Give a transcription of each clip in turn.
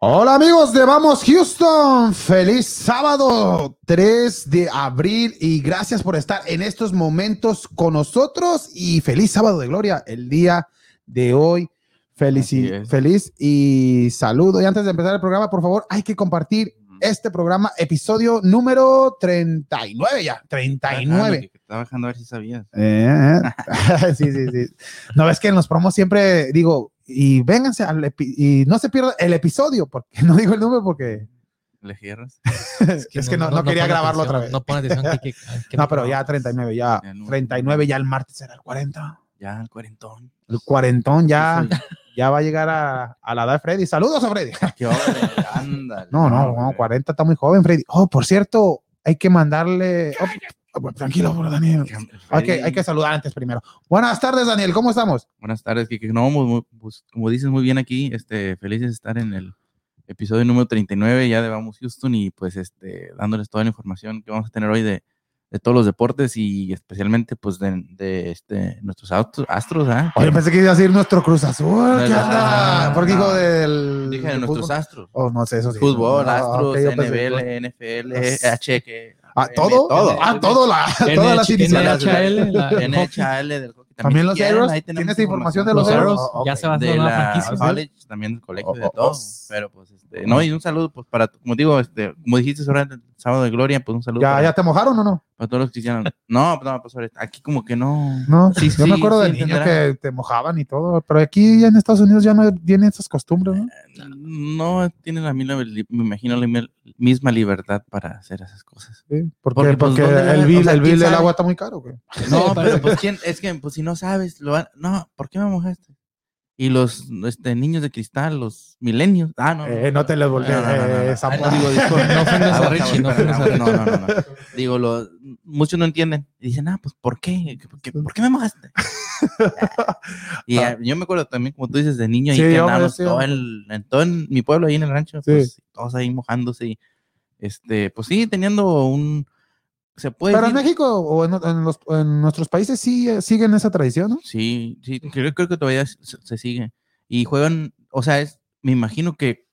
Hola amigos de Vamos Houston, feliz sábado 3 de abril y gracias por estar en estos momentos con nosotros y feliz sábado de gloria el día de hoy. Feliz y, Así es. feliz y saludo. Y antes de empezar el programa, por favor, hay que compartir este programa, episodio número 39 ya, 39. Ah, lo que Estaba bajando a ver si sabías. Eh, eh. sí, sí, sí. No ves que en los promos siempre digo, y vénganse al epi- y no se pierda el episodio, porque no digo el número porque ¿Le cierras? es que, no, no quería pone grabarlo atención, otra vez. No, No pone atención. que- que- ay, qué pero pecado. ya 39, ya Ya no. 39, ya el martes será el 40. Ya, el cuarentón. El cuarentón ya, Sí, ya va a llegar a, a la edad de Freddy. Saludos a Freddy. Qué hombre, ándale. No, no, no, hombre. 40 está muy joven, Freddy. Oh, por cierto, hay que mandarle... Oh, tranquilo, Daniel. Qué hombre, Hay que, Freddy. hay que saludar antes primero. Buenas tardes, Daniel. ¿Cómo estamos? Buenas tardes, que No, mu- mu- pues, como dices muy bien aquí, este, feliz de estar en el episodio número 39 ya de Vamos Houston y pues este, dándoles toda la información que vamos a tener hoy de, de todos los deportes y especialmente pues de, de, este, nuestros autos- astros, ¿ah? Oye, pensé que iba a decir nuestro Cruz Azul. No, ¿Qué no, anda? no, Porque no. dijo del. Dije del de nuestros fútbol. astros. Oh, no sé, eso sí. Fútbol, No, astros, ok, yo pensé- NBL, NFL, Los- H, que... Ah, todo. Todo. Ah, todo la, todas las NH, iniciales. NHL, la- el hockey. NHL, del hockey. También los si quieren, Aeros. ahí tenemos ¿Tienes información de Los los Aeros Aeros? ya se va a hacer de una la franquicia. ¿sí? college, también del colegio, Oh, de oh, todo. oh. Pero pues, este, no, y un saludo, pues, para, como digo, este, como dijiste sobre el sábado de gloria, pues un saludo ¿Ya, para, ¿Ya te mojaron o no? para todos los cristianos. No, no, pues sobre- aquí como que no. No. Sí, yo sí, me acuerdo sí, de niño tendrá. que te mojaban y todo. Pero aquí ya en Estados Unidos ya no tienen esas costumbres, ¿no? No tienen la misma, li- me imagino, la mi- misma libertad para hacer esas cosas. Sí, ¿Por Porque, qué? Porque, pues, ¿dónde le- el o bill, sea, el quién bill del sabe? agua está muy caro, güey. Sí, No, pero parece. pues, ¿quién? es que pues, si no sabes, lo van- no, ¿por qué me mojaste? Y los este, niños de cristal, los milenios. Ah, no. Eh, no te les voltees. No, no, no, no, no. eh, esa Ay, no, mo- digo, disculpe, No ofendas Ah, a bueno, Richie, no bueno, ofendas a bueno, no, no, no, no. Digo, lo- muchos no entienden. Y dicen, ah, pues, ¿por qué? ¿Por qué, por qué me mojaste? y Ah. ah, yo me acuerdo también, como tú dices, de niño, ahí Sí, que yo me andábamos decía. todo el- en todo en mi pueblo, ahí en el rancho, Sí. pues, todos ahí mojándose y, este, pues sí, teniendo un, se puede Pero en decir- México o en, en los- en nuestros países sí eh, siguen esa tradición, ¿no? Sí, sí, creo, creo que todavía se, se sigue. Y juegan, o sea, es, me imagino que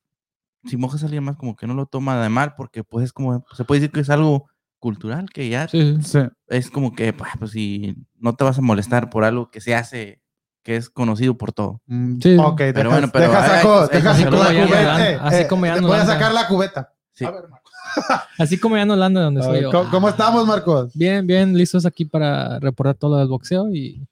si mojas a alguien más, como que no lo toma de mal, porque pues es como, se puede decir que es algo cultural, que ya Sí, sí. Sí. es como que, pa, pues si no te vas a molestar por algo que se hace, que es conocido por todo. Mm, Sí. Ok, Pero deja, bueno, pero deja hay- saco, hay- deja así saco como la ya no cubeta. dan- eh, así eh, como ya no voy a dan- sacar la cubeta. Sí. A ver, Marco. Así como ya en Holanda, donde A soy ver, yo. ¿cómo, cómo estamos, Marcos? Bien, bien, listos aquí para reportar todo lo del boxeo y,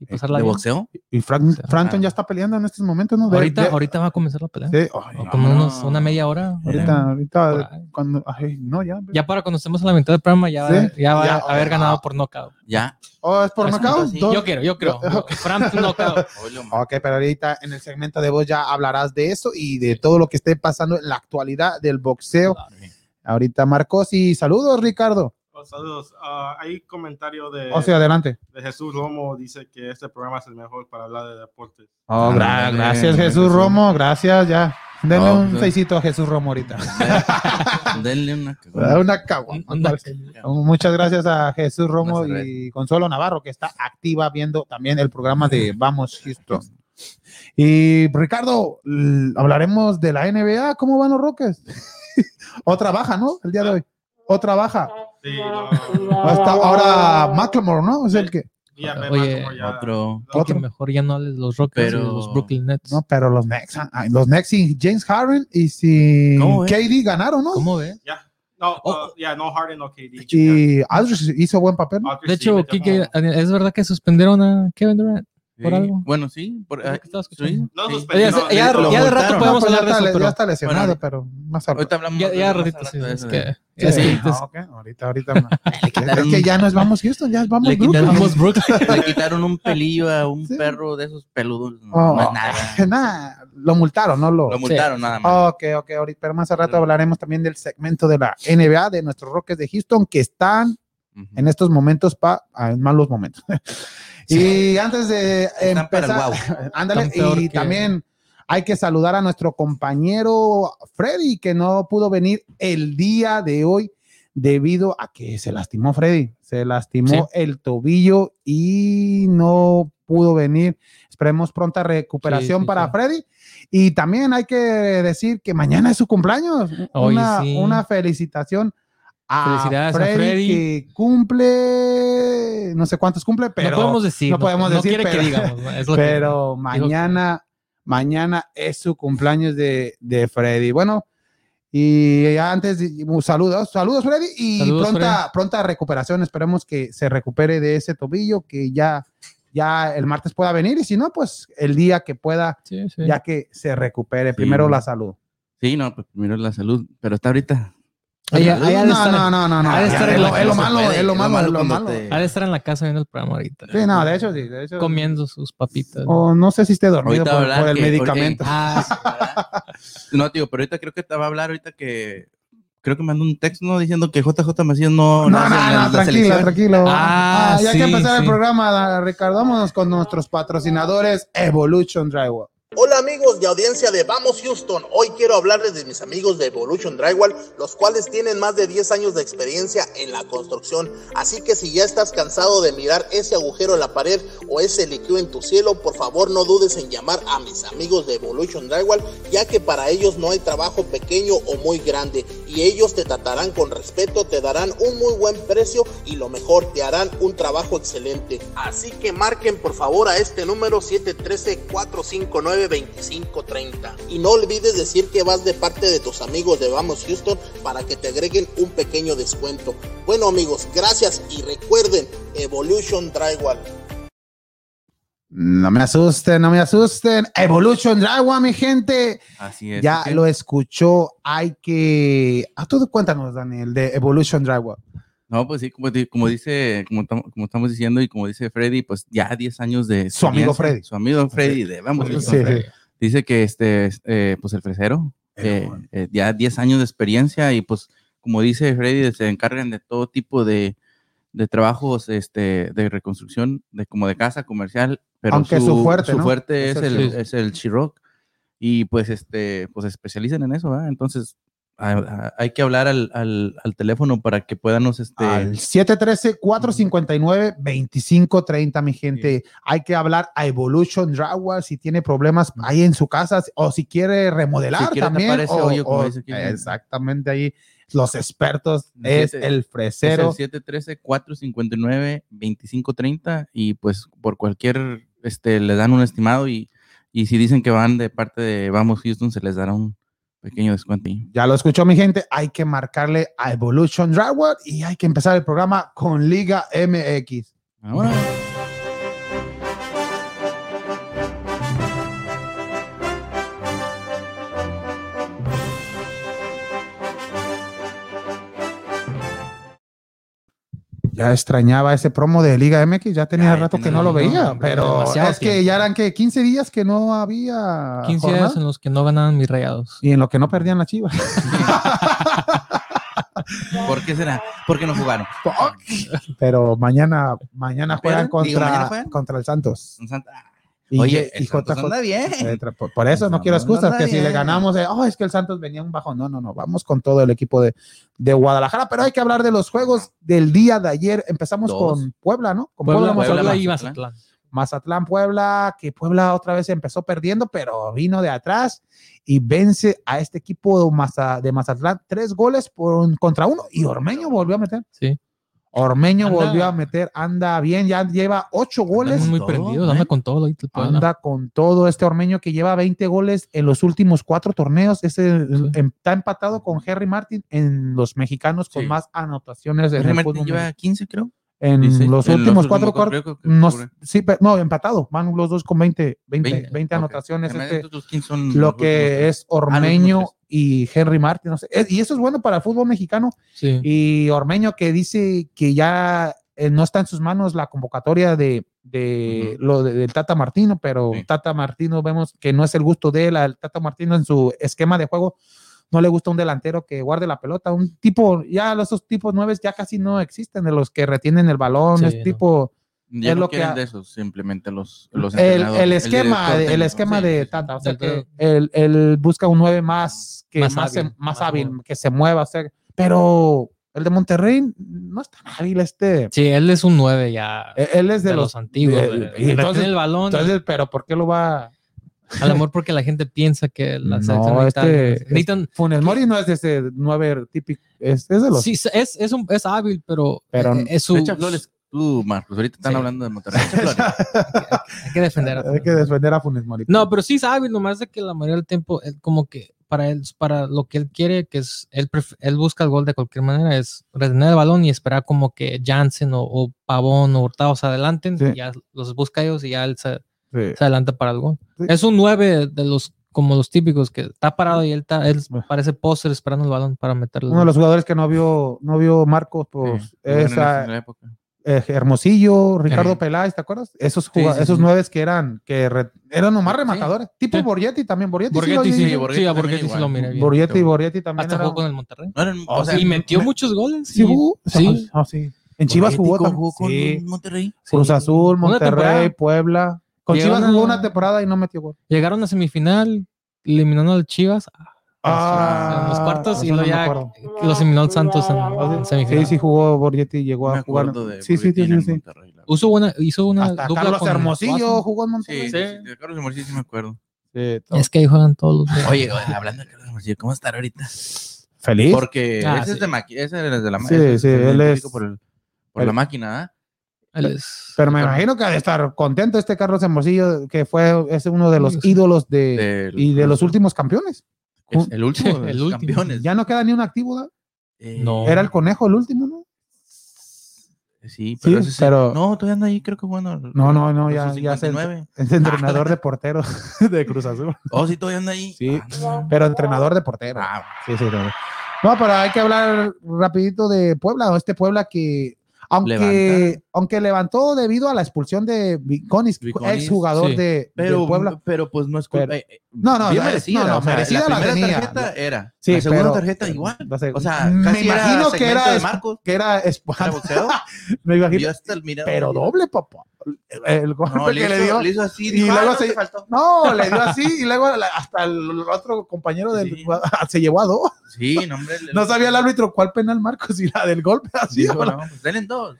y pasarla Eh, ¿De bien. boxeo? Y Frank, Frampton ya está peleando en estos momentos, ¿no? De- Ahorita, de- ahorita va a comenzar la pelea. sí, ay, O no, como unos, vámonos. una media hora. ahorita, ¿no? ahorita, Por ahí. cuando, ay, no, ya. Ya para cuando estemos a la mitad del programa, ya, Sí. ya va Ya, a haber ah. ganado por knockout. Ya. ¿O Oh, es por Es knockout? así. Dos- Yo quiero, yo creo. Fran, tú knockout. Ok, pero ahorita en el segmento de vos ya hablarás de eso y de todo lo que esté pasando en la actualidad del boxeo. Ahorita, Marcos, y saludos, Ricardo. Oh, saludos. Ah, hay comentario de, O sea, Oh, adelante. de Jesús Romo, dice que este programa es el mejor para hablar de deportes. Oh, Gra- ándale, gracias, ándale, Jesús Jesús. Romo. Gracias, ya. Denle No, un sí. seisito a Jesús Romo ahorita. Denle una. Una caguama. Una- al señor. Muchas gracias a Jesús Romo Una y Consuelo Navarro, que está activa viendo también el programa de Vamos Houston. Y Ricardo, l- hablaremos de la NBA. ¿Cómo van los Rockets? Otra baja, ¿no? El día de hoy. Otra baja. Sí, no, Hasta ahora McLemore, ¿no? Es el que. ya me Oye, va como ya- Otro. Creo Otro. que mejor ya no hables de los Rockets y de Pero- los Brooklyn Nets. No, pero los Knicks, ah, los Knicks sin James Harden y sin No, eh. KD ganaron, ¿no? ¿Cómo ves? No, Oh. uh, ya, no Harden, no KD. ya. Y Ah, Aldridge hizo buen papel. ¿no? Aldridge De sí hecho, metió Kike, como- ¿es verdad que suspendieron a Kevin Durant? ¿Por Sí, algo? Bueno, sí. Por, Es lo ah, que estaba sí, escuchando. No sí. suspendieron, Oye, ya- ya lo de rato multaron. podemos No, pero hablar de ya eso, está- pero- Ya está lesionado, Bueno, pero más al- Ahorita hablamos. Ya, ya más ratito, sí, adelante de es eso. que... Sí, es que- sí, es- ah, ok, ahorita, ahorita. ma- es quitaron- que ya nos vamos Houston, ya vamos Le Brooklyn. quitaron- Vamos, Brooklyn. Le quitaron un pelillo a un Sí. perro de esos peludos. No, Oh, no es nada. Nah, lo multaron, ¿no? Lo... Lo multaron nada más. Ok, ok, ahorita, pero más al rato hablaremos también del segmento de la NBA, de nuestros Rockets de Houston, que están Ujú. en estos momentos, pa, ah, en malos momentos. y antes de Están para el empezar, guau. ándale, Están peor y que- también hay que saludar a nuestro compañero Freddy, que no pudo venir el día de hoy debido a que se lastimó Freddy, se lastimó Sí. el tobillo y no pudo venir. Esperemos pronta recuperación sí, para sí. Freddy. Y también hay que decir que mañana es su cumpleaños. Oye, una, sí. una felicitación a Felicidades a Freddy, Freddy. que cumple, no sé cuántos cumple, pero no podemos decir. no podemos decir, quiere pero- que digamos. ¿no? Es lo que- pero mañana, mañana es su cumpleaños de, de Freddy. Bueno, y antes, y- saludos, saludos Freddy y Saludos, pronta, Freddy. pronta recuperación. Esperemos que se recupere de ese tobillo, que ya, ya el martes pueda venir y si no, pues el día que pueda, Sí, sí. ya que se recupere. Primero la salud. Sí, no, pues primero la salud, pero está ahorita. Ah, Ahí- no, ahí ha de estar- no, no, no, no, ha de estar Ah, ya, en es la lo- es lo casa, malo, puede, es lo malo, es lo cuando malo. te- Ha de estar en la casa viendo el programa ahorita. Sí, no, de hecho sí, de hecho. Comiendo sus papitas. O no sé si esté dormido Ahorita por, hablar por el que- ah, medicamento. Ah, No, tío, pero ahorita creo que te va a hablar ahorita que creo que mandó un texto ¿no? diciendo que JJ Macías No, no, no, hace la- no, la tranquilo, selección. tranquilo. Ah, Ah, ya sí, que empezar el sí. programa, Ricardo, vámonos con nuestros patrocinadores Evolution Drywall. Hola amigos de audiencia de Vamos Houston, hoy quiero hablarles de mis amigos de Evolution Drywall, los cuales tienen más de 10 años de experiencia en la construcción, así que si ya estás cansado de mirar ese agujero en la pared o ese líquido en tu cielo, por favor no dudes en llamar a mis amigos de Evolution Drywall, ya que para ellos no hay trabajo pequeño o muy grande y ellos te tratarán con respeto, te darán un muy buen precio y lo mejor, te harán un trabajo excelente. Así que marquen por favor a este número 713-459-2530. Y no olvides decir que vas de parte de tus amigos de Vamos Houston para que te agreguen un pequeño descuento. Bueno amigos, gracias y recuerden, Evolution Drywall. No me asusten, no me asusten. Evolution Drywall, mi gente. Así es. ya ¿ok? lo escuchó. Hay que. A todo cuéntanos, Daniel, de Evolution Drywall. No, pues sí, como, di- como dice, como, tam- como estamos diciendo y como dice Freddy, pues ya 10 años de Su amigo experiencia, Freddy. Su amigo Freddy, de, vamos. Sí, Houston, sí. Freddy. Dice que este, eh, pues el fresero, eh, eh, ya 10 años de experiencia y pues como dice Freddy, se encargan de todo tipo de, de trabajos este, de reconstrucción, de como de casa comercial, pero Aunque su fuerte, ¿no? fuerte Es es, el el, Chiroc. es el Chiroc y pues este pues se especializan en eso, ¿verdad? Entonces a- a- hay que hablar al, al, al teléfono para que podamos este Al 713-459-2530, mi gente. Hay que hablar a Evolution Drywall si tiene problemas ahí en su casa o si quiere remodelar Si quiere también. tapar ese o- hoyo, como o- dice aquí. exactamente ahí. Los expertos El es siete- el es el fresero. 713-459-2530 y pues por cualquier este le dan un estimado y, y si dicen que van de parte de Vamos Houston se les dará un pequeño descuento. ahí. Ya lo escuchó mi gente, hay que marcarle a Evolution Drywall y hay que empezar el programa con Liga MX. Ahora, Ya extrañaba ese promo de Liga MX, ya tenía Ay, rato que tiene no lo razón, veía, hombre, pero demasiado es que tiempo. ya eran que 15 días que no había 15 jornada. años en los que no ganaban mis rayados. y en lo que no perdían la chiva. ¿Por qué será? Porque no jugaron. Pero mañana, mañana juegan Pero, contra, digo, mañana juegan. contra el Santos. Son Santa- ah, Y- Oye, y el Santos JJ anda bien. Eh, tra- Por, por eso no Vamos, quiero excusas, anda que si le bien. ganamos, eh, "Oh, es que el Santos venía un bajo. No, no, no, vamos con todo el equipo de, de Guadalajara. Pero hay que hablar de los juegos del día de ayer. Empezamos Dos. con Puebla, ¿no? Con Puebla, Puebla, Puebla, Mazatlán. y Mazatlán. Mazatlán. Mazatlán, Puebla, que Puebla otra vez empezó perdiendo, pero vino de atrás y vence a este equipo de, Maza- de Mazatlán tres goles por un- contra uno. Y Ormeño volvió a meter. Sí. Ormeño Anda. volvió a meter, anda bien, ya lleva ocho goles. Andan muy todo, prendidos, anda ¿eh? con todo ahorita el Puebla. Anda con todo este Ormeño que lleva 20 goles en los últimos cuatro torneos. Este Sí. em- está empatado con Harry Martin en los mexicanos con Sí. más anotaciones en, el Henry Martín fútbol lleva 15 creo. en Dice, los en últimos cuatro últimos cuartos. creo que- No, creo sí, pero- no, empatado. Van los dos con 20, 20, 20, 20 ok. anotaciones. que- este, estos 15 son los lo últimos que tres. es Ormeño tres. y Henry Martin. no sé. Es- Y eso es bueno para el fútbol mexicano. Sí. Y Ormeño que dice que ya eh, no está en sus manos la convocatoria de, de lo de- del Tata Martino, pero Sí. Tata Martino vemos que no es el gusto de él. Al Tata Martino en su esquema de juego no le gusta un delantero que guarde la pelota. Un tipo, ya esos tipos nueve ya casi no existen, de los que retienen el balón, Sí, es no. tipo Ya es no lo que quieren ha- de esos, simplemente los, los el, entrenadores, el esquema, director de- el, técnico, esquema sí, de sí, Tata, o sea Del que todo. él, él busca un 9 más que más, Más se- más hábil, hábil, más móvil. que se mueva, o sea, pero el de Monterrey no es tan hábil este. Sí, él es un 9 ya. Eh, Él es de, los, antiguos. de- güey. y entonces- Retiene el balón. entonces, pero ¿por qué lo va? A lo mejor porque la gente piensa que la selección No, necesita- este, necesitan- Funes Mori no es de ese 9 típico, es, es de los... sí, es, es, un- es hábil, pero, Pero- eh, es su, Echa flores tú, Marcos. Ahorita están Sí. hablando de Monterrey. Echa flores. hay que defender. a Hay que defender a Funes Mori. No, pero sí es hábil, nomás de que la mayoría del tiempo, él como que para él, para lo que él quiere, que es, él, pref- él busca el gol de cualquier manera, es retener el balón y esperar como que Jansen o, o Pavón o Hurtado se adelanten, Sí. y ya los busca ellos y ya él se, Sí. se adelanta para el gol. Sí. Es un 9 de los, como los típicos, que está parado y él, está, él parece póster esperando el balón para meterlo. Uno de los jugadores que no vio, no vio Marcos, pues, Sí, bueno, en es a- la época. eh, Hermosillo, Ricardo Ajá. Peláez, ¿te acuerdas? Esos, Sí, jugad- sí, esos sí. nueves que eran, que re- eran nomás Sí. rematadores, tipo Sí. Borgetti también, Borgetti sí lo Borghetti vi. sí, Sí, Borghetti sí, a también Borghetti sí igual. lo miré bien. Borgetti y Yo- Borgetti también Hasta eran. jugó con el Monterrey. No eran- O o sea, y metió muchos goles. Sí y- jugó, sí. Ah, sí. En Chivas jugó, Borghetti también. jugó con Sí. Monterrey. Cruz Sí. Azul, Una Monterrey, temporada. Puebla. Con Llegaron Chivas jugó a- una temporada y no metió gol. Llegaron a semifinal, eliminando al Chivas. Ah, en los cuartos y eso no luego me ya acuerdo. los eliminó el Santos en la Sí, semifinal. sí jugó Borgetti y llegó Me a jugar. acuerdo de Sí, sí, sí, Borghetti sí, en sí. Monterrey, la verdad. Hizo una, hizo una Hasta dupla Carlos con- Hermosillo Guasón. jugó en Sí, sí, Monterrey. sí, de Carlos Hermosillo sí me acuerdo. Sí, todo. Es que ahí juegan todos los Oye, oye, hablando de Carlos Hermosillo, ¿cómo estar ahorita? Feliz. Porque Ah, ese sí. es de maqui- ese es de la Sí, máquina. sí, él es- Por, el- por él- la máquina, ¿ah? Él es- Pero me imagino que ha de estar contento este Carlos Hermosillo, que fue es uno de los Sí, sí. ídolos de, Del- y de los últimos campeones. es El último, El de los último. campeones. Ya no queda ni un activo. ¿verdad? Eh, No. Era el conejo el último, ¿no? eh, Sí, pero, Sí, ese sí- pero- No, todavía anda ahí, creo que jugando. al- No, no, no, al ya, ya se- 59. Es entrenador de portero de Cruz Azul. Oh, sí, todavía anda ahí. Sí. Ah, Pero entrenador de portero. ah, Sí, sí, no. No, pero hay que hablar rapidito de Puebla, o este Puebla que aunque Levanta. aunque levantó debido a la expulsión de Viconis, Viconis, ex jugador sí. de, de pero, Puebla. pero pues no es culpa. Pero- eh, eh, No, no, bien no, merecida. no, no, o sea, merecida la la primera tenía. tarjeta era. Sí, la segunda pero- tarjeta igual. No sé, O sea, me casi era imagino que segmento era de es- Marcos. que era esp- Era boxeo. me imagino, Yo hasta el mirado. pero doble, papá. El golpe No, le que hizo, le dio. le hizo así. Y dijo, luego "Ah, no se- te faltó". No, le dio así y luego la- hasta el otro compañero del ah, Sí. se llevó a dos. Sí, no, hombre. le- No sabía el árbitro cuál penal Marcos y la del golpe así. Dijo, "No, pues denle dos.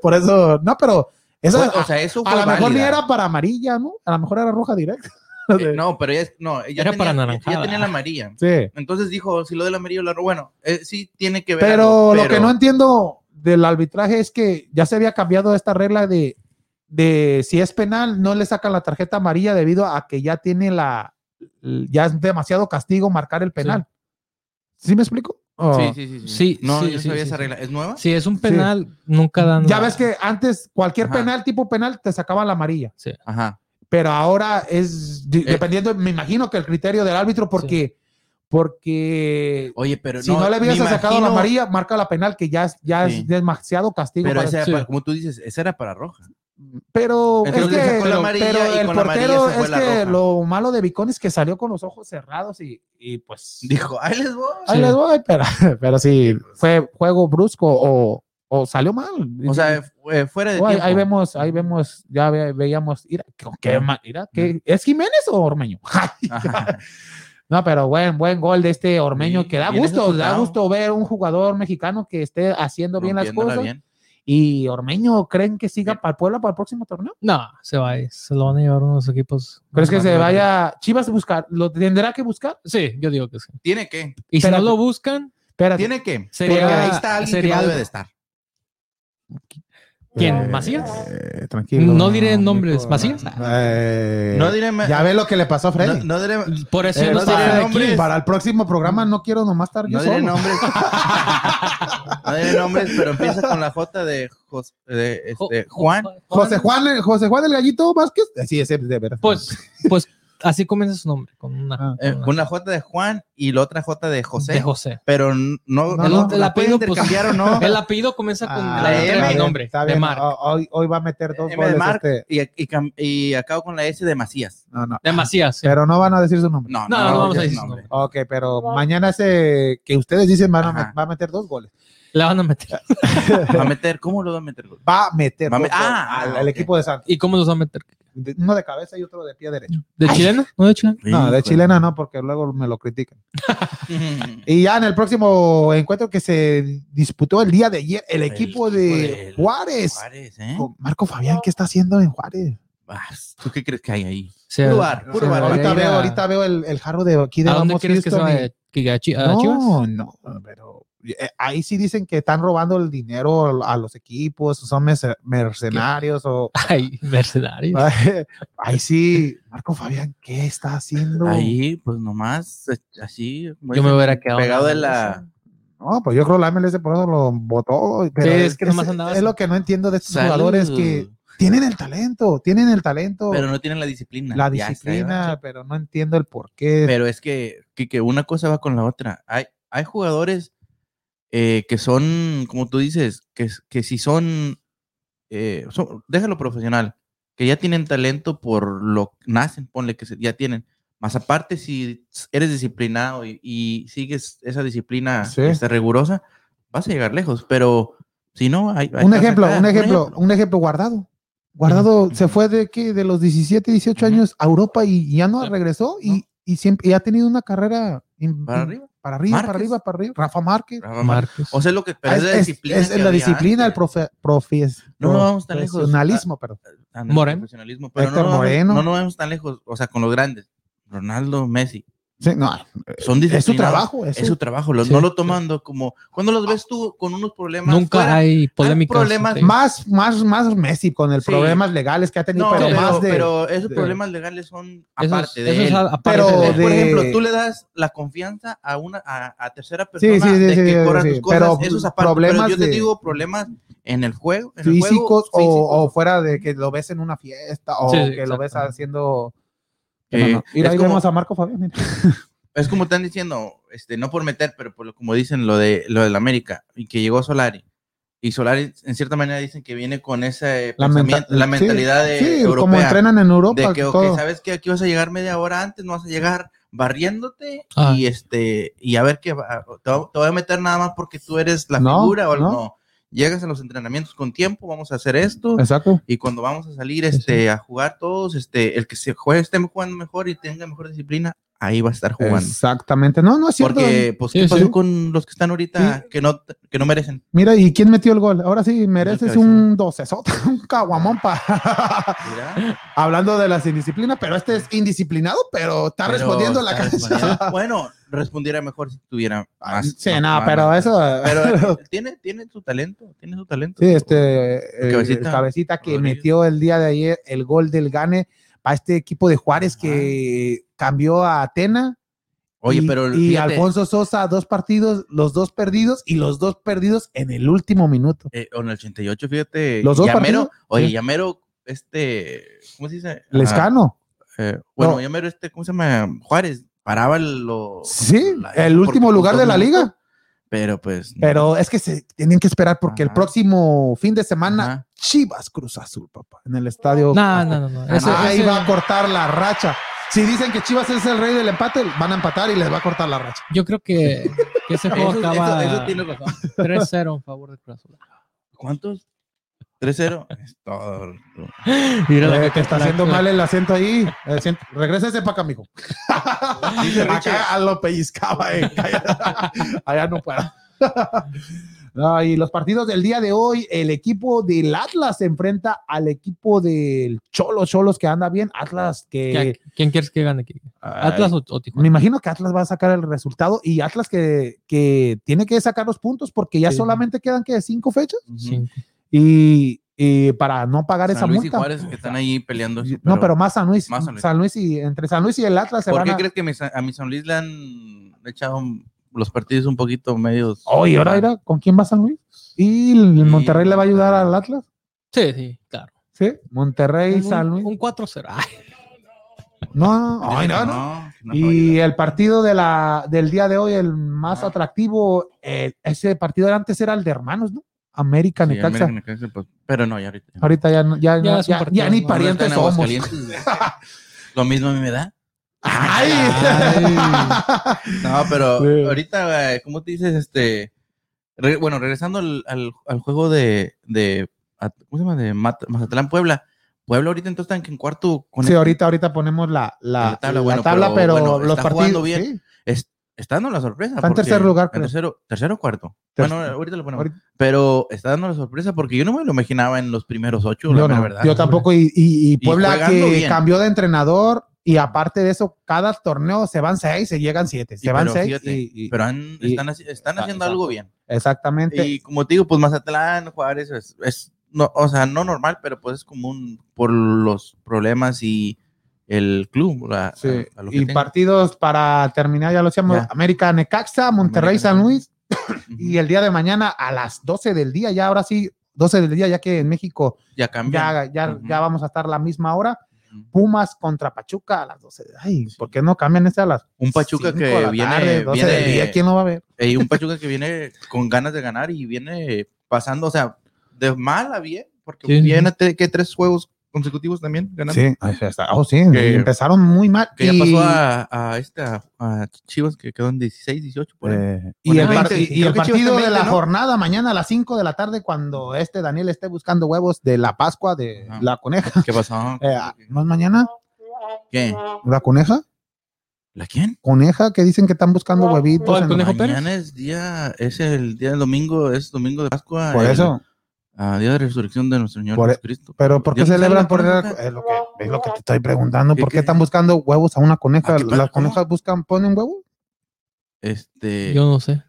Por eso, no, pero esa, o, o sea, eso fue a lo mejor ni válida. era para amarilla, ¿no? A lo mejor era roja directa. Eh, no, pero ella, no, ella Era tenía, para ella- anaranjada. ella tenía la amarilla. Sí. Entonces dijo, si lo del amarillo, la ro- bueno, eh, sí tiene que ver. Pero algo, lo que no entiendo del arbitraje es que ya se había cambiado esta regla de, de si es penal, no le sacan la tarjeta amarilla debido a que ya tiene la. Ya es demasiado castigo marcar el penal. ¿Sí, me explico? Oh. O- Sí, sí, sí. sí. Sí, no, sí, yo sí, sabía sí, esa sí. regla. ¿Es nueva? Sí, es un penal, nunca dan. Ya la- ves que antes cualquier Ajá. penal, tipo penal, te sacaban la amarilla. Ajá. pero ahora es Eh. de- dependiendo, me imagino que el criterio del árbitro, porque, porque Oye, pero si no, le hubieras me sacado la imagino- amarilla, marca la penal, que ya es, ya Sí. es demasiado castigo. Pero para- esa era Sí. para- como tú dices, esa era para roja. Pero es Entonces que sacó la amarilla pero y el con la portero amarilla se es fue la que roja. lo malo de Vicón es que salió con los ojos cerrados y, y pues Dijo, ahí les voy. ahí les voy, pero, pero sí, fue juego brusco o, o salió mal. pues. O sea, fu- eh, fuera de Oh, ahí, tiempo. ahí vemos, ahí vemos, ya ve- veíamos, mira, qué mal, mira, Mm. qué- ¿es Jiménez o Ormeño? Ajá. No, pero buen, buen gol de este Ormeño Sí, que da bien gusto, da ejecutado. gusto ver un jugador mexicano que esté haciendo bien las Rompiéndola cosas. bien. Y Ormeño, ¿creen que siga Bien. para el Puebla para el próximo torneo? No, se va a ir. Se lo van a llevar unos equipos. ¿Crees que más se grandes. vaya Chivas a buscar? ¿Lo tendrá que buscar? Sí, yo digo que sí. Tiene que. Y si no Espérate. lo buscan, Espérate. Tiene que. sería. Porque ahí está alguien sería que no algo. debe de estar. ¿Quién? Eh, ¿Macías? eh, tranquilo. No diré nombres, Nico, ¿Macías? eh, No diré más. Ya ve lo que le pasó a No, Freddy. no diré, Por eso Eh, no no está diré aquí. nombres. Para el próximo programa no quiero nomás estar yo no diré solo. nombres. no diré nombres, pero empieza con la J de, Jos- de, Jo- este, Juan. José Juan, eh, José Juan el Gallito Vázquez. Eh, Sí, ese de veras. Pues, pues así comienza su nombre, con una. Ah, eh, una- con la J de Juan y la otra J de José. de José. pero n- no, No, no, el, no, el la pueden apellido, pues, intercambiar o no. el apellido comienza con la Ah, la letra M. del nombre, Está de bien, Marc. ho- Hoy, hoy va a meter dos M goles. de Marc. este. y, y, cam- y acabo con la S de Macías. No, no. De Macías. sí. Pero no van a decir su nombre. No, No, no, no, no, vamos a es decir nombre. su Ok, pero mañana ese que ustedes dicen van a, Ajá. va a meter dos goles. La van a meter. Va a meter, ¿cómo lo va a meter? Va a meter Va a dos me- ah, goles al, ah, ok. al equipo de Santos. ¿Y cómo los va a meter? De- Uno de cabeza y otro de pie derecho. ¿De chilena? ¿No de chilena? No, de chilena no, porque luego me lo critican. Y ya en el próximo encuentro que se disputó el día de ayer, el El equipo equipo de del Juárez. Juárez, ¿eh? Con Marco Fabián, ¿qué está haciendo en Juárez? ah, ¿Tú qué crees que hay ahí? Sí, Puro ¿A bar, puro Sí, bar. la Ahorita verdad. veo, ahorita veo el, el jarro de aquí de dónde Vamos quieres que se Houston y- vaya? ¿Que a Chi- a Chivas? No, no, pero eh, ahí sí dicen que están robando el dinero a los equipos, son merce- mercenarios o Ay, mercenarios. ahí sí, Marco Fabián, ¿qué está haciendo? Ahí, pues nomás, eh, así. como Yo me dicen, hubiera quedado. Pegado de en la. No, pues yo creo la MLS por eso lo votó. Pero Sí, es es, que es- nomás andaba- es lo que no entiendo de estos Salud. jugadores que tienen el talento, tienen el talento, Pero no tienen la disciplina. la Ya está, ahí va. disciplina, pero no entiendo el por qué. Pero es que, que, que una cosa va con la otra. Hay, hay jugadores eh, que son, como tú dices, que, s- que si son, eh, son- déjalo profesional, que ya tienen talento por lo que nacen, ponle que se- ya tienen. Más aparte, si s- eres disciplinado y, y sigues esa disciplina Sí. este, rigurosa, vas a llegar lejos. Pero si no, hay, hay un que ejemplo, sacar, un ejemplo, un ejemplo guardado. Guardado Ujú. se fue de que de los 17, 18 Ujú. años a Europa y ya no regresó y, No. y siempre y ha tenido una carrera in- Para in- arriba. para arriba, para Márquez. arriba, para arriba. Rafa Márquez. Rafa Márquez. Marcos. Ah, O sea, es lo que pero Ah, es la disciplina. es que la había disciplina, el antes. profe, profes- No, no vamos tan lejos. profesionalismo, perdón. Ándale, Moreno. profesionalismo, pero Héctor no, nos vamos- Moreno. no nos vamos tan lejos, o sea, con los grandes. Ronaldo, Messi, Sí, no, son es su disciplinados, trabajo, es Es su- su trabajo, lo- Sí, no lo sí. tomando como cuando los ves tú con unos problemas Nunca fuera, hay polémicas. problemas sí. más más más Messi con el Sí. problemas legales que ha tenido, no, pero, pero, más de pero esos de- problemas legales son Eso es- aparte de eso es él. a- aparte Pero de él. Por de- ejemplo, tú le das la confianza a una a, a tercera sí, persona de sí, que sí, corran sí, sus cosas, pero eso es aparte, problemas pero yo te de- digo problemas en el juego, en el juego, físicos o, físicos. o fuera de que lo ves en una fiesta o Sí, sí, que lo ves exactamente. haciendo No, Eh, no. Mira, es ahí como- vemos a Marco Fabián. mira. es como están diciendo, este, no por meter, pero por lo, como dicen lo de lo del América y que llegó Solari. Y Solari, en cierta manera, dicen que viene con ese La pensamiento, menta- la sí, mentalidad de Sí, europea, como entrenan en Europa. de que, ok, todo. sabes que aquí vas a llegar media hora antes, no vas a llegar barriéndote Ah. y este y a ver qué va- te, va- te voy a meter nada más porque tú eres la No, figura o algo. no. No. Llegas a los entrenamientos con tiempo, vamos a hacer esto Exacto. y cuando vamos a salir este a jugar todos, este el que se juegue esté jugando mejor y tenga mejor disciplina, ahí va a estar jugando. Exactamente. No, no es cierto. Porque, pues, ¿qué Sí, pasó sí. con los que están ahorita que, no, que no merecen? Mira, ¿y quién metió el gol? Ahora sí, mereces cabecín. un docesota, un caguamón pa- Hablando de las indisciplinas, pero este es indisciplinado, pero está Pero respondiendo a la está cancha. respondiendo. Bueno, respondiera mejor si tuviera más. sí, más- no, más- pero más- eso. Ah, Pero eh, tiene, tiene su talento, tiene su talento. Sí, este. el- el cabecita, Cabecita. que Rodríguez. metió el día de ayer el gol del Gane para este equipo de Juárez que cambió a Atena. Oye, y, pero y fíjate, Alfonso Sosa, dos partidos, los dos perdidos y los dos perdidos en el último minuto. eh, en el 88, fíjate. ¿Los dos Llamero, partidos? oye, Sí. Llamero, este, ¿cómo se dice? Les Ah, gano. eh, bueno, No. Llamero, este, ¿cómo se llama? Juárez, paraba lo... Sí, Oh, la- el último por- lugar por de la dos minutos, liga. Pero pues... no. Pero es que se tienen que esperar porque el Ajá. próximo fin de semana Ajá. Chivas Cruz Azul, papá, en el estadio. No, no, no. no. Ese- Ahí ese- va a cortar la racha. Si dicen que Chivas es el rey del empate, van a empatar y les va a cortar la racha. Yo creo que, que ese juego Eso- eso- acaba eso tiene razón. 3-0 en favor de Cruz Azul. ¿Cuántos? 3-0. Es todo. Mira Eh, te está haciendo mal el asiento ahí. El asiento- Regrésese para acá, mijo. acá lo pellizcaba. eh. Allá, allá no para. No, y los partidos del día de hoy, el equipo del Atlas se enfrenta al equipo del Cholo, Cholos que anda bien, Atlas que... ¿Quién quieres que gane aquí? Ay, ¿Atlas o, o Tijuana? Me imagino que Atlas va a sacar el resultado y Atlas que, que tiene que sacar los puntos porque ya Sí. solamente quedan que cinco fechas Sí. y, y para no pagar esa San Luis y multa. Juárez que están ahí peleando. Y- no, pero más San Luis, más San San Luis. Luis. y entre San Luis y el Atlas se ¿Por van qué a... crees que mi San- a mi San Luis le han echado un- los partidos un poquito medios? Oye, ahora mira, ¿con quién va San Luis? Y el Monterrey le va a ayudar al Atlas, Sí, sí, claro. ¿sí? Monterrey, Un, San Luis. un 4-0. Ay, No, no, Dicen ay, no, que no. no, Y el partido de la, del día de hoy, el más Ah. atractivo, el- ese partido de antes era el de hermanos, ¿no? América, Sí, Necaxa. América, Necaxa, pues, pero no, ya ahorita. Ahorita ya, no- ya, Ya ya, es un ya- partido ya ni normal. Ahorita en parientes somos. Aguascalientes. Lo mismo a mí me da. Ay. No, pero Sí. ahorita, eh, ¿cómo te dices? Este, re- bueno, regresando al, al- al juego de, de, At- ¿cómo se llama? De Mat- Mazatlán, Puebla. Puebla ahorita entonces están en cuarto. Con Sí, ahorita, ahorita ponemos la, la, La la tabla, bueno, tabla, pero, pero bueno, los está partidos. jugando bien. sí. Es- está dando la sorpresa. Está en porque- tercer lugar, creo. En tercero, tercero o cuarto. Ter- bueno, ahorita lo ponemos. Ahorita- Pero está dando la sorpresa porque yo no me lo imaginaba en los primeros ocho, la Yo, no, verdad. yo tampoco. Y, y- y Puebla jugando que bien. cambió de entrenador y aparte de eso, cada torneo se van seis, se llegan siete, se Y van pero seis. fíjate, y- y- Pero han- y- Ah, están, haci- están está- haciendo está- algo bien. exactamente. Y como te digo, pues Mazatlán, Juárez, es, es no, o sea, no normal, pero pues es común por los problemas y el club. la- Sí, a- a lo que y tenga. partidos para terminar, ya lo decíamos, Ya. América Necaxa, Monterrey América, San Luis, Ujú. y el día de mañana a las 12 del día, ya ahora sí, 12 del día, ya que en México ya cambia. ya, ya, Ujú. ya vamos a estar la misma hora, Ujú. Pumas contra Pachuca a las 12. Ay, ¿por qué no cambian este a las Un Pachuca cinco que de la viene- tarde, 12 del viene- día? ¿Quién no va a ver? Ey, un Pachuca que viene con ganas de ganar y viene pasando, o sea, de mal a bien, porque Sí. viene a te- que tres juegos consecutivos también ganando. Sí, ahí está. oh, sí, Que- empezaron muy mal. Que ya y- eh, pasó a, a este, a, a Chivas, que quedó en 16, 18. Por ahí. Eh, Y el, Bueno, par- 20, y creo el que Chivas partido está de en la 20, ¿no? jornada mañana a las 5 de la tarde cuando este Daniel esté buscando huevos de la Pascua de Ajá. la coneja. ¿Qué pasó? Eh, ¿No es mañana? ¿Qué? ¿La coneja? ¿La quién? ¿Coneja que dicen que están buscando huevitos? ¿El en- conejo Mañana es día, es el día del domingo, es domingo de Pascua. Por el- eso, ah, día de resurrección de nuestro Señor Por- e- Jesucristo. pero ¿por qué Dios no celebran sabe por la la- coneja. es lo que es lo que te estoy preguntando, ¿Qué, ¿por qué qué? están buscando huevos a una coneja? ¿A qué pa- Las cómo? conejas buscan ponen huevo? Este. Yo no sé.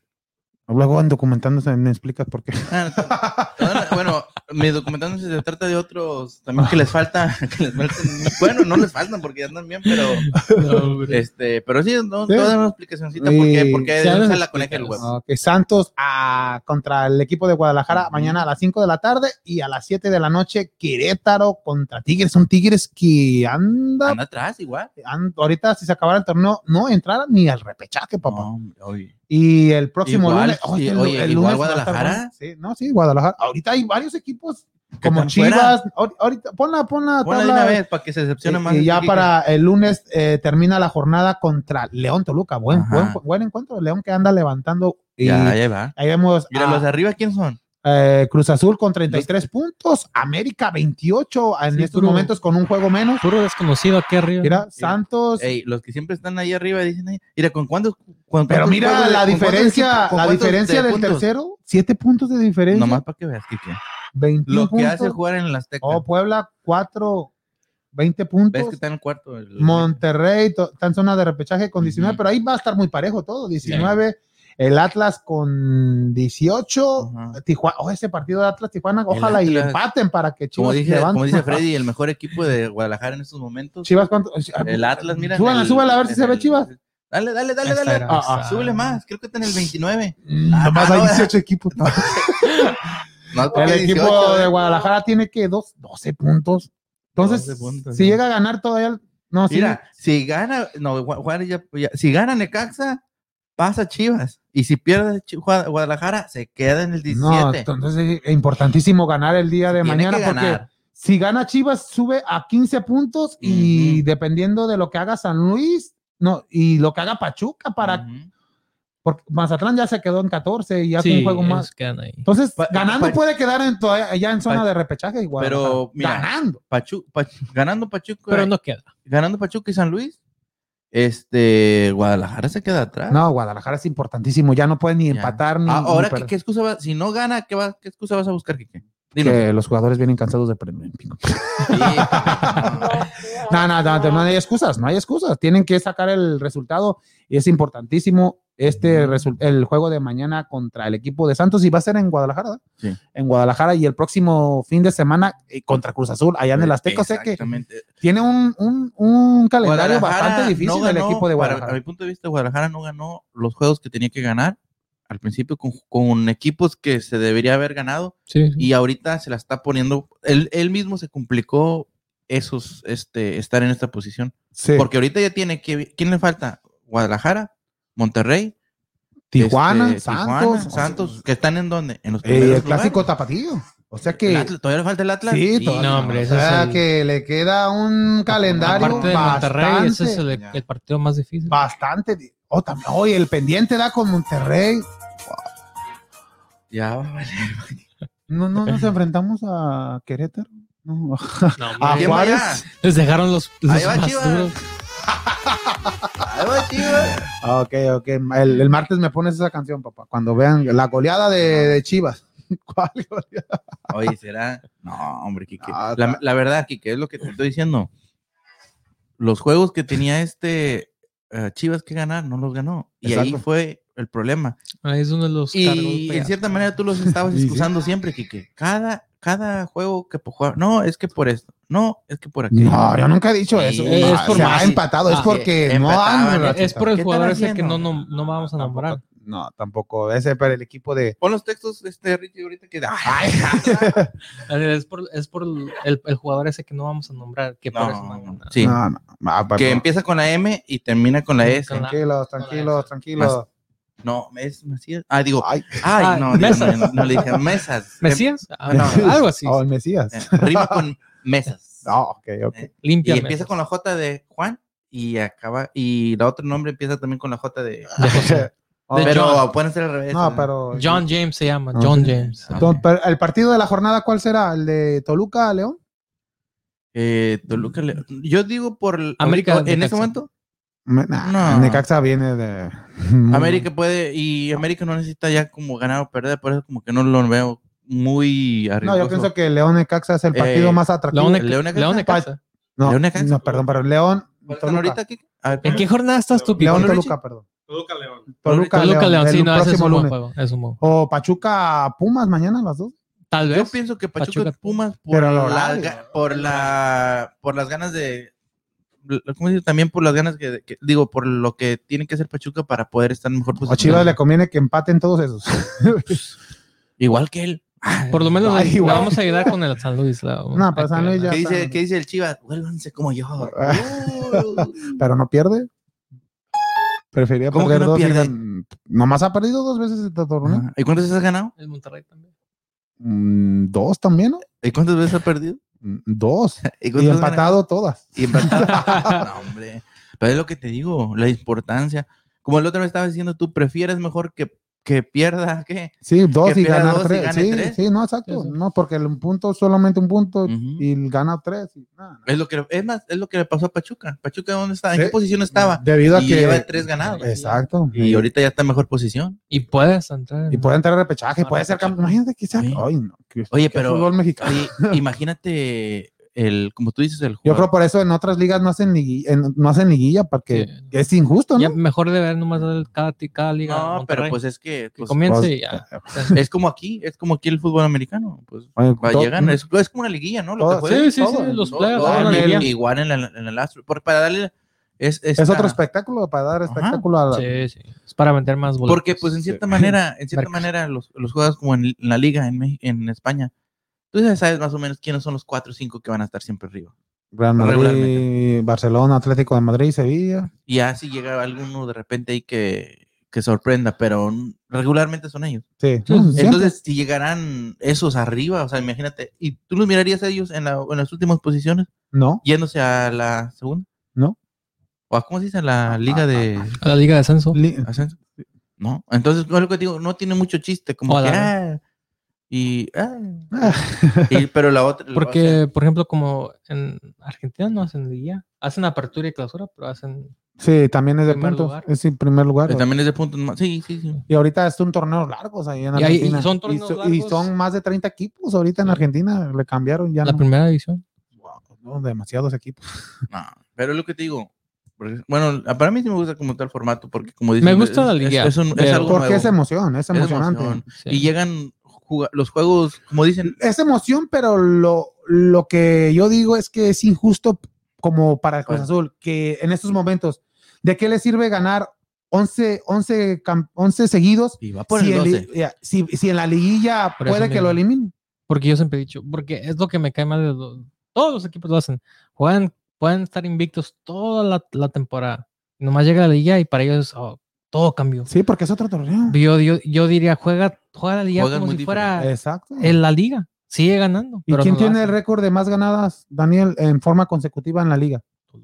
Luego en documentándose me explicas por qué. Ah, no, no, bueno, mi documentando se trata de otros también que les falta. que les faltan- bueno, no les faltan porque ya andan bien, pero este, pero sí, no, Sí. toda una explicacioncita por qué, por qué Sí, ya les usa la coneja el huevo. Ok, Santos a- contra el equipo de Guadalajara mañana a las 5 de la tarde y a las 7 de la noche Querétaro contra Tigres. Son Tigres que anda, Anda atrás igual. an- ahorita si se acabara el torneo no entraran ni al repechaje, papá. No, hombre, oye. Y el próximo Igual, lunes. sí, el, oye, el igual va a estar Guadalajara. bueno. Sí, no, sí, Guadalajara. Ahorita hay varios equipos Que como están fuera. Chivas. ahor- Ahorita, ponla, ponla, Ponla de tabla, una vez para que se decepcione Ah, Eh, y- más. y ya Kike. para el lunes eh, termina la jornada contra León Toluca. Buen, buen, Ajá. buen encuentro. León que anda levantando. Y Ya, ya va. Ah. ahí vemos Mira, a, los de arriba, ¿quién son? eh, Cruz Azul con 33 puntos. América 28 en Sí, estos puro- momentos con un juego menos. Puro desconocido aquí arriba. Mira, Santos. Ey, los que siempre están ahí arriba dicen, "Ey, mira, ¿con cuántos? con pero cuántos mira juegos de- la con cuántos diferencia, equipos- con la cuántos diferencia de del puntos?" tercero, siete puntos de diferencia. Nomás para que veas, Kike. 21 Lo que puntos. hace jugar en las teclas. Oh, Puebla, 4, 20 Ves que puntos. está en el cuarto. el- Monterrey, to- está en zona de repechaje con 19, Ujú. pero ahí va a estar muy parejo todo, 19. El Atlas con 18. Ajá. Tijuana, oh, ese partido de Atlas Tijuana, ojalá y Atlas. empaten para que Chivas Como, dije, levante. como dice Freddy, el mejor equipo de Guadalajara en estos momentos. Chivas cuánto? El Atlas, mira. Súbala, el- súbala, a ver si en se ve el- Chivas. Dale, dale, Ahí dale, está, dale. ahí Ah, está. Súbele más, creo que está en el 29. Mm, Nomás Ah, hay no, 18 equipos. No, El porque equipo 18, de eh. Guadalajara tiene que dos, 12 puntos. Entonces, 12 puntos, si sí. llega a ganar todavía, no, ¿Ah, sí, Mira, si gana, no, Gua- Juárez ya, ya- si gana Necaxa, pasa Chivas. Y si pierde Chi- Gua- Guadalajara, se queda en el 17. No, entonces es importantísimo ganar el día de Tiene mañana que porque ganar. si gana Chivas sube a 15 puntos y Ujú. dependiendo de lo que haga San Luis, no, y lo que haga Pachuca para Ujú. porque Mazatlán ya se quedó en 14 y ya con Sí, un juego más. ellos quedan ahí. Entonces, Pa- ganando pa- puede quedar en toda- ya en zona pa- de repechaje igual. Pero, mira. ganando. Pachu- Pach- ganando Pachuca, Pero no queda. ganando Pachuca y San Luis, este Guadalajara se queda atrás. No, Guadalajara es importantísimo, ya no puede ni Ya. empatar ni, Ah, ni Ahora, ¿qué, perder. qué excusa va- Si no gana, ¿qué, va- qué excusa vas a buscar, Kike? Dilo. Que los jugadores vienen cansados de premio. Sí, no. No, no, no, no hay excusas, no hay excusas. Tienen que sacar el resultado y es importantísimo este resul- el juego de mañana contra el equipo de Santos y va a ser en Guadalajara. ¿verdad? Sí. En Guadalajara y el próximo fin de semana eh, contra Cruz Azul, allá en el Azteca. O sea que Exactamente. tiene un, un- un calendario Guadalajara bastante difícil no el ganó, equipo de para- Guadalajara. a mi punto de vista, Guadalajara no ganó los juegos que tenía que ganar al principio con, con equipos que se debería haber ganado Sí. y ahorita se la está poniendo. Él, él mismo se complicó esos, este, estar en esta posición. Sí. Porque ahorita ya tiene que. ¿Quién le falta? Guadalajara, Monterrey, Tijuana, este, Tijuana, Santos, Santos, que están en dónde? En los eh, primeros el clásico lugares. tapatío. O sea El que Atlas, todavía le falta el Atlas. Sí, todavía. No, hombre, o ese es sea el- que le queda un calendario Aparte de Monterrey, ese es bastante, el, el partido más difícil. bastante di- Oh, también, oye, el pendiente da con Monterrey. Ya, vale. No, no nos enfrentamos a Querétaro. No. No, ¿A Ahí hombre. va Juárez? ya. Les dejaron los, los Ahí va más Chivas. duros. Ah, Ok, ok. El, el martes me pones esa canción, papá. Cuando vean la goleada de, de Chivas. ¿Cuál goleada? Oye, será. No, hombre, Kike. Ah, la, ta- la verdad, Kike, es lo que te estoy diciendo. Los juegos que tenía este eh, Chivas que ganar, no los ganó. Y ahí Exacto. fue el problema. Ahí es uno de los cargos Y en feas. cierta manera tú los estabas Y sí. excusando siempre, Kike. Cada, cada juego que po- jugaba, no, es que por esto, no, es que por aquello. No, yo nunca he dicho Sí, eso. es Ah, por se más- ha empatado. es Ah, porque sí, no empataban, han- Es por ¿Qué el están jugador ese que haciendo? no, nom- no vamos a nombrar. No, tampoco. Ese para el equipo de. Pon los textos, este Richie, ahorita que. Ay, Es por, es por el, el jugador ese que no vamos a nombrar. Que por No, eso no no, ganó. sí. No, no. Ah, pa- que no. empieza con la M y termina con la S. Con la- Tranquilos, tranquilos, tranquilos. No, es Mesías. Ah, digo, Ay, Ah, ay, no, digo, mesas. no, no le dije mesas. ¿Mesías? Ah, no. no, algo así. oh, el Mesías. Eh, rima con mesas. Ah, ok, ok. Y Limpia. empieza con la J de Juan y acaba. Y la otro nombre empieza también con la J de. Oh, pero pueden ser al revés. no, ¿eh? pero. John James se llama. Ah, John sí. James. Ah, Don- ok. pero ¿El partido de la jornada cuál será? ¿El de Toluca, León? Eh, Toluca le- Yo digo por. el- América ahorita, en Necaxa. este momento, Me- nah, No. Necaxa viene de. Mm. América puede. Y América no necesita ya como ganar o perder. Por eso, como que no lo veo muy No, arriesgoso. yo pienso que León Necaxa es el partido Eh, más atractivo. León, León Necaxa. León Necaxa. Necaxa. no, León Necaxa. no, perdón, pero León. ¿Cuál están Toluca. ahorita aquí? ¿En qué jornada estás tú, Kiko? León León, Toluca, perdón. Toluca León. Toluca, Toluca, León. León, Sí, el no, ese es próximo un buen lunes. juego. Es un buen juego. O Pachuca Pumas mañana a las dos. Tal Yo vez. pienso que Pachuca, Pachuca. Pumas por, Pero el la, horario. ga- por la por las ganas de ¿cómo decir? también por las ganas que, que- digo por lo que tiene que hacer Pachuca para poder estar en mejor A Chivas posición. le conviene que empaten todos esos. Igual que él. Por lo menos Ay, le- le güey. vamos a ayudar con el San Luis. la- No, pero San Luis ya- ¿Qué está. dice, ¿Qué dice el Chivas? Vuélvanse como yo. Uh. pero no pierde. Preferiría ¿Cómo perder que no dos. y pierde? gan- Nomás ha perdido dos veces este torneo. Ajá. ¿Y cuántas veces has ganado? El Monterrey también. Mm, dos también, ¿no? ¿Y cuántas veces has perdido? Mm, Dos. ¿Y, Y cuántas has ganado? empatado todas. Y empatado. No, hombre. Pero es lo que te digo, la importancia. Como el otro me estaba diciendo, tú prefieres mejor que, que pierda que. Sí, dos Que y pierda ganar dos y tres. gane sí, tres. sí, no, exacto. Sí, sí. No, porque el punto solamente un punto Ujú. y gana tres. y nada, nada. Es lo que es más, es lo que le pasó a Pachuca. Pachuca dónde está, en Sí. qué posición estaba. Debido a Y que. lleva tres ganados. Exacto. Y ahorita ya está en mejor posición. Y puedes entrar. Y puede entrar repechaje, puede ser campeón. Imagínate que sea. Sí. Ay, no, que- que Oye, pero- Fútbol mexicano. Oye, imagínate el, como tú dices, el Yo creo jugador. por eso en otras ligas no hacen liguilla, no hacen liguilla porque Sí. es injusto, Ya ¿no? mejor de ver nomás el- cada, ti- cada liga. no, Monterrey. pero pues es que Que pues, comience pues, y ya. es como aquí, es como aquí el fútbol americano. Pues Oye, va- eh, to- llegan, es, es como una liguilla, ¿no? Lo que Todo- juegan. Sí, sí, sí, todo, los Todo- playoffs. todo en la el- liguilla. igual en, la, en el Astro. Por- para darle es, es esta- otro espectáculo para dar espectáculo a la- Sí, sí. Es para meter más boletos. Porque, pues, en Sí. cierta manera, en cierta Mercas. manera, los, los juegas como en la liga en, Mex- en España. Tú ya sabes más o menos quiénes son los cuatro o cinco que van a estar siempre arriba. Real Madrid, Regularmente. Barcelona, Atlético de Madrid, Sevilla. Y así llega alguno de repente ahí que, que sorprenda, pero regularmente son ellos. Sí. Sí, no, entonces- siempre. Entonces, si llegarán esos arriba, o sea, imagínate, y tú los mirarías a ellos en, la- en las últimas posiciones, no, yéndose a la segunda. No. ¿O a cómo se dice? La liga de A la liga de ascenso. Li- ascenso. No. Entonces, es lo que te digo, no tiene mucho chiste, como Hola. que, ah, y, ah, Y- pero la otra. la- o sea, Porque, por ejemplo, como en Argentina no hacen liguilla. Hacen apertura y clausura, pero hacen. sí, también es de Primer puntos. lugar. Pues Es en primer lugar. eh, también es de puntos más. Sí, sí, sí. Y ahorita es un torneo largo o sea, ahí en Y hay- y Argentina. son torneos so- y largos. son más de 30 equipos ahorita en Argentina. Le cambiaron ya. La no- primera división. Wow, no, demasiados equipos. No, pero es lo que te digo. porque- bueno, a- para mí sí me gusta como tal formato, porque como dices. Me gusta es- la es- liga, Es, un- es pero- algo Porque nuevo, es emoción, es es emocionante. emoción. Sí. Y llegan juga- los juegos, como dicen. es emoción, pero lo, lo que yo digo es que es injusto como para el Cruz Bueno. Azul, que en estos momentos, ¿de qué le sirve ganar 11, 11, cam- 11 seguidos Y va por si, el en li- 12. ya, si, si en la liguilla Por eso puede que mismo. lo eliminen? Porque yo siempre he dicho, porque es lo que me cae mal de lo- todos los equipos lo hacen. Juegan, pueden estar invictos toda la, la temporada. Nomás llega la liga y para ellos oh, todo cambió. Sí, porque es otro torneo. Yo, yo, yo diría, juega, juega la liga Juegan como muy si fuera Exacto. en la liga. Sigue ganando. ¿Y pero quién no lo tiene el hacen. récord de más ganadas, Daniel, en forma consecutiva en la liga?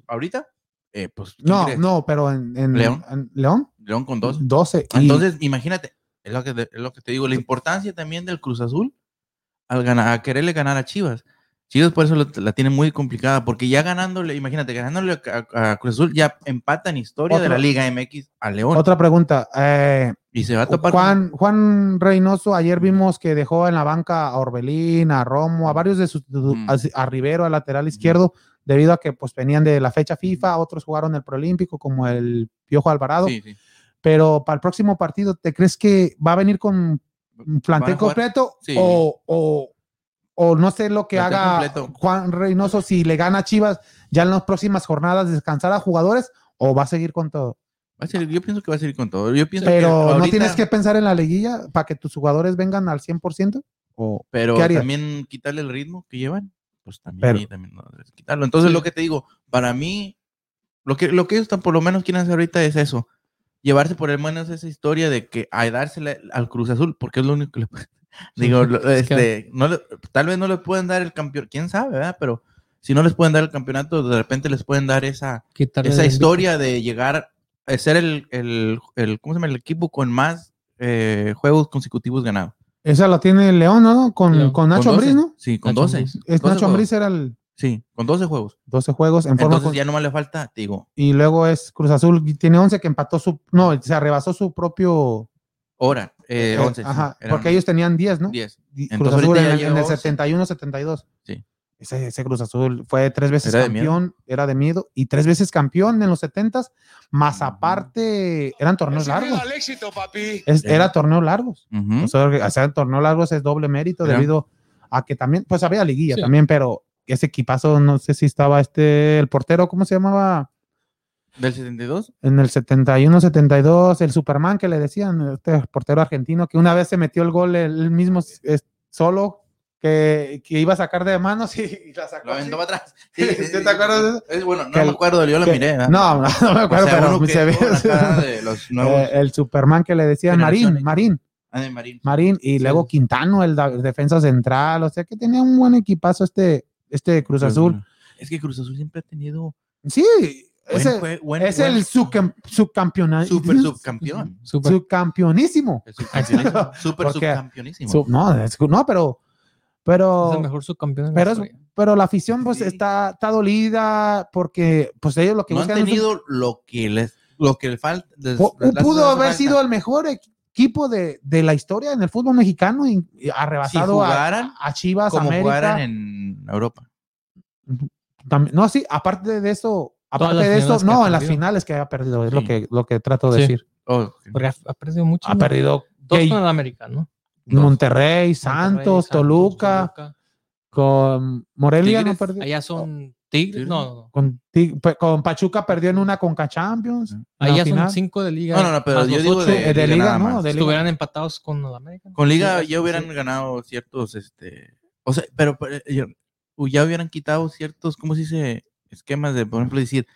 ¿Ahorita? Eh, pues. ¿quién No, crees? no, pero en, en- ¿León? en León, León con 12. 12. Y- Entonces, imagínate. Es lo, que te, es lo que te digo. La importancia también del Cruz Azul al ganar, a quererle ganar a Chivas. Chivas por eso lo- la tiene muy complicada, porque ya ganándole, imagínate, ganándole a, a Cruz Azul, ya empatan historia de Otro. la Liga MX a León. Otra pregunta. eh, Y se va a topar. con- Juan, Juan Reynoso, ayer vimos que dejó en la banca a Orbelín, a Romo, a varios de sus, Mm. a, a Rivero, al lateral Ujú. izquierdo, debido a que pues venían de la fecha FIFA, otros jugaron el preolímpico, como el Piojo Alvarado. Sí, sí. Pero para el próximo partido, ¿te crees que va a venir con un Van plantel a jugar- completo? Sí. O, o- o no sé lo que Plantel haga completo. Juan Reynoso si le gana a Chivas ya en las próximas jornadas, descansar a jugadores o va a seguir con todo. Va a ser- yo pienso que va a seguir con todo. Yo pienso que Pero no ahorita- tienes que pensar en la liguilla para que tus jugadores vengan al 100%. O, Pero ¿Qué harías? también quitarle el ritmo que llevan, pues también, Pero- ahí también no debes quitarlo. Entonces, Sí. lo que te digo, para mí, lo que, lo que ellos tan- por lo menos quieren hacer ahorita es eso. Llevarse por el menos esa historia de que a dársela al Cruz Azul, porque es lo único que le pueden- Digo, lo- Es que- este, no le- tal vez no les pueden dar el campeón, quién sabe, ¿verdad? Pero si no les pueden dar el campeonato, de repente les pueden dar esa, quitarle esa el- historia de llegar a ser el, el, el- ¿cómo se llama? el equipo con más eh, juegos consecutivos ganados. esa la tiene León, ¿no? Con, León. con Nacho Con 12. Ambriz, ¿no? Sí, con Nacho 12. Ambriz. Es 12 Nacho juegos. Ambriz era el Sí, con 12 juegos. 12 juegos en forma Entonces cons- ya nomás le falta, te digo, y luego es Cruz Azul y tiene 11 que empató su no, se arrebasó su propio hora, eh, eh, 11. sí, ajá, eran porque ellos tenían 10, ¿no? 10. Y Cruz Entonces, Azul en, ahorita el- ya en lleva el 11. 71 72. Sí. Ese, ese Cruz Azul fue tres veces Era de miedo. campeón, era de miedo, y tres veces campeón en los 70s, más Ujú. aparte eran torneos largos. éxito, papi. Es- Era. era torneos largos. Ujú. O sea, que hacer torneos largos es doble mérito Mira. debido a que también, pues había liguilla Sí. también, pero ese equipazo, no sé si estaba este, el portero, ¿cómo se llamaba? Del 72, En el 71-72, el Superman que le decían, este portero argentino, que una vez se metió el gol él mismo es, solo, que, que iba a sacar de manos y, y la sacó. lo así. aventó para atrás. ¿Sí te acuerdas de eso? Es bueno, no Que el- me acuerdo, yo la que- miré. ¿verdad? No, no, no me O acuerdo, sea, uno pero que se ve. tuvo la cara de los nuevos. Eh, el Superman que le decían Marín, Generaciones. Marín. Ah, de Marín. Marín y luego Quintano, el, da- el defensa central, o sea que tenía un buen equipazo este, este Cruz Azul. Es que Cruz Azul siempre ha tenido. Sí, buen ese- jue- buen- es buen- el subcam- subcampeona- super subcampeón. Super- subcampeonísimo. El subcampeonísimo, Super Porque- subcampeonísimo. Sub- no, es- no, pero, es el pero, mejor subcampeón de la pero es- historia. pero la afición pues Sí. está, está dolida porque pues ellos lo que no han buscan es un- tenido lo que les lo que le falta. Pu- pudo haber sido el mejor e-, equipo de, de la historia en el fútbol mexicano y, y si arrebasado a, jugaran a Chivas, como América. jugaran en Europa. También- no, sí, aparte de eso, Todas aparte las de eso, finales que no, ha en las perdido. finales que ha perdido, es lo Sí. que, lo que trato de Sí. decir. Oh, ok. Porque ha, ha perdido mucho. Ha ¿no? perdido Dos Gay- con el americano. Dos. Monterrey, Santos, Toluca, con Morelia, no Tigres, perdió. Allá son Tigres. No, no, no. Con, Ti- pe- con Pachuca perdió en una Conca Champions. Ajá. en la Allá final. son cinco de liga. No, no, no, pero más yo los digo ocho. de, Eh, de liga, nada ¿no? más. de liga. Estuvieran empatados con el América. Con liga ya sí. hubieran ganado ciertos, este, o sea, pero, pero, eh, yo- o ya hubieran quitado ciertos, ¿cómo se dice? Esquemas de, por ejemplo, decir,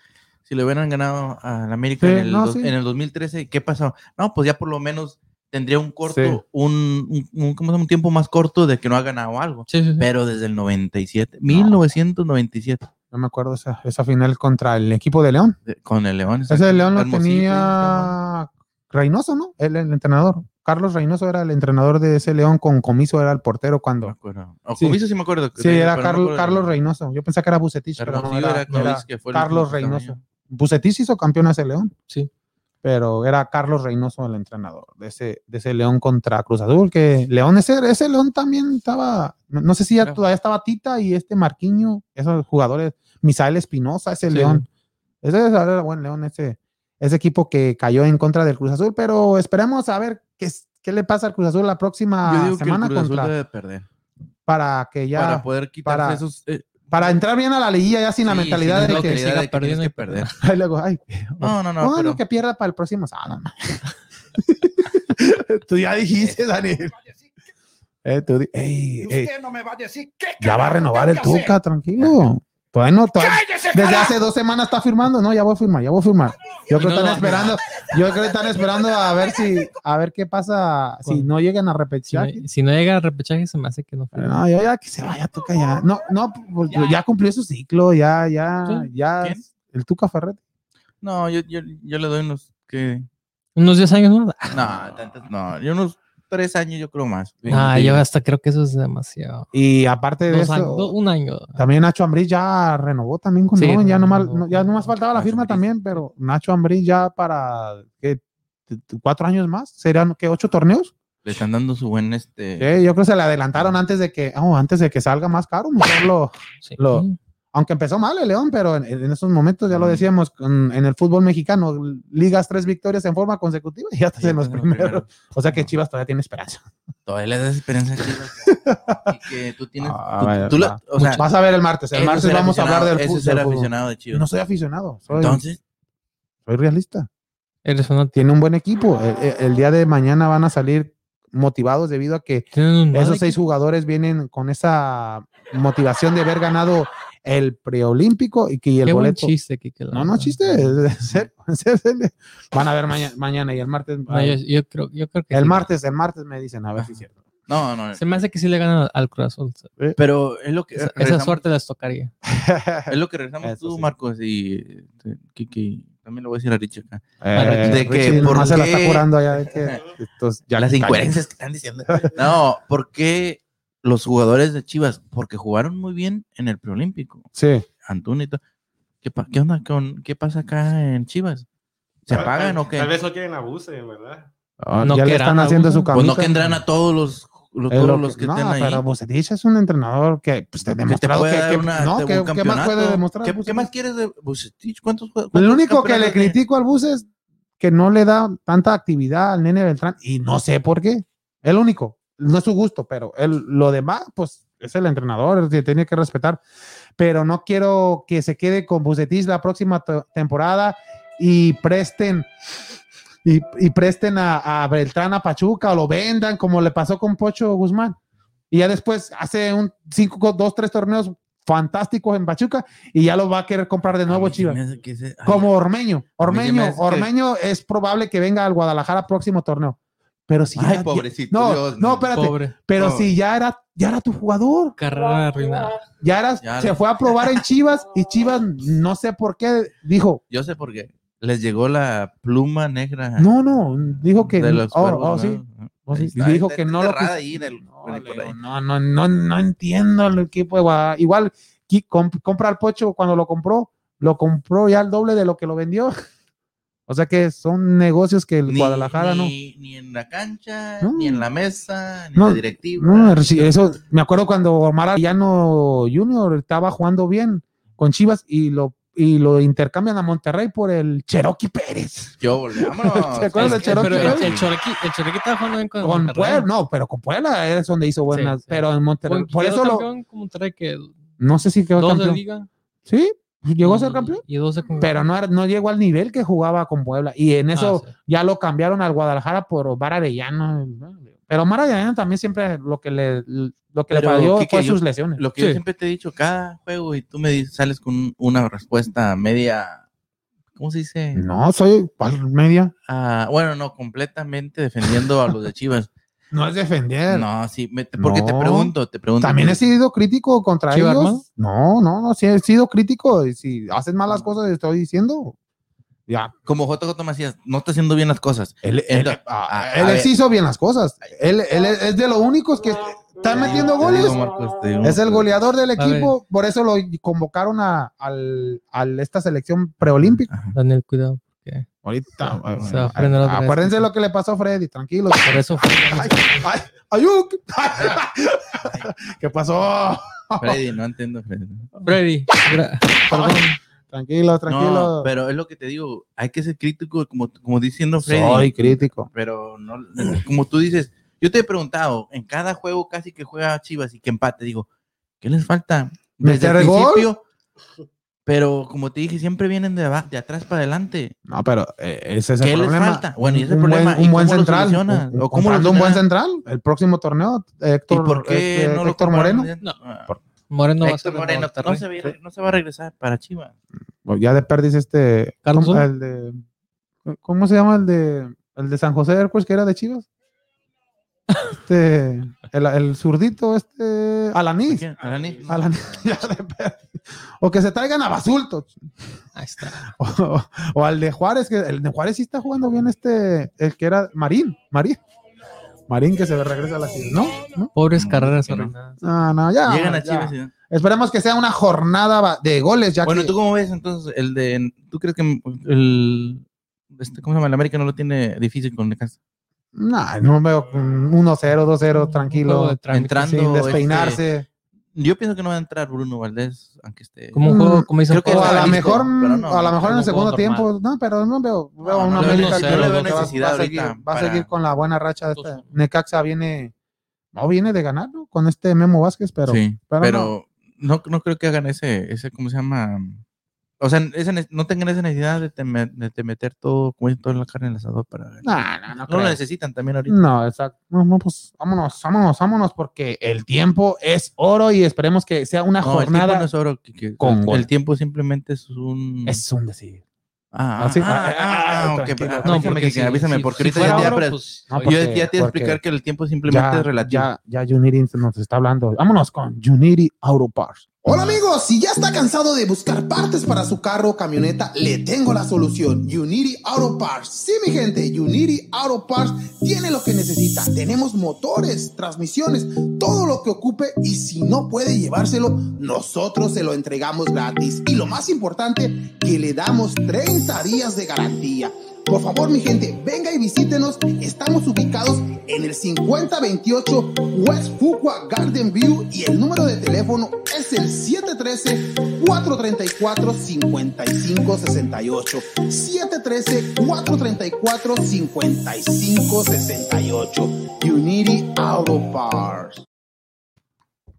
si le hubieran ganado al América Sí, en, el no, dos- sí. en el 2013, ¿qué pasó? No, pues ya por lo menos tendría un corto, Sí. un, un, un- ¿cómo se llama? un tiempo más corto de que no ha ganado algo. Sí, sí, sí. Pero desde el 97, 1997, No me acuerdo esa, esa final contra el equipo de León. de- con el León. Ese de León lo Hermosillo, tenía Reynoso, ¿no? El, el entrenador. Carlos Reynoso era el entrenador de ese León con Comiso, era el portero No me cuando. acuerdo. O Sí. Comiso sí me acuerdo. Sí, de- era pero no me Carlos, acuerdo de- Carlos Reynoso. Yo pensaba que era Bucetich, pero no Hermosillo era- era no era- Comiso, que fue el Carlos último que estaba Reynoso. allá. Bucetich hizo campeón a ese León. Sí. Pero era Carlos Reynoso el entrenador de ese, de ese León contra Cruz Azul, que León, ese, ese León también estaba, no, no sé si ya Claro. todavía estaba Tita y este Marquiño, esos jugadores, Misael Espinosa, ese Sí. León. Ese era buen León, ese, ese equipo que cayó en contra del Cruz Azul, pero esperemos a ver qué, es- qué le pasa al Cruz Azul la Yo próxima digo que el Ah, semana Cruz Azul contra, debe perder. para que ya, para para, poder quitarse para- esos. eh, entrar bien a la liguilla ya sin la sí, mentalidad sin de la que... mentalidad siga de que tienes perdiendo y que perder. Ay, luego, ay, No, no, no. No, pero- no, que pierda para el próximo sábado. Tú ya dijiste, Daniel. Eh, tú di- Ey, ey, no me va a decir qué ya va a renovar el Tuca, tranquilo. Todavía no, todavía- desde hace dos semanas está firmando. No, ya voy a firmar, ya voy a firmar. Yo creo que No, están no, esperando, yo creo que están esperando a ver si, a ver qué pasa si Con- no llegan a Si no, repechaje. si no llega al repechaje, se me hace que no. firme. No, ya, ya que se vaya Tuca ya. No, no, pues, ya cumplió su ciclo, ya, ya, Sí. ya. ¿Quién? El Tuca Ferret. No, yo, yo, yo le doy unos. que Unos 10 años, ¿no? No, tantos. No, yo unos tres años, yo creo más. Ah, Sí. yo hasta creo que eso es demasiado. Y aparte de Dos eso, años- do- un año. también Nacho Ambriz ya renovó también con Sí, León, ya nomás, renovó. no- ya nomás faltaba la Nacho firma Ambriz. también, pero Nacho Ambriz ya para ¿qué? T- t- cuatro años más, serán que ocho torneos. Le están dando su buen este. Eh, yo creo que se le adelantaron antes de que, oh, antes de que salga más caro, mejor lo- Sí. lo- aunque empezó mal el León, pero en, en esos momentos ya lo Mm. decíamos en, en el fútbol mexicano, ligas tres victorias en forma consecutiva y hasta Sí, en los en los primeros. primeros. O sea que Chivas todavía tiene esperanza. Todavía le das esperanza a Chivas. y que tú tienes. Ah, tú- vaya, tú la- va. o sea, Vas a ver el martes, el eso martes ser vamos a hablar del aficionado- fútbol. Eso es ser del fútbol. aficionado de Chivas. No soy aficionado, soy, Entonces, soy realista. Eres una- Tiene un buen equipo. El, el- el día de mañana van a salir motivados debido a que tienen un mal esos seis jugadores vienen con esa motivación de haber ganado el preolímpico y que equipo. el Qué buen boleto. chiste, Kike, la No, no verdad. chiste. es- es serio, es serio. Van a ver maña- mañana y el martes. No, yo, yo creo, yo creo que el sí. martes, el martes me dicen, a ver si es cierto. no, no. Se me hace que sí le ganan al, al Cruz Azul. Pero es lo que. Eh, Esa, esa regresamos- suerte les tocaría. Es lo que regresamos Eso tú, sí. Marcos, y eh, te- Kiki. También lo voy a decir a Richie acá. Eh, de que Richie por nomás se la está qué- curando allá de que estos- ya las que incoherencias que están diciendo. No, ¿por qué los jugadores de Chivas? Porque jugaron muy bien en el preolímpico. callen. Sí. Antuna y todo. ¿Qué, pa- qué onda con qué pasa acá en Chivas? ¿Se Tal- apagan tal- o qué? Tal vez no quieren abuse, en verdad. No ya le querrán están haciendo abuso. su camino. pues no tendrán a todos los, los- Es todos lo los que- que no, estén ahí. pero Bucetich es un entrenador que pues, te ha Que te demostrado que, pueda dar que- una- no, de un que- que más campeonato. puede demostrar. Pues ¿Qué, qué Bucetich? más quieres de Bucetich? ¿Cuántos, jue- Pues Lo cuántos único que le campeonatos tiene? critico al Bus es que no le da tanta actividad al nene Beltrán y no sé por qué. El único, no es su gusto, pero el, lo demás, pues es el entrenador, se tiene que respetar. Pero no quiero que se quede con Bucetich la próxima to- temporada y presten. Y, y presten a, a Beltrán a Pachuca o lo vendan como le pasó con Pocho Guzmán. Y ya después hace un cinco, dos, tres torneos fantásticos en Pachuca y ya lo va a querer comprar de A nuevo mí se Chivas. me hace que ese- ay, Como Ormeño. Ormeño, hace que- Ormeño es probable que venga al Guadalajara próximo torneo. Pero si ya Ay, era- pobrecito. No, Dios, no, espérate. Pobre. pero no. si ya era, ya era tu jugador. Carrera arruinada. Ya era, Ya se le- fue a probar en Chivas y Chivas, no sé por qué, dijo, Yo sé por qué. Les llegó la pluma negra. no, no, dijo que de los oh, cuervos, oh, sí, ¿no? oh, sí, Ahí está, dijo está que no lo enterrada quis- ahí en el- No, en el- le digo, no, no, no, no entiendo el equipo de Guadalajara. Igual qui- comp- compra al Pocho cuando lo compró, lo compró ya al doble de lo que lo vendió. O sea que son negocios que el Ni- Guadalajara no. ni, ni en la cancha, No. ni en la mesa, ni No, en la directiva. No, sí, eso, me acuerdo cuando Omar Arellano Jr. estaba jugando bien con Chivas y lo, y lo intercambian a Monterrey por el Cherokee Pérez. Yo, volé, vámonos. ¿Te acuerdas Es del que- Cherokee, Pero pero- el, eh? el Choroqui, el Choroqui estaba jugando bien con, Con Monterrey. Puebla, no, pero con Puebla es donde hizo buenas, sí. pero en Monterrey. Fue- por quedó eso lo, campeón con Monterrey que no sé si quedó dos de Mm. campeón. liga. Sí, llegó a ser y- campeón, Y dos de pero no, era- no llegó al nivel que jugaba con Puebla. Y en Ah, eso sí. ya lo cambiaron al Guadalajara por Omar Arellano. Pero Omar Arellano también siempre lo que le, lo que le Pero, falló Quique, fue yo- sus lesiones. Lo que Sí. yo siempre te he dicho, cada juego y tú me dices- sales con una respuesta media, ¿cómo se dice? No, soy ¿cuál media. Ah, bueno, no, completamente defendiendo a los de Chivas. No es defender. No, sí, me- te- porque te No. pregunto, te pregunto. También he sido crítico contra ¿Chiva ellos. Armada? No, no, no, sí he sido crítico. Y si hacen malas cosas, estoy diciendo. Ya. Como JJ Macías, no está haciendo bien las cosas. Él, él- Entonces, ah, a- él a sí hizo bien las cosas. Él, él es es de los únicos que están metiendo Te goles. digo, Marcos, te digo, Es el Marcos. goleador del ver. equipo. Por eso lo convocaron a, al, al- esta selección preolímpica. Ajá. Daniel, cuidado. Ahorita. Se va a prender otra vez. Acuérdense lo que le pasó a Freddy. Tranquilo. Por eso fue. Ay, ay, ayuk. ¿Qué pasó? Freddy, no entiendo, Freddy. Freddy, gra- perdón. Tranquilo, tranquilo. No, pero es lo que te digo, hay que ser crítico, como, como diciendo Freddy. Soy crítico. Pero no, como tú dices, yo te he preguntado, en cada juego casi que juega Chivas y que empate, digo, ¿qué les falta? ¿Meter gol? Pero como te dije, siempre vienen de, aba- de atrás para adelante. No, pero eh, ese es el ¿Qué les problema. falta? Bueno, y ese un problema, Buen, ¿y un buen cómo lo central. solucionan? un- ¿O un- cómo lo comprando un buen solucionan? central. El próximo torneo, Héctor, ¿Y por qué este, no lo Héctor compraron? Moreno. No, Ah, Moreno va a Héctor ser de Moreno no Monterrey. se, va a ir- no se va a regresar para Chivas. Bueno, Ya de perdiz este. Carlos ¿cómo, Sola. el de- ¿cómo se llama el de, el de San José Hércules que era de Chivas? Este, el, el zurdito, este. Alanís. ¿Quién? ¿Alanis? Alanís, ya de perdiz. o que se traigan a Basulto. Ahí está. O, o al de Juárez, que el de Juárez sí está jugando bien este, el que era Marín, Marín. Marín que se regresa a la ciudad, ¿no? ¿No? Ah, Pobres Mm, carreras que no. arruinadas. No, no, ya. Llegan a ya. Chivas. y- Esperemos que sea una jornada va- de goles, ya Bueno, que- ¿tú cómo ves entonces el de. ¿Tú crees que el. Este, ¿Cómo se llama? El América no lo tiene difícil con Necaxa. Nah, no veo mm, 1-0, 2-0, Un juego de tranquilo, trámite. Entrando, este, sin despeinarse. Yo pienso que no va a entrar Bruno Valdés, aunque esté. Como un juego, Mm, como dicen, creo que juego O a está lo de- listo, mejor, pero no, a lo mejor en algún el segundo juego tiempo, no, pero no veo, veo a No, una no, América no sé, que no va- veo que va- necesidad va a seguir- ahorita va a seguir para- con la buena racha de esta. Entonces- Necaxa viene, no viene de ganar, ¿no? Con este Memo Vázquez, pero sí, pero pero, no. No, creo que hagan ese, ese, ¿cómo se llama? O sea, esa ne- no tengan esa necesidad de, teme- de te meter todo, como dicen, toda la carne en el asador para ganar. nah, nah, no, No lo creo. necesitan también ahorita. No, exacto. No, no, pues vámonos, vámonos, vámonos, porque el tiempo es oro y esperemos que sea una No, el tiempo jornada. no es oro, que- que- con el gol. tiempo simplemente es un. Es un decir. Ah, ah, Así- ah, ah, ah, ah, ok, tranquilo. ah, No, avísame, porque que- si- avísame, si- porque si ahorita fuera ya te oro, apre- pues, No, oye, Yo porque- ya te iba a porque explicar que el tiempo simplemente es relativo. Ya, ya Juniri nos está hablando. Vámonos con Juniri Auto Parts. Hola amigos, si ya está cansado de buscar partes para su carro o camioneta, le tengo la solución. Unity Auto Parts. Sí, mi gente, Unity Auto Parts tiene lo que necesita. Tenemos motores, transmisiones, todo lo que ocupe y si no puede llevárselo, nosotros se lo entregamos gratis. Y lo más importante, que le damos 30 días de garantía. Por favor, mi gente, venga y visítenos. Estamos ubicados en el 5028 West Fuqua Garden View y el número de teléfono es el 713-434-5568. 713-434-5568. Unity Auto Parts.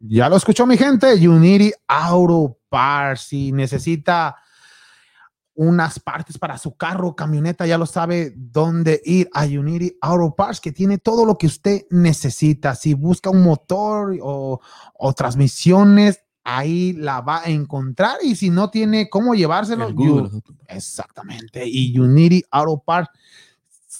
Ya lo escuchó mi gente, Unity Auto Parts. Si necesita unas partes para su carro, camioneta, ya lo sabe dónde ir a Unity Auto Parts, que tiene todo lo que usted necesita. Si busca un motor o, o transmisiones, ahí la va a encontrar. Y si no tiene cómo llevárselo, El Google, Yu- Exactamente. Y Unity Auto Parts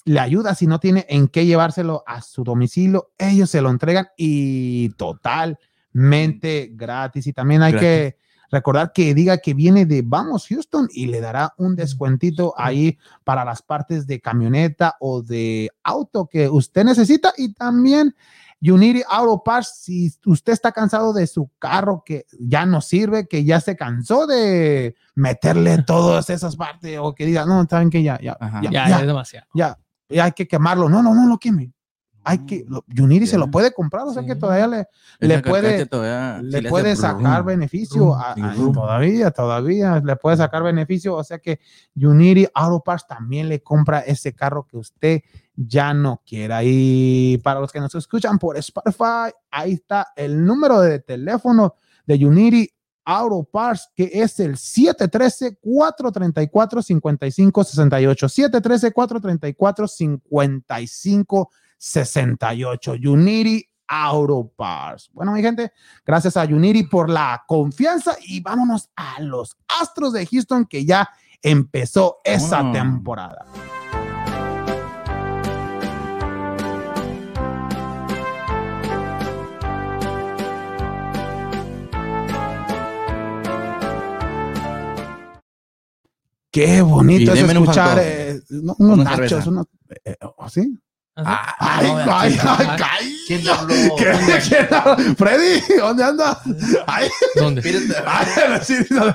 le ayuda si no tiene en qué llevárselo a su domicilio. Ellos se lo entregan y totalmente gratis. Y también hay Gratis. que recordar que diga que viene de Vamos Houston y le dará un descuentito ahí para las partes de camioneta o de auto que usted necesita. Y también Unity Auto Parts, si usted está cansado de su carro que ya no sirve, que ya se cansó de meterle todas esas partes o que diga, no, saben que ya, ya, Ajá. ya, ya, ya, ya es demasiado. ya, ya hay que quemarlo. No, no, no lo queme. Hay que, lo- Unity se lo puede comprar, o sea que Sí. todavía le, le puede, Ah, le puede sacar beneficio. a- brum, a- brum. todavía, todavía le puede sacar beneficio. O sea que Unity Auto Parts también le compra ese carro que usted ya no quiera. Y para los que nos escuchan por Spotify, ahí está el número de teléfono de Unity Auto Parts, que es el 713-434-5568. 713-434-5568. Unity Auto Parts. Bueno, mi gente, gracias a Unity por la confianza y vámonos a los Astros de Houston que ya empezó esa Wow. temporada. Qué Y bonito es denme un escuchar hot dog. eh, no, unos Una nachos, cerveza. unos, eh, ¿oh, ¿sí? Ajá. Ay, no, ay, ay, ay, ay, ¿Quién te habló? ¿Qué? ¿Quién habla? Freddy, ¿dónde anda? Ay, ¿Dónde? ah. ay, sí, no,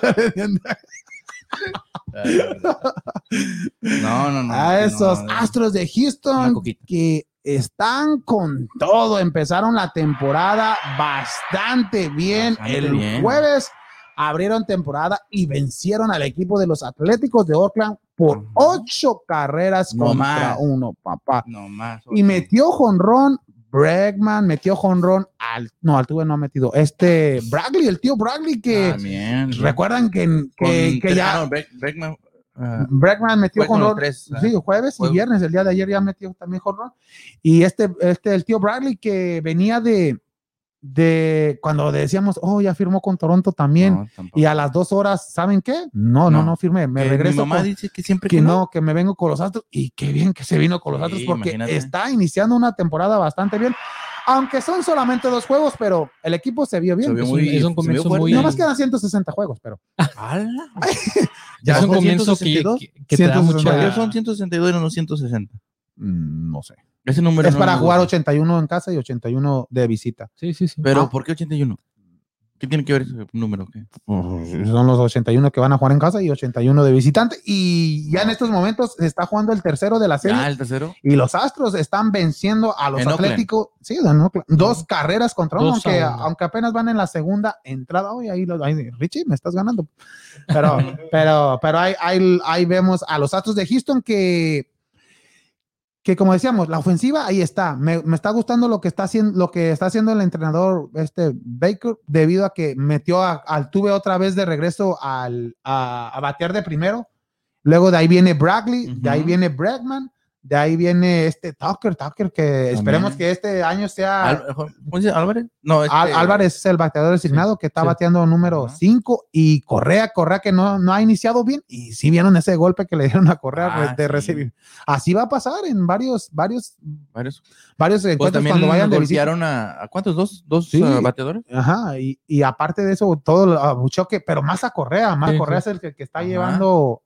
No, no, no. A no, esos no. Astros de Una Houston coquita. que están con todo. Empezaron la temporada bastante bien. Bastante El bien. jueves abrieron temporada y vencieron al equipo de los Atléticos de Oakland por Ajá. ocho carreras No contra más. uno, papá. No más. Y metió jonrón Bregman, metió jonrón al no, Altuve no ha metido. Este Bradley, el tío Bradley que También. recuerdan que, que, Ah, Con que tres- ya ah, no, Beck- Beckman, ah, Bregman metió fue con los jonrón tres. ah. Sí, jueves y Jueves. viernes, el día de ayer ya metió también jonrón. Y este, este, el tío Bradley que venía de, de cuando decíamos, oh, ya firmó con Toronto también. No, tampoco. Y a las dos horas, ¿saben qué? No, no, no, No. firmé. Me Que regreso. Mi mamá con- dice que siempre que no, que me vengo con los Astros. Y qué bien que se vino con los Sí, Astros porque imagínate. está iniciando una temporada bastante bien. Aunque son solamente dos juegos, pero el equipo se vio bien. Se vio Pues, muy- es un se vio comienzo fuerte. muy- Nada más quedan 160 juegos, pero ¡Hala! ya es un fue comienzo que, 162, que- que te da 162. Yo mucha... son 162 y no 160. mm, no sé. Ese número es no para me jugar gusta. 81 en casa y 81 de visita. Sí, sí, sí. Pero Ah. ¿por qué 81? ¿Qué tiene que ver ese número? ¿Qué? Son los 81 que van a jugar en casa y 81 de visitante. Y ya en estos momentos se está jugando el tercero de la serie. Ah, el tercero. Y los Astros están venciendo a los En Oakland. Atléticos. Sí, en Oakland. Dos carreras contra uno, Dos a aunque, uno. aunque apenas van en la segunda entrada. Hoy ahí, los- ahí, Richie, me estás ganando. Pero, pero, pero ahí, ahí, ahí vemos a los Astros de Houston que, que como decíamos, la ofensiva ahí está. Me, me está gustando lo que está haciendo, lo que está haciendo el entrenador este Baker, debido a que metió a- al tuve otra vez de regreso al, a, a batear de primero. Luego de ahí viene Bradley, de ahí Ujú. viene Bregman, de ahí viene este Tucker, Tucker, que esperemos También. que este año sea Al- ¿Cómo dice? ¿Álvarez? No, este- Al- Álvarez es el bateador designado que está sí. bateando número Ajá. 5 y Correa, Correa que no, no ha iniciado bien y sí vieron ese golpe que le dieron a Correa Ah, re- de sí. recibir. Así va a pasar en varios, varios, Varios. varios encuentros Pues también cuando vayan de visita. golpearon a, ¿a cuántos? ¿Dos, dos Sí. eh, bateadores? Ajá, y, y aparte de eso, todo el abucheo que, pero más a Correa, más Sí, Correa es sí. el que, que está Ajá. llevando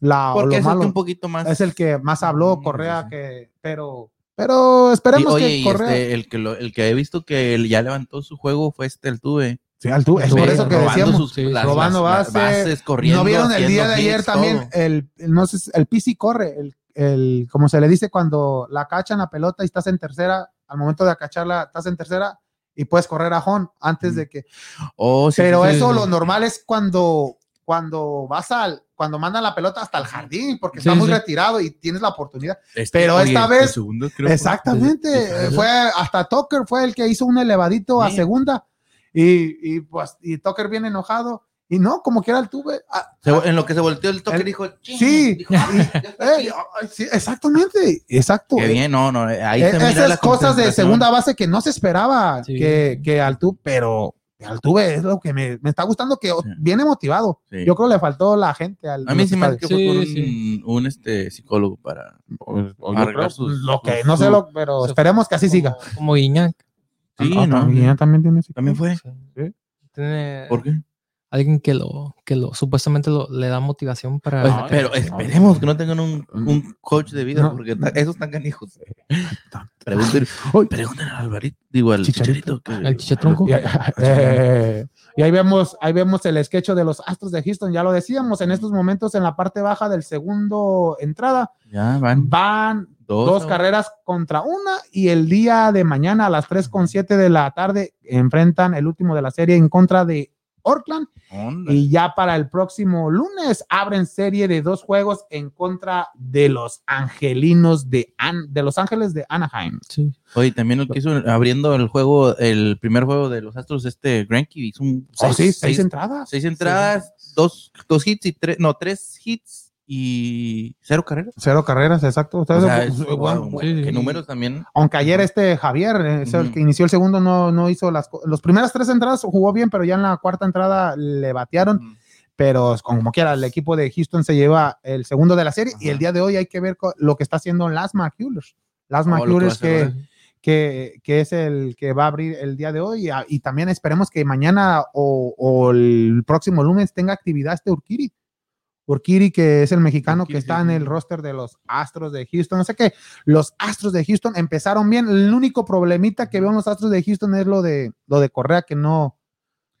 la Ah, lo Porque es el malo. que un poquito más. es el que más habló Mm, Correa sí, sí. que pero pero Sí, esperemos oye, que y Correa este, el, que lo- el que he visto que él ya levantó su juego fue este, el Tuve. Sí, al tú, es por Sí, eso que robando decíamos sus- sí, las- robando las- las base. bases, corriendo. no vieron el día haciendo de ayer hits, también todo. el no sé si- el PC corre el, el como se le dice cuando la cachan la pelota y estás en tercera al momento de acacharla estás en tercera y puedes correr a home antes Mm. de que Oh, sí, pero sí, sí, eso sí. lo normal es cuando cuando vas al cuando mandan la pelota hasta el jardín porque Sí, está muy sí. retirado y tienes la oportunidad Este, pero esta el vez- segundo creo que- Exactamente. eh, Fue hasta Tucker fue el que hizo un elevadito a Sí. segunda. Y, y, pues, y Tucker bien enojado. Y no, como quiera el tuve. ah, Se- en lo que se volteó el toque El- dijo, "Ching", Sí. dijo, eh, ay, sí, exactamente. Exacto. Qué bien, no, no, ahí Eh, se mira la esas cosas de concentración. segunda base que no se esperaba Sí. que, que Altuve, pero Altuve es lo que me, me está gustando, que Sí. viene motivado. Sí. Yo creo que le faltó la gente al A mí sí me hace que estadio. fue Sí, con un, sí. un, este, psicólogo para arreglar sus... Lo que sus- no sé, su- lo, pero su- esperemos que así siga. Como, como Guiñac. Sí, Ah, no, también, también tiene ese- también fue. Sí. Tiene ¿Por qué? alguien que lo, que lo supuestamente lo, le da motivación para. Ah, Pues, meter- pero esperemos que no tengan un, un coach de vida, Ah, Mm. No. porque ta- esos están canijos. Pregúntenle, pregúntenle a Alvarito, digo al Chicharito. Chicharito. que- El chichetronco. Y, ahí- eh, y ahí vemos, ahí vemos el sketch de los Astros de Houston, ya lo decíamos, en estos momentos en la parte baja del segundo entrada Ya van van dos, dos ¿no? carreras contra una y el día de mañana a las 3.7 de la tarde enfrentan el último de la serie en contra de Oakland Onda. y ya para el próximo lunes abren serie de dos juegos en contra de los Angelinos de, An- de Los Ángeles de Anaheim. Sí. Oye, también el que hizo abriendo el juego, el primer juego de los Astros, este Granky hizo un Oh, sí, seis seis- entradas. seis entradas, dos, dos hits y tres, no, tres hits y cero carreras. Cero carreras, exacto. O Ustedes- sea, es- bueno, wow, bueno, qué números también. Aunque ayer este Javier, eh, es el Ujú. que inició el segundo, no, no hizo las... co- Los primeras tres entradas jugó bien, pero ya en la cuarta entrada le batearon. Mm. Pero como quiera, el equipo de Houston se lleva el segundo de la serie. Y Pues Ajá. el día de hoy hay que ver co- lo que está haciendo Las McCullers. Las Oh, lo que va a McCullers hacer que, ahora. que, que es el que va a abrir el día de hoy. Y, a- y también esperemos que mañana o, o el próximo lunes tenga actividad este Urquiri. Urquiri, que es el mexicano Urquiri, que sí, está en sí. el roster de los Astros de Houston. O sea que los Astros de Houston empezaron bien. El único problemita que veo en los Astros de Houston es lo de, lo de Correa, que no,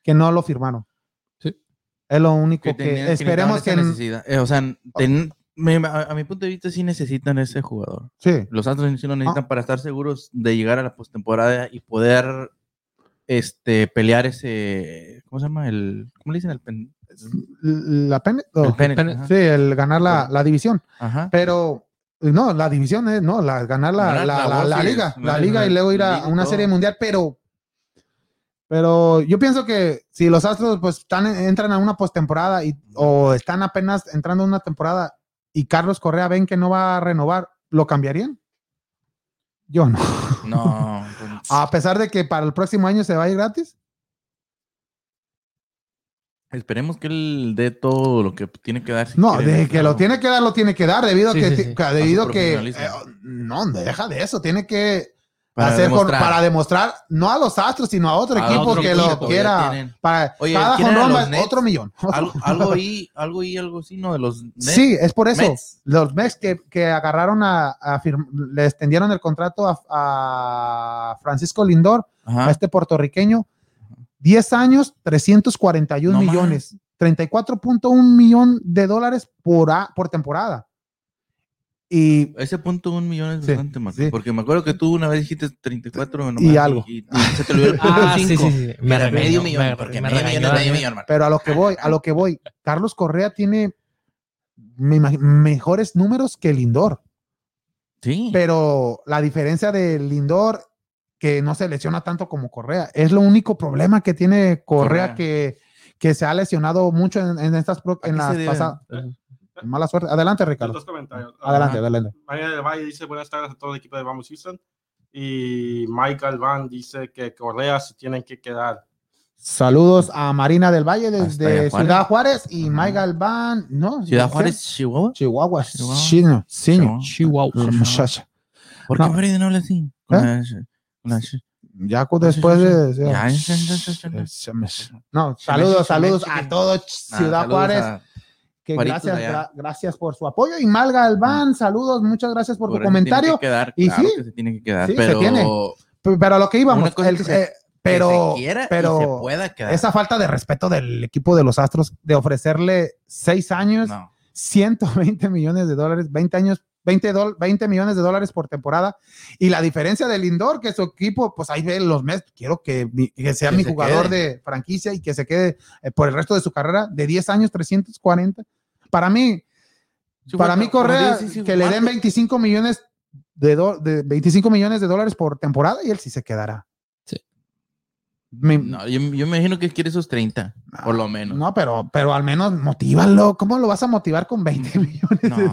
que no lo firmaron. Sí. Es lo único que, tenían- esperemos que... necesitaban esa necesidad. Eh, o sea, ten- me- a, a mi punto de vista sí necesitan ese jugador. Sí. Los Astros sí lo Ah. necesitan para estar seguros de llegar a la postemporada y poder este pelear ese ¿cómo se llama? el ¿cómo le dicen? el, pen- La pene- el oh, pennant, pennant, ajá. sí, el ganar la, la división. Ajá. Pero no, la división es, no, la, ganar la, la, Ganar la la- World la Series, liga, la ganar liga y la luego ir a liga y una todo. serie mundial, pero pero yo pienso que si los Astros pues están, entran a una postemporada y o están apenas entrando a una temporada y Carlos Correa ven que no va a renovar, ¿lo cambiarían? Yo no. No. pues, A pesar de que para el próximo año se va a ir gratis. Esperemos que él dé todo lo que tiene que dar. si No, quiere, de que claro. lo tiene que dar, lo tiene que dar, debido a Sí, que, eh, sí, ti- sí. que- debido su que profesionalismo. eh, no, deja de eso, tiene que Para, Para hacer con- demostrar. para demostrar, no a los Astros, sino a otro A equipo otro que equipo, lo ya quiera. tienen. Para, Oye, cada ¿quién eran jonrón los más- Nets? otro millón. Algo, algo ahí, algo ahí, algo así, ¿no? De los Nets. Sí, es por eso. Mets. Los Mets que, que agarraron a, a firm- le extendieron el contrato a, a Francisco Lindor, a Ajá. este puertorriqueño, 10 años, 341 No millones, 34.1 millón de dólares por, a- por temporada. Y Ese punto un millón es Sí, bastante, Marco, sí. Porque me acuerdo que tú una vez dijiste 34 nomás, Y algo. Y, y se te olvidó el punto Ah, sí, cinco. sí, sí. Me Era regañó, medio millón. me- porque me medio millón regañó, es medio ¿eh? millón, Marco. Pero a lo que voy, a lo que voy. Carlos Correa tiene me imag- mejores números que Lindor, Sí. pero la diferencia de Lindor que no se lesiona tanto como Correa, es lo único problema que tiene Correa, Correa. que que se ha lesionado mucho en, en estas pro- ¿A en qué las se debe? pasadas mala suerte. Adelante, Dos, Ricardo. dos comentarios. Ah, Adelante, adelante. María del Valle dice buenas tardes a todo el equipo de Vamos Houston. Y Michael Van dice que Correa se tienen que quedar. Saludos a Marina del Valle Hasta desde allá, Juárez. Ciudad Juárez y Ajá. Mike Galván, ¿no? Ciudad ¿Sí? Juárez, Chihuahua. Chihuahua, Chihuahua. Chino, Chino, Chihuahua. Chihuahua. la muchacha. ¿Por qué No. ¿Eh? Freddy no habla así? Con la- con la- Ya cu- después de. de- Ya, ya, ya, ya, ya. se me- No, Se me- saludos, se me- saludos se me- a todos Nah, Ciudad saludos Juárez. a- que Juaritos gracias, allá. gra- gracias por su apoyo. Y Mal Galván, saludos, muchas gracias por, tu Correa se tiene que comentario. quedar, Y claro sí. que se tiene que quedar, Sí, se pero tiene. P- Pero a lo que íbamos, Una cosa el- es que se- eh, pero, que se quiera y pero se pueda quedar. esa falta de respeto del equipo de los Astros de ofrecerle seis años. No. 120 millones de dólares, 20 años, 20, dol- 20 millones de dólares por temporada. Y la diferencia del Lindor, que su equipo, pues ahí ve los Mets, quiero que, mi- que sea Que mi se jugador de franquicia y que se quede eh, por el resto de su carrera de 10 años, 340. Para mí, Sí, para bueno, mí como Correa, dices, sí, que le den Marco. 25 millones de, do- de 25 millones de dólares por temporada y él sí se quedará. Sí. Me- no. No, yo, yo me imagino que quiere esos 30, por lo menos. No, pero, pero al menos motívalo. ¿Cómo lo vas a motivar con 20 millones? de-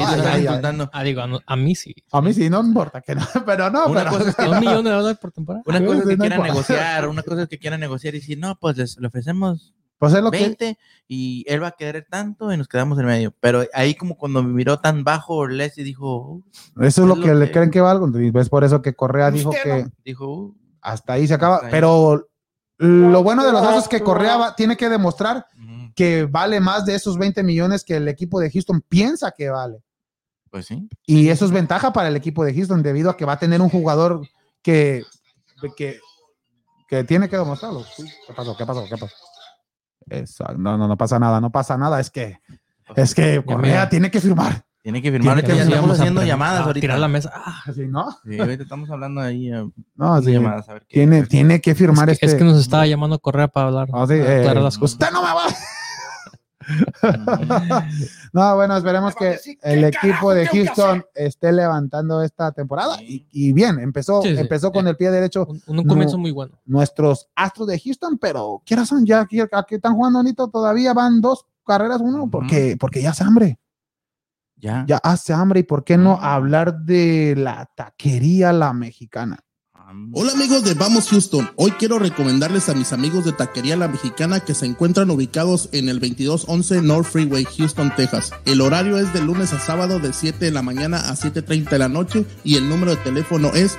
Ay, te están ay, ay. insultando. Ah, digo, a, no- a mí sí. A mí sí, no importa que no, pero no, Una pero- pues, cosa es que, Un millón de dólares por temporada. una Sí, cosa es sí, que no quieran importa. negociar, una cosa es que quieran negociar y decir, no, pues les, le ofrecemos Pues es lo que. 20 y él va a querer tanto y nos quedamos en medio. Pero ahí como cuando me miró tan bajo Les y dijo, uh, Eso es lo que le que- creen que valgo. Y ves por eso que Correa dijo Usted que dijo, uh, hasta ahí se acaba. Hasta ahí. Pero lo bueno de los dos es que Correa va- tiene que demostrar mm, que vale más de esos 20 millones que el equipo de Houston piensa que vale. pues sí. Y eso es ventaja para el equipo de Houston debido a que va a tener un jugador que, que, que tiene que demostrarlo. Uy, ¿Qué pasó? ¿Qué pasó? ¿Qué pasó? Esa- no, no, no pasa nada, no pasa nada. Es que, es que Correa mira. tiene que firmar. Tiene que firmar. Tiene que Ahorita ya firmar. estamos Vamos haciendo llamadas a ahorita. Tirar la mesa. Ah, Así, ¿no? Sí, ahorita estamos hablando ahí. eh, No, Ah, sí. llamadas, a ver qué- Tiene, tiene que firmar es, que, este. es que nos estaba llamando Correa para hablar. Ah, sí, para eh, aclarar las cosas. Usted no me va. Mm. No, bueno, esperemos que el ¿Qué equipo carajo de tengo que Houston esté levantando esta temporada. Y, Sí. y bien, empezó, Sí, sí. empezó con el pie derecho Un, un No. comienzo muy bueno. nuestros astros de Houston, pero quieras son, ya aquí, aquí están jugando bonito, todavía van dos carreras, uno, Ujú. porque, porque ya hace hambre, Ya. ya hace hambre. ¿Y por qué no Ujú. hablar de la taquería la mexicana? Hola amigos de Vamos Houston, hoy quiero recomendarles a mis amigos de Taquería La Mexicana que se encuentran ubicados en el 2211 North Freeway, Houston, Texas. El horario es de lunes a sábado de 7 de la mañana a 7.30 de la noche y el número de teléfono es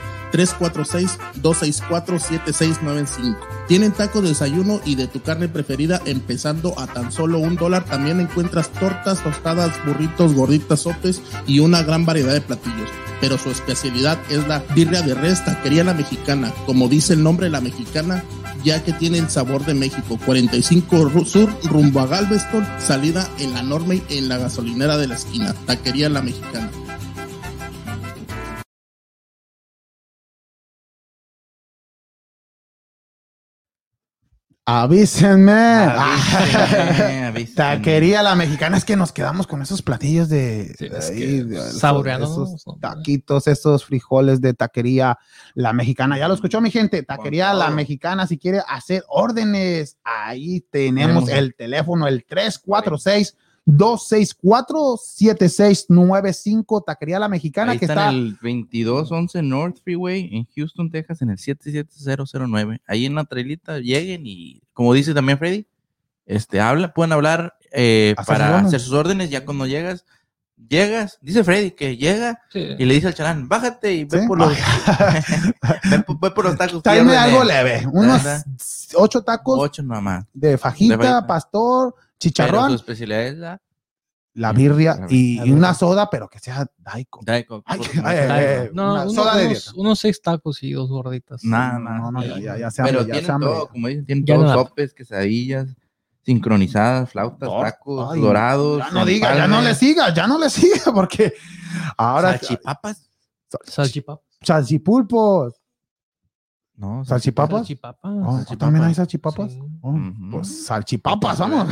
346-264-7695. Tienen tacos de desayuno y de tu carne preferida empezando a tan solo un dólar. También encuentras tortas, tostadas, burritos, gorditas, sopes y una gran variedad de platillos pero su especialidad es la birria de res taquería la mexicana, como dice el nombre la mexicana, ya que tiene el sabor de México. 45 Ru- Sur rumbo a Galveston, salida en la Norme en la gasolinera de la esquina, taquería la mexicana. Avísenme. Ah, Avísenme, avísenme. Taquería la mexicana, es que nos quedamos con esos platillos de, Sí, de es ahí, que de- esos- saboreándonos, esos ¿no? taquitos, esos frijoles de taquería la mexicana. Ya lo escuchó mi gente, taquería Con la todo. mexicana, si quiere hacer órdenes, ahí tenemos Tenemos el teléfono, el 346. 264-7695, Taquería La Mexicana, Ahí que está está, en el 2211 North Freeway en Houston, Texas, en el 77009. Ahí en la trailita lleguen y, como dice también Freddy, este, habla, pueden hablar eh, Hacer sus para órdenes. hacer sus órdenes. Ya cuando llegas, llegas, dice Freddy que llega Sí. y le dice al chalán, bájate y ve Sí. por los, ve, por- ve por los tacos. que Tráeme ya ordené". algo leve. Unos ¿Verdad? ocho tacos Ocho nomás. de, fajita, de fajita. pastor, Pero pues, chicharrón, su especialidad es la la birria y, y La birria. una soda, pero que sea daico. Diet Coke. Ay, Porque no ay, es ay, Diet ay. Coke. No, eh, una unos, soda de unos- dieta. unos seis tacos y dos gorditas. Nah, nah. No, no, ya, ya, ya se Pero hambre, ya se tienen hambre. todo, como dicen, tienen Ya todo, no da- sopes, quesadillas, sincronizadas, flautas, Dor- tacos, Ay, dorados. Ya no diga, ya empalmes, no le siga, ya no le siga, porque ahora Salchipapas. Salchipapa. salchipulpos. ah, No, pues, ¿Salchipapas? Salchipapa. Oh, Salchipapas. ¿También hay salchipapas? Sí. Oh, Ujú. Pues salchipapas, vamos.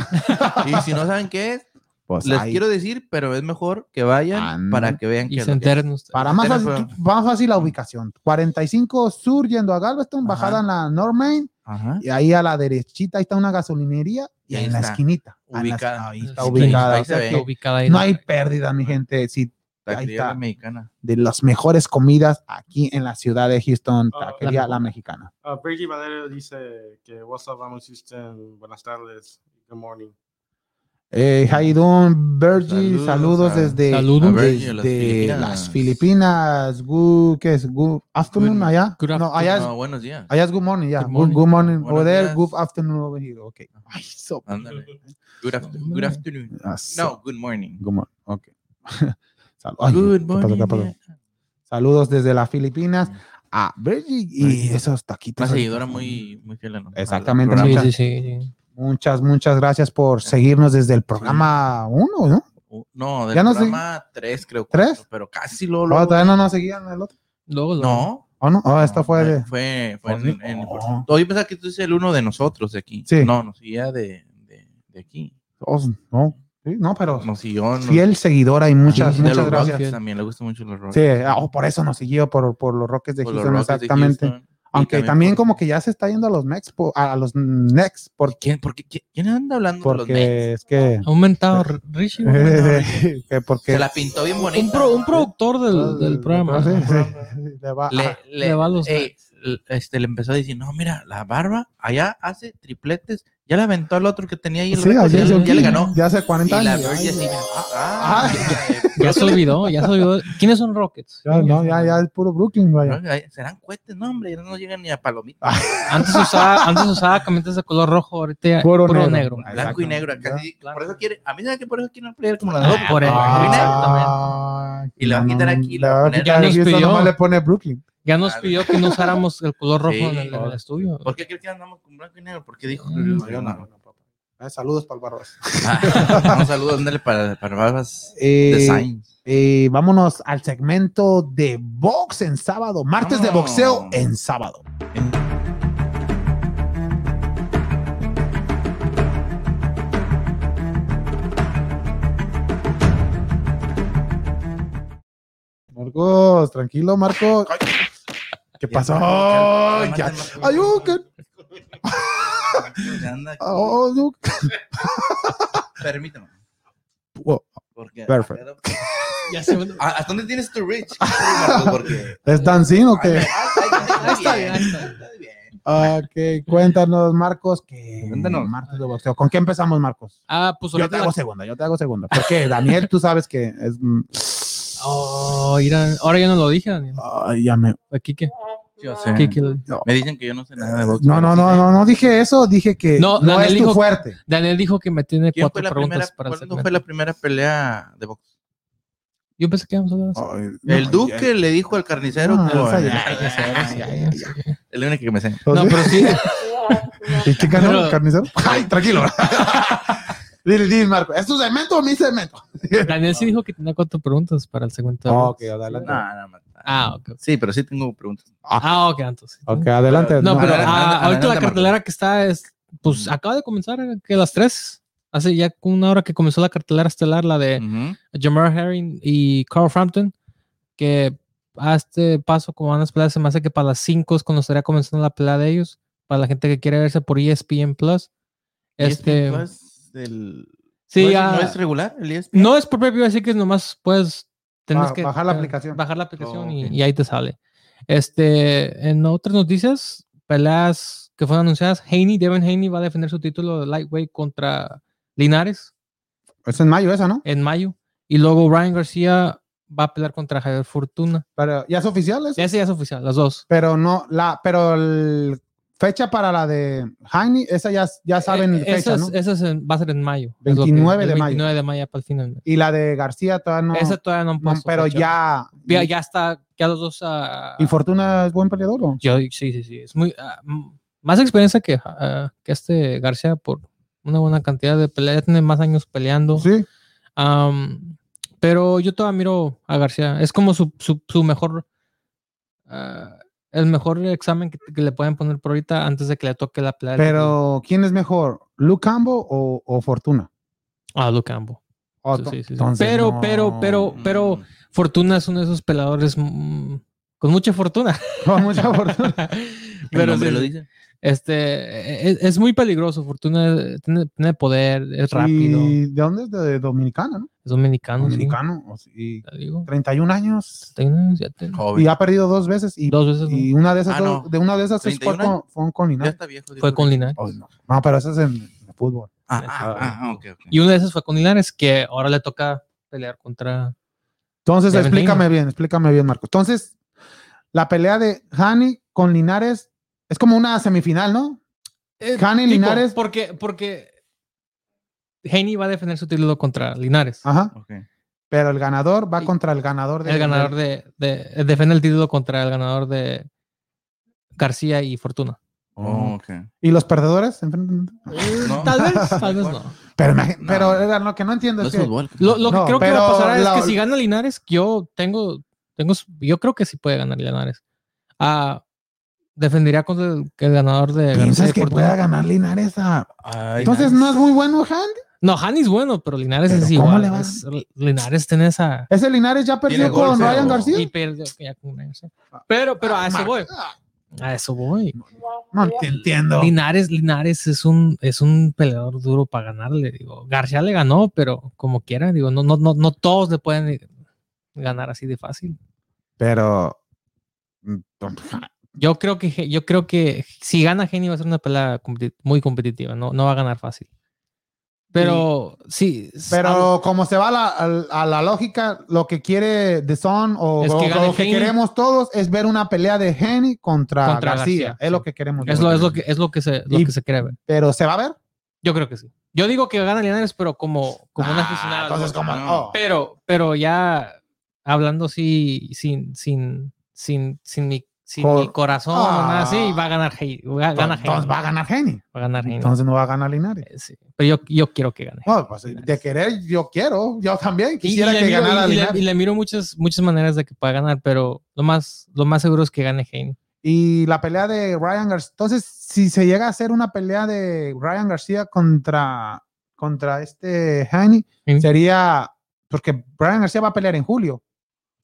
Y si no saben qué es, Pues les ahí. Ah, quiero decir, pero es mejor que vayan Ándale. para que vean Y que se enteren ustedes. Para más Tenés fácil, fuego. más fácil la ubicación. 45 sur yendo a Galveston, Ajá. bajada en la North Main, Ajá. y ahí a la derechita ahí está una gasolinería y Y ahí ahí en la está, esquinita. a la- ubicada. ahí está Sí, ubicada. ahí O sea se ve. Está que ubicada ahí. no hay pérdida, mi gente. Sí, La Ahí criolla está. mexicana. de las mejores comidas aquí en la ciudad de Houston, Oh, Ah, taquería la- la mexicana. Ah, Brady Valero dice que what's up, vamos Houston, buenas tardes, good morning. Eh, how you doing, Virgie? Saludos, Saludos a- desde, Saludos. A Virgie, las desde Filipinas. las Filipinas. Good, ¿qué es? Good afternoon Good- allá. good no, allá es, No, buenos días. allá es good morning, ya. Good Good morning, morning. good, morning Buenos over there. días. Good afternoon over here. Okay. Ay, so, Ándale. Good, after- good afternoon. ah, so- No, good morning. good morning. Okay. Sal- Ay, good ¿qué pasó? morning. ¿Qué pasó? Saludos desde las Filipinas a Virgie y esos taquitos. Una seguidora muy, muy fiel a nosotros. Exactamente, Al Sí, programa. sí, sí. sí. Muchas, muchas gracias por seguirnos desde el programa 1, ¿no? No, del Ya no sé. programa 3, creo. ¿Tres? cuatro, Pero casi lo Oh, lo- todavía no nos seguían el otro. Luego, luego. No. ¿O no? Oh, esta no, fue de. Fue, fue en, en- en- Oh. No, yo pensaba que tú eres el uno de nosotros de aquí. Sí. No, nos seguía de, de, de aquí. Oh, no, sí, no, pero Nos siguió. nos- fiel seguidora y muchas, Sí, de muchas los gracias. Rockets también. Le gustan mucho los Rockets. Sí, ah, oh, por eso nos siguió, por, por los Rockets de Por los Houston, Rockets de exactamente. Houston. Y Aunque también por- como que ya se está yendo a los Mex, po- a los Nex, por, ¿Quién, por qué- quién- quién anda hablando de los Nets? porque es que... Ha aumentado R- Richie. Eh, güey. que porque... Se la pintó bien Un, bonita. pro- un productor del, del programa. Ah, Sí, sí, le va- le, ah, le- le va a los ey, l- este, le empezó a decir, no, mira, la barba allá hace tripletes. Ya la aventó al otro que tenía ahí el sí, récord, así es, ya, ya le ganó. Ya hace Y 40 la años. Virgil Ay, así, ya, ah, ah, Ya se olvidó, ya se olvidó. ¿Quiénes son Rockets? ya, no, ya, ya es puro Brooklyn, vaya. no, ay, Serán cohetes, no, hombre, ya no llegan ni a palomitas. Antes usaba, antes usaba camisetas de color rojo, ahorita ya Puro puro, negro. negro. Blanco y Exactamente, negro, ya. acá sí, Por eso quiere, a mí me da que por eso quieren pelear como Ah, las dos. por el- Ah, Y la va a quitar aquí, la La va a va a poner- quitar Ya aquí, nos esto pidió. nomás le pone Brooklyn. Ya nos Claro. pidió que no usáramos el color rojo Sí. en, el, en el estudio. ¿Por qué creen que andamos con blanco y negro? Porque dijo. Mm. Yo no. Eh, saludos para el Barros. Ah, un saludo, ándale para, para Barbas Designs. Eh, vámonos al segmento de box en sábado, martes de Vámonos. boxeo en sábado. Marcos, tranquilo, Marco. ¿Qué pasó? Ay, ya. Ay, oh, qué- Anda aquí. oh, no. Permítame. Oh, Porque Perfecto. Ya se ¿A- ¿Hasta dónde tienes tu reach? Marco? Porque. ¿Es dancing o qué? Ay, ay, ay, Está Está bien, bien. está Está bien. Ok, cuéntanos, Marcos, que Cuéntanos. martes de boxeo. ¿Con qué empezamos, Marcos? Ah, pues Yo ahorita. te hago segunda, yo te hago segunda. Porque Daniel, tú sabes que es. mm, Oh, mira, ahora yo no lo dije, Daniel. Ay, ya me. Fue Quique. Yo sé. Quique lo- Me dicen que yo no sé nada de boxeo. No, no, no, no, no dije eso, dije que no, No, es Daniel tu dijo- fuerte. Daniel dijo que me tiene ¿Quién fue cuatro la primera, preguntas para el ¿Cuándo segmento. fue la primera pelea de boxeo? Yo pensé que íbamos a hablar de eso. Ay, El no, Duque le dijo al carnicero. Ah, que- esa ya- Ay, que se- Ay, ay, ay. El único que me sé. ya. No, pero sí. ¿Y qué ganó pero- el carnicero? Ay, tranquilo. Dile, dile, Marco, ¿es tu cemento o mi cemento? Daniel sí dijo que tenía cuatro preguntas para el segmento. Ah, ok, adelante. No, nada más. Ah, ok. Sí, pero sí tengo preguntas. Ah, ok, entonces. Ok, adelante. No, no. pero adelante, ah, adelante, ahorita la Marco. cartelera que está es, pues acaba de comenzar, eh, que las tres, hace ya una hora que comenzó la cartelera estelar, la de Ujú. Jamar Herring y Carl Frampton, que a este paso, como van a pelear, se me hace que para las 5 es cuando estaría comenzando la pelea de ellos, para la gente que quiere verse por E ESPN Plus. E Este, ¿Y es el- sí, no es- ya- ¿No es regular el E ESPN? no es por propio, así que nomás puedes tienes Ba- que bajar la eh, aplicación. Bajar la aplicación Oh, y- ok. y, ahí te sale. Este, en otras noticias, peleas que fueron anunciadas, Haney, Devin Haney va a defender su título de lightweight contra Linares Es en mayo esa, ¿no? en mayo. Y luego Ryan García va a pelear contra Javier Fortuna. Pero ya es oficial eso? Ese ya es oficial, las dos. Pero no, la, pero el fecha para la de Heine, esa ya, ya saben Eh, fecha, esa es- ¿no? esa es en- va a ser en mayo. es lo 29 el de mayo. 29 de mayo para el final. Y la de García todavía no. esa todavía no han no, puesto pero fecha. ya. Ya, ya está, ya los dos. ah, ¿Y Fortuna es buen peleador o? yo- sí, sí, sí. Es muy, ah, m- más experiencia que, ah, que este García por una buena cantidad de peleas. Ya tiene más años peleando. Sí. Am, pero yo todavía miro a García. Es como su, su, su mejor. ah, el mejor examen que, que le pueden poner por ahorita antes de que le toque la pelea. del- Pero ¿quién es mejor? ¿Luke Campbell o, o Fortuna? Ah, Luke Campbell. O Sí, to- sí, sí, sí. entonces, Pero, no. pero, Mm, pero, pero, Fortuna es uno de esos peleadores mm, con mucha fortuna. Con mucha fortuna. Pero Pero sí, lo sí. dice. este, es, es muy peligroso. Fortuna eh, tiene, tiene poder, es rápido, ¿Y de dónde es? De Dominicana, ¿no? es dominicano. sí, Dominicano. o sí, y te digo. 31 años. Tiene- ya tiene Joven. Y ha perdido dos veces. Y, Dos veces y una de esas, Ah, no. dos- de una de esas fue 31 con, fue con Ya Linares. está viejo. dijo fue con Ricky. Linares. Oh, no. No, pero eso es en, en fútbol. Ah, ah, ah, ok, ok. Y una de esas fue con Linares, que ahora le toca pelear contra. Entonces, Ya explícame venimos. bien, explícame bien, Marco. Entonces, la pelea de Hani con Linares es como una semifinal, ¿no? Haney, Eh, tipo, Linares. Porque, porque Haney va a defender su título contra Linares. Ajá. Ok. Pero el ganador va Y- contra el ganador de el ganador de, de- eh, Defiende el título contra el ganador de García y Fortuna. Oh, ok. ¿Y los perdedores? se enfrentan? No. Tal vez, tal vez no. Pero, imagi- No. pero era lo que no entiendo No es es que fútbol. Lo, lo que No, creo que va pero a pasar la- es que si gana Linares, yo tengo, tengo, yo creo que sí puede ganar Linares. Ah, defendería contra el, el ganador de García piensas y que Fortuna. pueda ganar Linares a- Ay, Entonces no es muy bueno Handy. No, Hani es bueno, pero Linares Pero es ¿cómo igual. le va? es- Linares tiene esa. Ese Linares ya perdió Tiene con golpe, Ryan o- García. Y perdió, que ya con Linares, ¿eh? Pero, pero a eso voy. A eso voy. No te entiendo. Linares, Linares es un, es un peleador duro para ganarle. Digo, García le ganó, pero como quiera, digo, no, no, no, no todos le pueden eh, ganar así de fácil. Pero Yo creo que Ge- yo creo que si gana Geni va a ser una pelea competi- muy competitiva, no, no va a ganar fácil. Pero sí, s- Pero como se va a la, al- a la lógica, lo que quiere The Son o, Es que o- gane lo que Haney. queremos todos es ver una pelea de Henny contra, Contra García. García, Es lo sí. que queremos. es lo, es lo que es lo que se lo Y- que se quiere ver. Pero se va a ver. Yo creo que sí. Yo digo que gana Linares, pero como como un Ah, aficionado. Entonces, ¿no? como. No. oh. Pero pero ya hablando así sin sin sin sin mi sin Cor- mi corazón Ah. o nada así va a ganar Hey, va, gana Haney. Entonces va a ganar Henny. Va a ganar Haney. Entonces no va a ganar Linares. Eh, sí. Pero yo, yo quiero que gane. Oh, pues, de querer, yo quiero. Yo también Y- y quisiera le que miro- ganara y- y le- Linares. y le miro muchas, muchas maneras de que pueda ganar, pero lo más, lo más seguro es que gane Haney. Y la pelea de Ryan García. Entonces, si se llega a hacer una pelea de Ryan García contra, contra este Haney, Haney. sería. Porque Ryan García va a pelear en julio.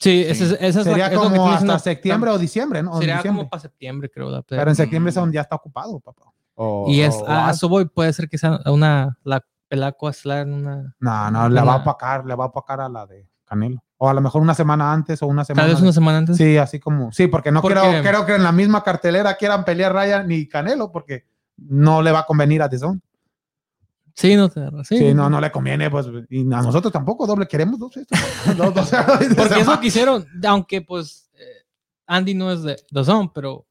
Sí, esa es, esa es la- Sería es lo que como estoy hasta diciendo. septiembre o diciembre, ¿no? O Sería diciembre. como para septiembre, creo. la pelea. Pero en septiembre es donde ya está ocupado, papá. O- y es, ah, o- a, a eso voy, puede ser que sea una, la pelea coestelar en una, no, no, la va a Una- opacar, le va a opacar a la de Canelo. O a lo mejor una semana antes o una semana. tal vez una semana antes. Sí, así como. Sí, porque no Porque- creo, creo que en la misma cartelera quieran pelear Ryan ni Canelo, porque no le va a convenir a Tizón. Sí, no te sí. Sí, no, no le conviene, pues. Y a nosotros tampoco, doble queremos dos. esto. Dos- dos- Porque es lo que hicieron, aunque pues eh, Andy no es de The Zone, pero,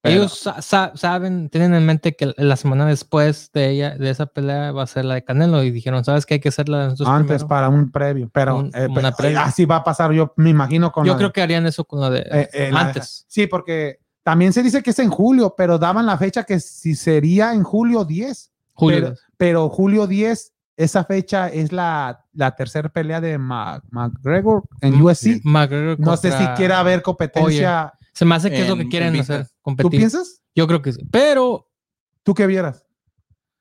Pero- ellos sa- sa- saben, tienen en mente que la semana después de ella, de esa pelea va a ser la de Canelo y dijeron, ¿sabes qué hay que hacerla de nosotros Antes primero?" para un previo, pero Un- eh, una pero, previa. así va a pasar, yo me imagino con Yo la- creo que harían eso con la de Eh, eh, la antes. deja- sí, porque también se dice que es en julio, pero daban la fecha que si sería en julio 10. Julio. Pero, pero julio 10, esa fecha es la, la tercera pelea de Ma- McGregor en Mm, UFC. McGregor No sé si contra- quiera haber competencia. Se me hace que es lo que en- quieren en hacer, vistas. ¿Tú competir. piensas? Yo creo que sí. Pero ¿Tú qué vieras?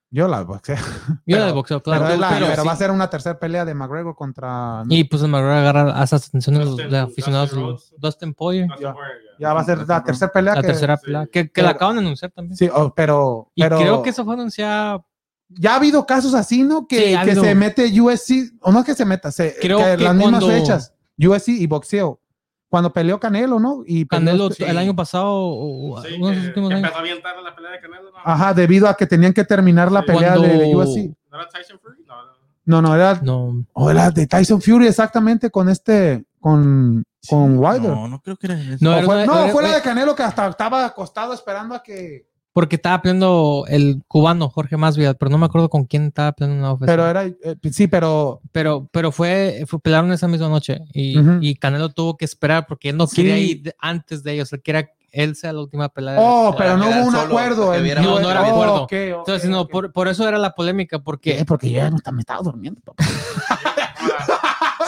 Yo la boxeo. yo Pero- la de boxeo, claro. Pero, es la- pero pero sí. va a ser una tercera pelea de McGregor contra. Y pues el McGregor agarra a esas atenciones de los Dustin- de aficionados Dustin los- Rhodes. Dustin Poirier, That's Ya. where, yeah. ya va a ser la tercera pelea. la que- tercera sí. pelea, que, que Pero- la acaban de anunciar también. Sí, oh, pero. y pero- creo que eso fue anunciado. ya ha habido casos así, ¿no? Que, Sí, ha que habido. se mete USC, o no es que se meta, se, Creo que que las mismas cuando- fechas, USC y boxeo. Cuando peleó Canelo, ¿no? Y peleó Canelo este- el año pasado o, o Sí, uno de los que- últimos que años. empezó bien tarde la pelea de Canelo. ¿no? Ajá, debido a que tenían que terminar la Sí. pelea de, de Cuando- USC. ¿No era Tyson Fury? No, no. No, no, era, No, o era de Tyson Fury exactamente con este, con, con Wilder. No, no creo que era eso. No, eh, O era fue- una- no, era- fue la era- de Canelo que hasta estaba acostado esperando a que... porque estaba peleando el cubano Jorge Masvidal, pero no me acuerdo con quién estaba peleando en la UFC. Pero era, eh, sí, pero pero, pero fue, fue- pelearon esa misma noche y, Ujú. y Canelo tuvo que esperar porque él no Sí. quería ir de- antes de ellos, él quería él sea la última pelea. Oh, O sea, pero no que hubo era un solo, acuerdo. que el hubiera- No, no era Oh, acuerdo. ok, ok, Entonces, no, ok. por, por eso era la polémica, porque... ¿Qué? Porque yo ya no estaba- me estaba durmiendo. papá.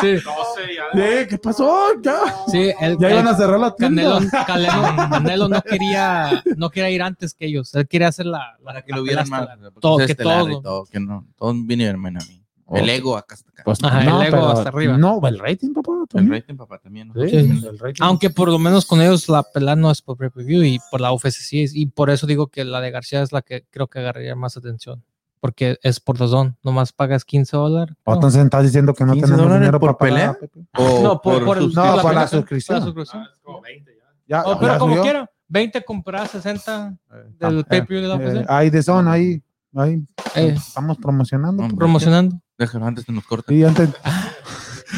Sí, Eh, Ah, ¿Qué pasó? Ya, sí, él- ya él- iban a cerrar la Canelo, tienda. Canelo- Canelo no quería no quería ir antes que ellos. Él quería hacer la, la- Para que la lo vieran pelasta. más. todo, Entonces, que estelar y todo. que no. Todos vinieron a mí. El ego acá hasta acá. Pues, Ajá, el ego pero- hasta arriba. No, el rating, papá. el también. rating, papá, también. ¿no? Sí, Sí. el rating. Aunque por lo menos con ellos la pelea no es por pay-per-view y por la UFC sí es. Y por eso digo que la de García es la que creo que agarraría más atención. Porque es por razón. Nomás pagas 15 dólares. Oh, Entonces estás diciendo que no 15 tenemos dólares dinero por para pagar. pelea? O Ah, no, por, por el- sus- Ah, No, por por la aplicación, suscripción. Ah, por la suscripción. Ya, Oh, pero ya como subió. quiera, 20 comprar 60 del Eh, pay-per-view de la eh, UFC. ahí de son, ahí, ahí Eh, estamos promocionando. No, promocionando. Déjalo antes que nos corten. Y antes,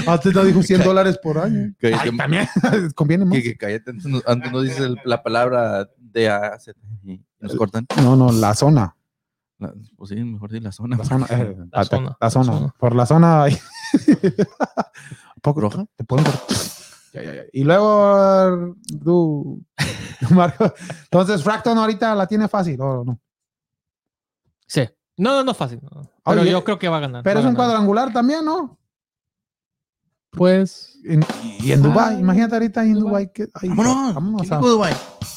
Antes no dijo 100 dólares por año. Que- Ay, que- también conviene más. que- que cállate, antes no- Antes no dices el- la palabra de ACT y nos cortan. No, no, la zona. La- Pues sí, mejor di la zona. La zona, eh, La la zona, la zona. zona. Por la zona. ahí. ¿A poco ¿Roja? Te pueden cortar. Ya, ya, ya. Y luego tú, Marco. Entonces, Fracton ahorita la tiene fácil, ¿o no? Sí. No, no, no fácil. no, no. Pero Oye, yo creo que va a ganar. Pero va es a un ganar. cuadrangular también, ¿no? Pues. En- y en Dubai, imagínate ahorita ahí en Dubái. Dubai. que- ay, Vámonos. vámonos ¿Quién a- dijo Dubái?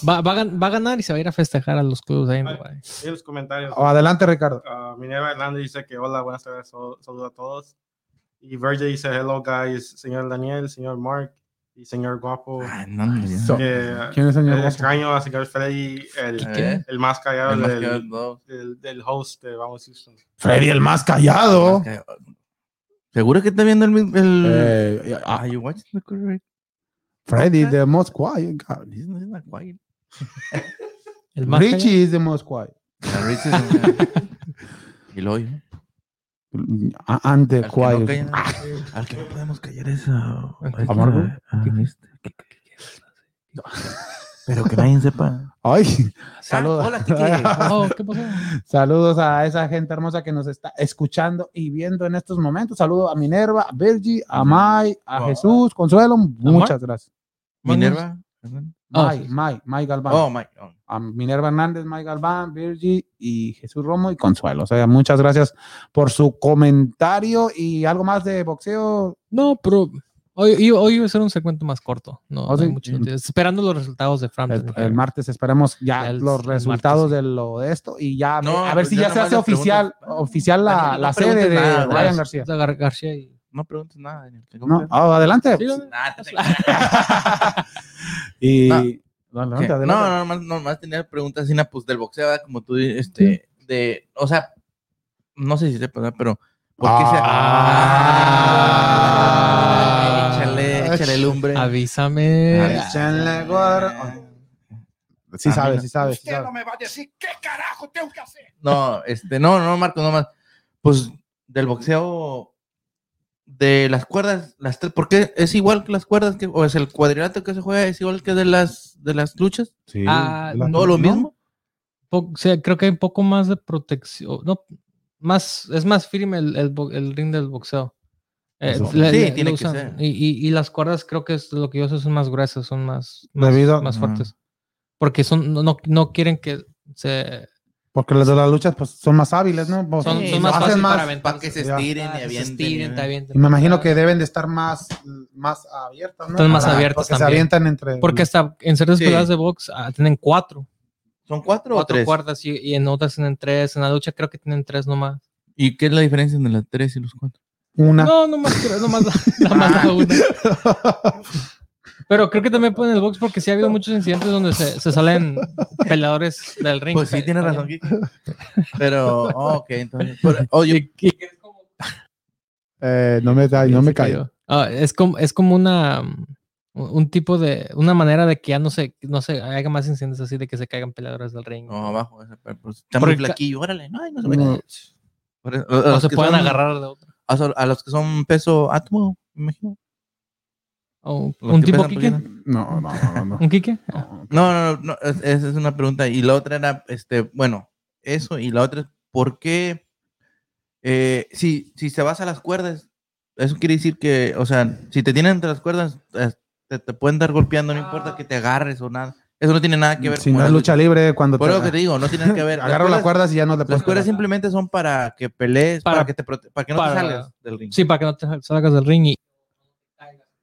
Va, va a gan- va a ganar y se va a ir a festejar a los clubes ahí en Ay. Dubái. Y los comentarios. o Oh, adelante, Ricardo. Ah, Minerva Hernández dice que hola, buenas tardes, sol- saludo a todos. Y Verge dice hello guys, señor Daniel, señor Mark y señor Guapo. Ah, no, no, ya. So- que ¿Quién es el eh, señor Guapo? extraño a señor Freddy, el, ¿Qué? Ah. el más callado Eh, El más que- del, no, del, del host de Vamos Houston. Freddy, el más callado. más que- uh, ¿Seguro que está viendo el mismo? El... Oh. Eh, Ah, you watch the correct. Freddy, the most quiet guy. This is not quiet. El más callado. Richie is the most quiet. La Rich es- eh, Y lo oye. And the Al que, no quiet. Ah. calla- al que no podemos callar es a, ¿A Margo? a- a este. Pero que nadie sepa. Ay, Ah, saludos. hola, Kiki. Oh, ¿qué pasó? Saludos a esa gente hermosa que nos está escuchando y viendo en estos momentos. Saludos a Minerva, a Virgi, a May, a Jesús, Consuelo. Muchas gracias. Minerva. Ah, May, May, May Galván. Oh, my. oh. A Minerva Hernández, May Galván, Virgi y Jesús Romo y Consuelo. O sea, muchas gracias por su comentario y algo más de boxeo. No, pero hoy, hoy, hoy iba a ser un segmento más corto. No, Oh, no hay sí. mucho- Esperando los resultados de Fran. El, el martes esperemos ya El- el los martes, resultados sí. de lo de esto y ya No, a ver pues si yo ya se nomás hace les pregunto- oficial oficial Ah, la, no, no la sede preguntes de nada, Ryan gracias. García. Gar- García y... No preguntes nada, Daniel. No, ah, adelante. Sí, ¿dónde? Nah, te- Y No. adelante, ¿Qué? Ah, adelante. No, no, nomás, nomás tenía preguntas Sina, pues del boxeo, ¿verdad? como tú, este, de, o sea, no sé si se puede, pero ¿por qué se... Ah. Ah, échale, échale lumbre. Avísame. Ah, Échenle gorro. Sí Ah, sabes, mira. sí sabes. sí Usted no sabes. me va a decir qué carajo tengo que hacer. No, este, no, no, Marco, nomás, pues del boxeo, de las cuerdas, las tres, ¿por qué es igual que las cuerdas, que, o es el cuadrilátero que se juega, es igual que de las, de las luchas? Sí. Ah, La- ¿Todo lo ¿no? mismo? Po- o sea, creo que hay un poco más de protección. No, más, es más firme el, el, bo- el ring del boxeo. Eh, Eso sí. le- Sí, le- tiene lo que usan. ser. Y, y- y las cuerdas creo que es lo que yo sé son más gruesas, son más, más, Debido- más Ajá. fuertes. Porque son, no, no, no quieren que se... Porque las de las luchas pues, son más hábiles, ¿no? Pues, Son, Sí, son lo más hacen fáciles más- para aventar. Para que se Ya. estiren y Ah, que se avienten, ¿eh? estiren, te ¿verdad? avienten. Y me imagino que deben de estar más, más abiertas, ¿no? Están más Para- abiertas porque se también. avientan entre. Porque hasta en ciertas Sí. peleas de box ah, tienen cuatro. ¿Son cuatro, o Cuatro tres? cuerdas y, y en otras tienen tres. En la lucha creo que tienen tres nomás. ¿Y qué es la diferencia entre las tres y los cuatro? una. No, nomás, creo- nomás, nomás la una. Pero creo que también pueden el box porque sí ha habido muchos incidentes donde se, se salen peleadores del ring. Pues sí, tienes razón, Kike. Pero, oh, ok, entonces. pero- oh, yo- Eh, no me, da- no me callo. Ah, es, como, es como una um, un tipo de una manera de que ya no se no se haga más incidentes así de que se caigan peleadores del ring. no, abajo. esa- pero- pero Está Por muy el ca- flaquillo, órale. No, ay, no se No. vaya. Por eso- o los se que pueden son- agarrar de otra. a, so- a los que son peso átomo, me imagino. ¿O Los ¿Un que tipo pesan Quique? poquito. No, no, no, no. ¿Un Quique? no. No, no, no, no, es- esa es una pregunta. Y la otra era, este, bueno, eso. Y la otra es, ¿por qué? eh, si, si se vas a las cuerdas, eso quiere decir que, o sea, si te tienen entre las cuerdas, eh, te, te pueden dar golpeando, no importa que te agarres o nada. Eso no tiene nada Mm, que ver Si con no la es lucha libre, cuando Por lo que te digo, no tiene nada que ver. Las agarro cuerdas- las cuerdas y ya no le Las puedo cuerdas simplemente son para que pelees, para, Para- que, te prote- para que no para- te salgas del ring. Sí, para que no te salgas del ring y...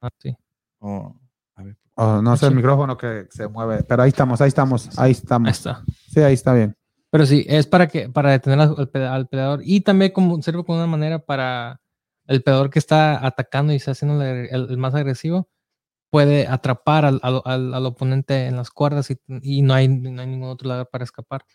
Ah, sí. Oh, Oh, no sé, el micrófono que se mueve. Pero ahí estamos, ahí estamos, ahí Ahí estamos. está. Sí, ahí está bien. Pero sí, es para que para detener al, al pe- al peleador y también como sirve como una manera para el peleador que está atacando y está haciendo el, el- el más agresivo puede atrapar al, al- al- al oponente en las cuerdas y, y no, hay, no hay ningún otro lugar para escapar.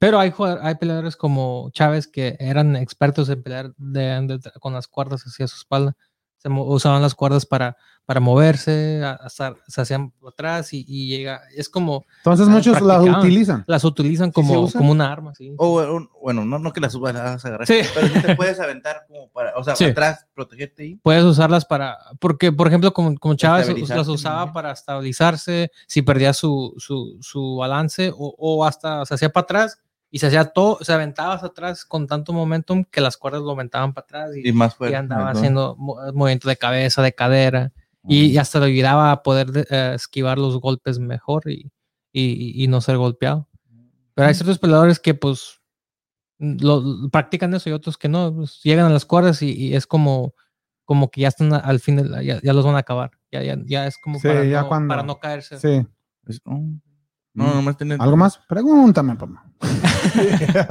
Pero hay, jue- hay peleadores como Chávez que eran expertos en pelear de- de- con las cuerdas hacia su espalda. Se mo- usaban las cuerdas para, para moverse, a- hasta- se hacían atrás y, y llega. Es como Entonces Ah, muchos las practicaban. utilizan. las utilizan se como, usan? como una arma. sí. O, un- bueno, no, no que las subas, las hagas agarrar, Sí. pero sí te puedes aventar como para, o sea, Sí. atrás, protegerte y puedes usarlas para, porque por ejemplo, como, como Chávez Estabilizarte, las ¿no? usaba para estabilizarse, si perdía su, su, su balance o, o hasta se hacía para atrás y se hacía todo, se aventaba hacia atrás con tanto momentum que las cuerdas lo aventaban para atrás y, y más Pues, fuerte. y andaba ¿no? haciendo mo- eh, movimientos de cabeza, de cadera y, y hasta le ayudaba a poder de- eh, esquivar los golpes mejor y, y- y- y no ser golpeado. Pero hay ciertos peleadores que pues lo, practican eso y otros que no, pues, llegan a las cuerdas y, y es como, como que ya están a- al fin, de la- ya, ya los van a acabar, ya, ya, ya es como Sí, para, ya no, cuando- para no caerse. Sí. Pues, oh. No, nomás tienen. ¿Algo más? Pregúntame, papá.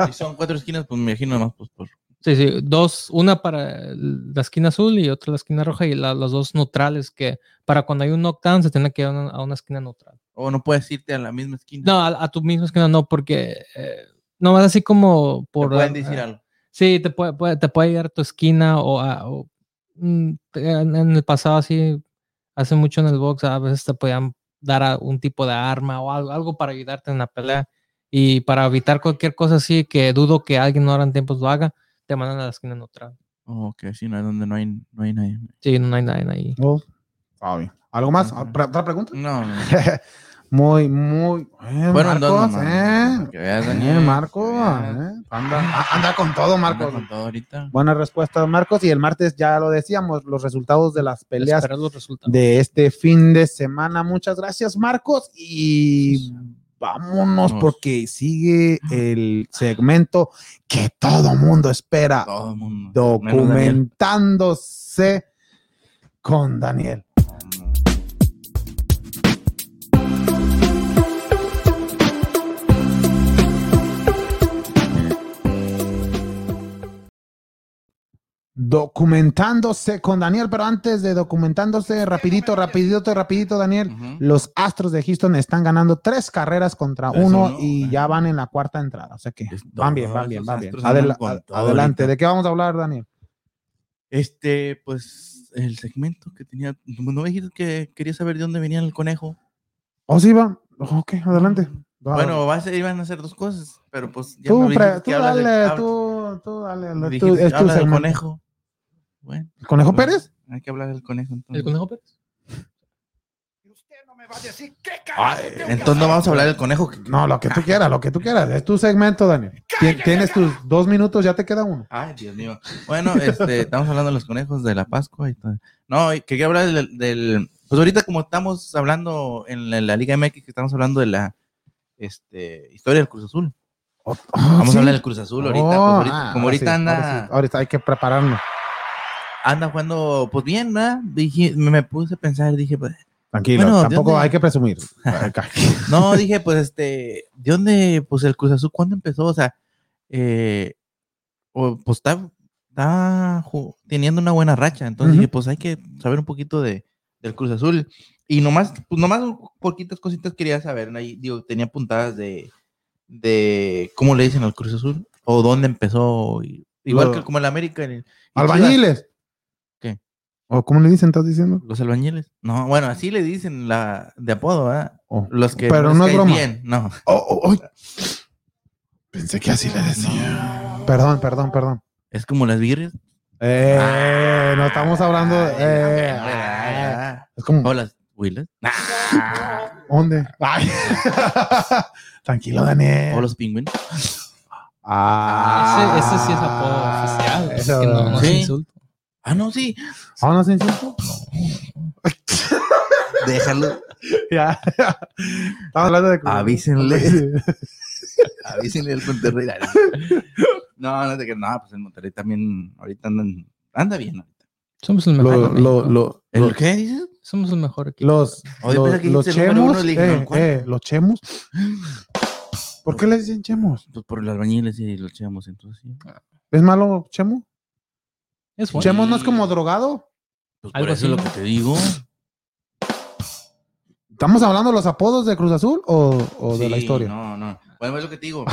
Si son cuatro esquinas, pues me imagino nomás, pues por. Sí, sí, dos, una para el- la esquina azul y otra la esquina roja y la- las dos neutrales que para cuando hay un knockdown se tiene que ir a una, a una esquina neutral. O no puedes irte a la misma esquina. No, a, a tu misma esquina no, porque eh, nomás así como por... te pueden la- decir eh, algo. Sí, te puede, puede- te puede llegar a tu esquina o, a- o, mm, te- en, en el pasado así, hace mucho en el box, a veces te podían dar a- un tipo de arma o algo, algo para ayudarte en la pelea y para evitar cualquier cosa así que dudo que alguien ahora en tiempos lo haga, te mandan a la esquina neutral. Oh, que sí, no es donde no hay, no hay nadie. Sí, no hay nadie ahí. Oh, está bien. ¿Algo más? Ujú. ¿Pre- ¿Otra pregunta? No, no. Muy, muy. eh, Bueno, Marcos, entonces, nomás, ¿eh? para que veas, Eh, Daniel, Marco, para que veas. eh, anda, a- anda con todo, Anda Marcos. con todo ahorita. Buena respuesta, Marcos. Y el martes ya lo decíamos, los resultados de las peleas Esperar los resultados. de este fin de semana. Muchas gracias, Marcos. Y vámonos Nos. porque sigue el segmento que todo mundo espera, Todo el mundo. Menos Daniel. documentándose con Daniel. Documentándose con Daniel, pero antes de documentándose, rapidito, rapidito, rapidito, Daniel. Ujú. Los Astros de Houston están ganando tres carreras contra Tres, uno uno, y eh. ya van en la cuarta entrada. O sea que Es van todo, bien, van bien, esos van bien. Astros andan Adela- con ad- todo adelante, ahorita. ¿de qué vamos a hablar, Daniel? Este, pues, el segmento que tenía. No me dijiste que quería saber de dónde venía el conejo. Mm, Oh, sí, va. Ok, adelante. Va, Bueno, va a ser- iban a hacer dos cosas, pero pues ya tú, me pre- dijiste tú que hablas de- dale, hablas- tú, tú dale. me lo- tú- dijiste es que tu hablas del segmento. conejo. Bueno, ¿El ¿Conejo pues, Pérez? Hay que hablar del conejo. ¿El Entonces, conejo Pérez? Y usted no me va a decir qué carajo Ay, tengo que entonces no hacer. vamos a hablar del conejo. que- No, lo que Ah, tú quieras, lo que tú quieras. Es tu segmento, Daniel. Tien- Cállese Tienes ya. tus dos minutos, ya te queda uno. Ay, Dios mío. Bueno, este, estamos hablando de los conejos de la Pascua y todo. No, y quería hablar del, del- Pues ahorita como estamos hablando en la, en la Liga MX, que estamos hablando de la este, historia del Cruz Azul. Vamos a hablar del Cruz Azul ahorita. pues, Ah, Oh, ahorita- ah, como ahora ahorita sí, anda... ahora sí, ahorita hay que prepararnos. anda jugando, pues bien, ¿verdad? Dije, me, me puse a pensar, dije, pues, Tranquilo, Bueno, ¿de tampoco dónde? hay que presumir. no, dije, pues, este, ¿de dónde, pues, el Cruz Azul, cuándo empezó? O sea, eh, o, pues, está, está ju- teniendo una buena racha, entonces Ujú. dije, pues, hay que saber un poquito de, del Cruz Azul, y nomás, pues, nomás poquitas cositas quería saber, ahí, digo, tenía puntadas de, de, ¿cómo le dicen al Cruz Azul? O dónde empezó, y- igual Lo- que como el América, en el- en Chivas. Albañiles. ¿Qué? ¿O cómo le dicen? ¿Estás diciendo? Los albañiles. No, bueno, así le dicen la de apodo, ¿verdad? Oh. Los que Pero les no es caes broma. bien, no. Oh, oh, oh. Pensé que así le decía. Perdón, perdón, perdón. Es como las birrias. Eh, no estamos hablando. de- eh, eh, es como, Hola, Willis. ah, ¿dónde? Ay. Tranquilo, Daniel. O los Penguins. Ah, ese, ese sí es apodo oficial. eso- que no, no es Sí. insulto. Ah, no, sí. ¿Ah, no se insultó? Déjalo. Ya. Estamos hablando de. Ah, Avísenle. Avísenle al Monterrey. No, no te creas. No, pues en Monterrey también ahorita andan, anda bien. ahorita. Somos el mejor. Lo- equipo. lo- lo- ¿El lo- qué dices? Somos el mejor equipo. los, Oh, yo los, pensé que los dijiste el número chemos, uno, le dije, eh, ¿no? ¿Cuál? eh, los chemos. ¿Por qué le dicen chemos? Pues por los albañiles y los echamos entonces. sí. ¿Es malo chemo? Es bueno. ¿Chemo no es como drogado? Pues por Algo eso es lo así, que ¿no? te digo. ¿Estamos hablando de los apodos de Cruz Azul o, o de la Sí, historia? No, no. Bueno, es lo que te digo.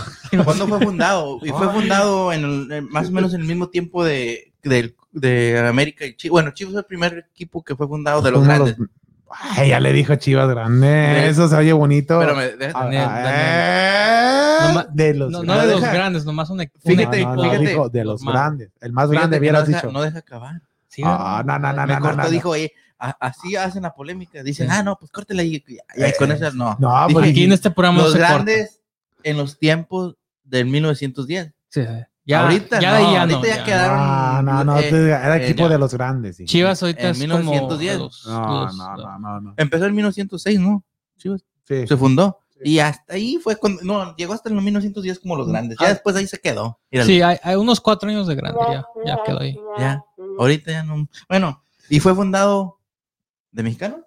¿Cuándo fue fundado? Y fue fundado en el- en más o menos en el mismo tiempo de, del- de América y Chivas. Bueno, Chivas fue el primer equipo que fue fundado de los Uno de grandes. los- Ay, ya le dijo Chivas Grande. Sí. Eso se oye bonito. Pero me- deja- Ah, Daniel, ah, Daniel. eh, No ma- de los No, no de grandes. los grandes, nomás un equipo. Fíjate, No, no, no, fíjate. dijo de los Normal. grandes. El más fíjate grande pues que hubieras no deja, dicho. no deja acabar. Ah, no, no, no, Me no, no, cortó, no. dijo, "Oye, a- así hacen la polémica. Dicen, Sí. ah, no, pues córtela y, y- y con esas no. No, Dije, pues, Aquí en este programa no los se corta. grandes en los tiempos del 1910. Sí, sí. Ya, ahorita ya, no, de ahí ya ahorita no, ya ya. quedaron. No, no, no, eh, te- era eh, equipo ya. de los grandes. sí. Chivas ahorita En es 1910. como los- No, los- no, no, no, no. empezó en 1906, ¿no? Chivas. Sí. Se fundó. Y hasta ahí fue cuando. No, llegó hasta el 1910 como los grandes. Ya después ahí se quedó. Míralo. Sí, hay, hay unos cuatro años de grande, ya, ya quedó ahí. Ya. Ahorita ya no. Bueno, y fue fundado. ¿De mexicano?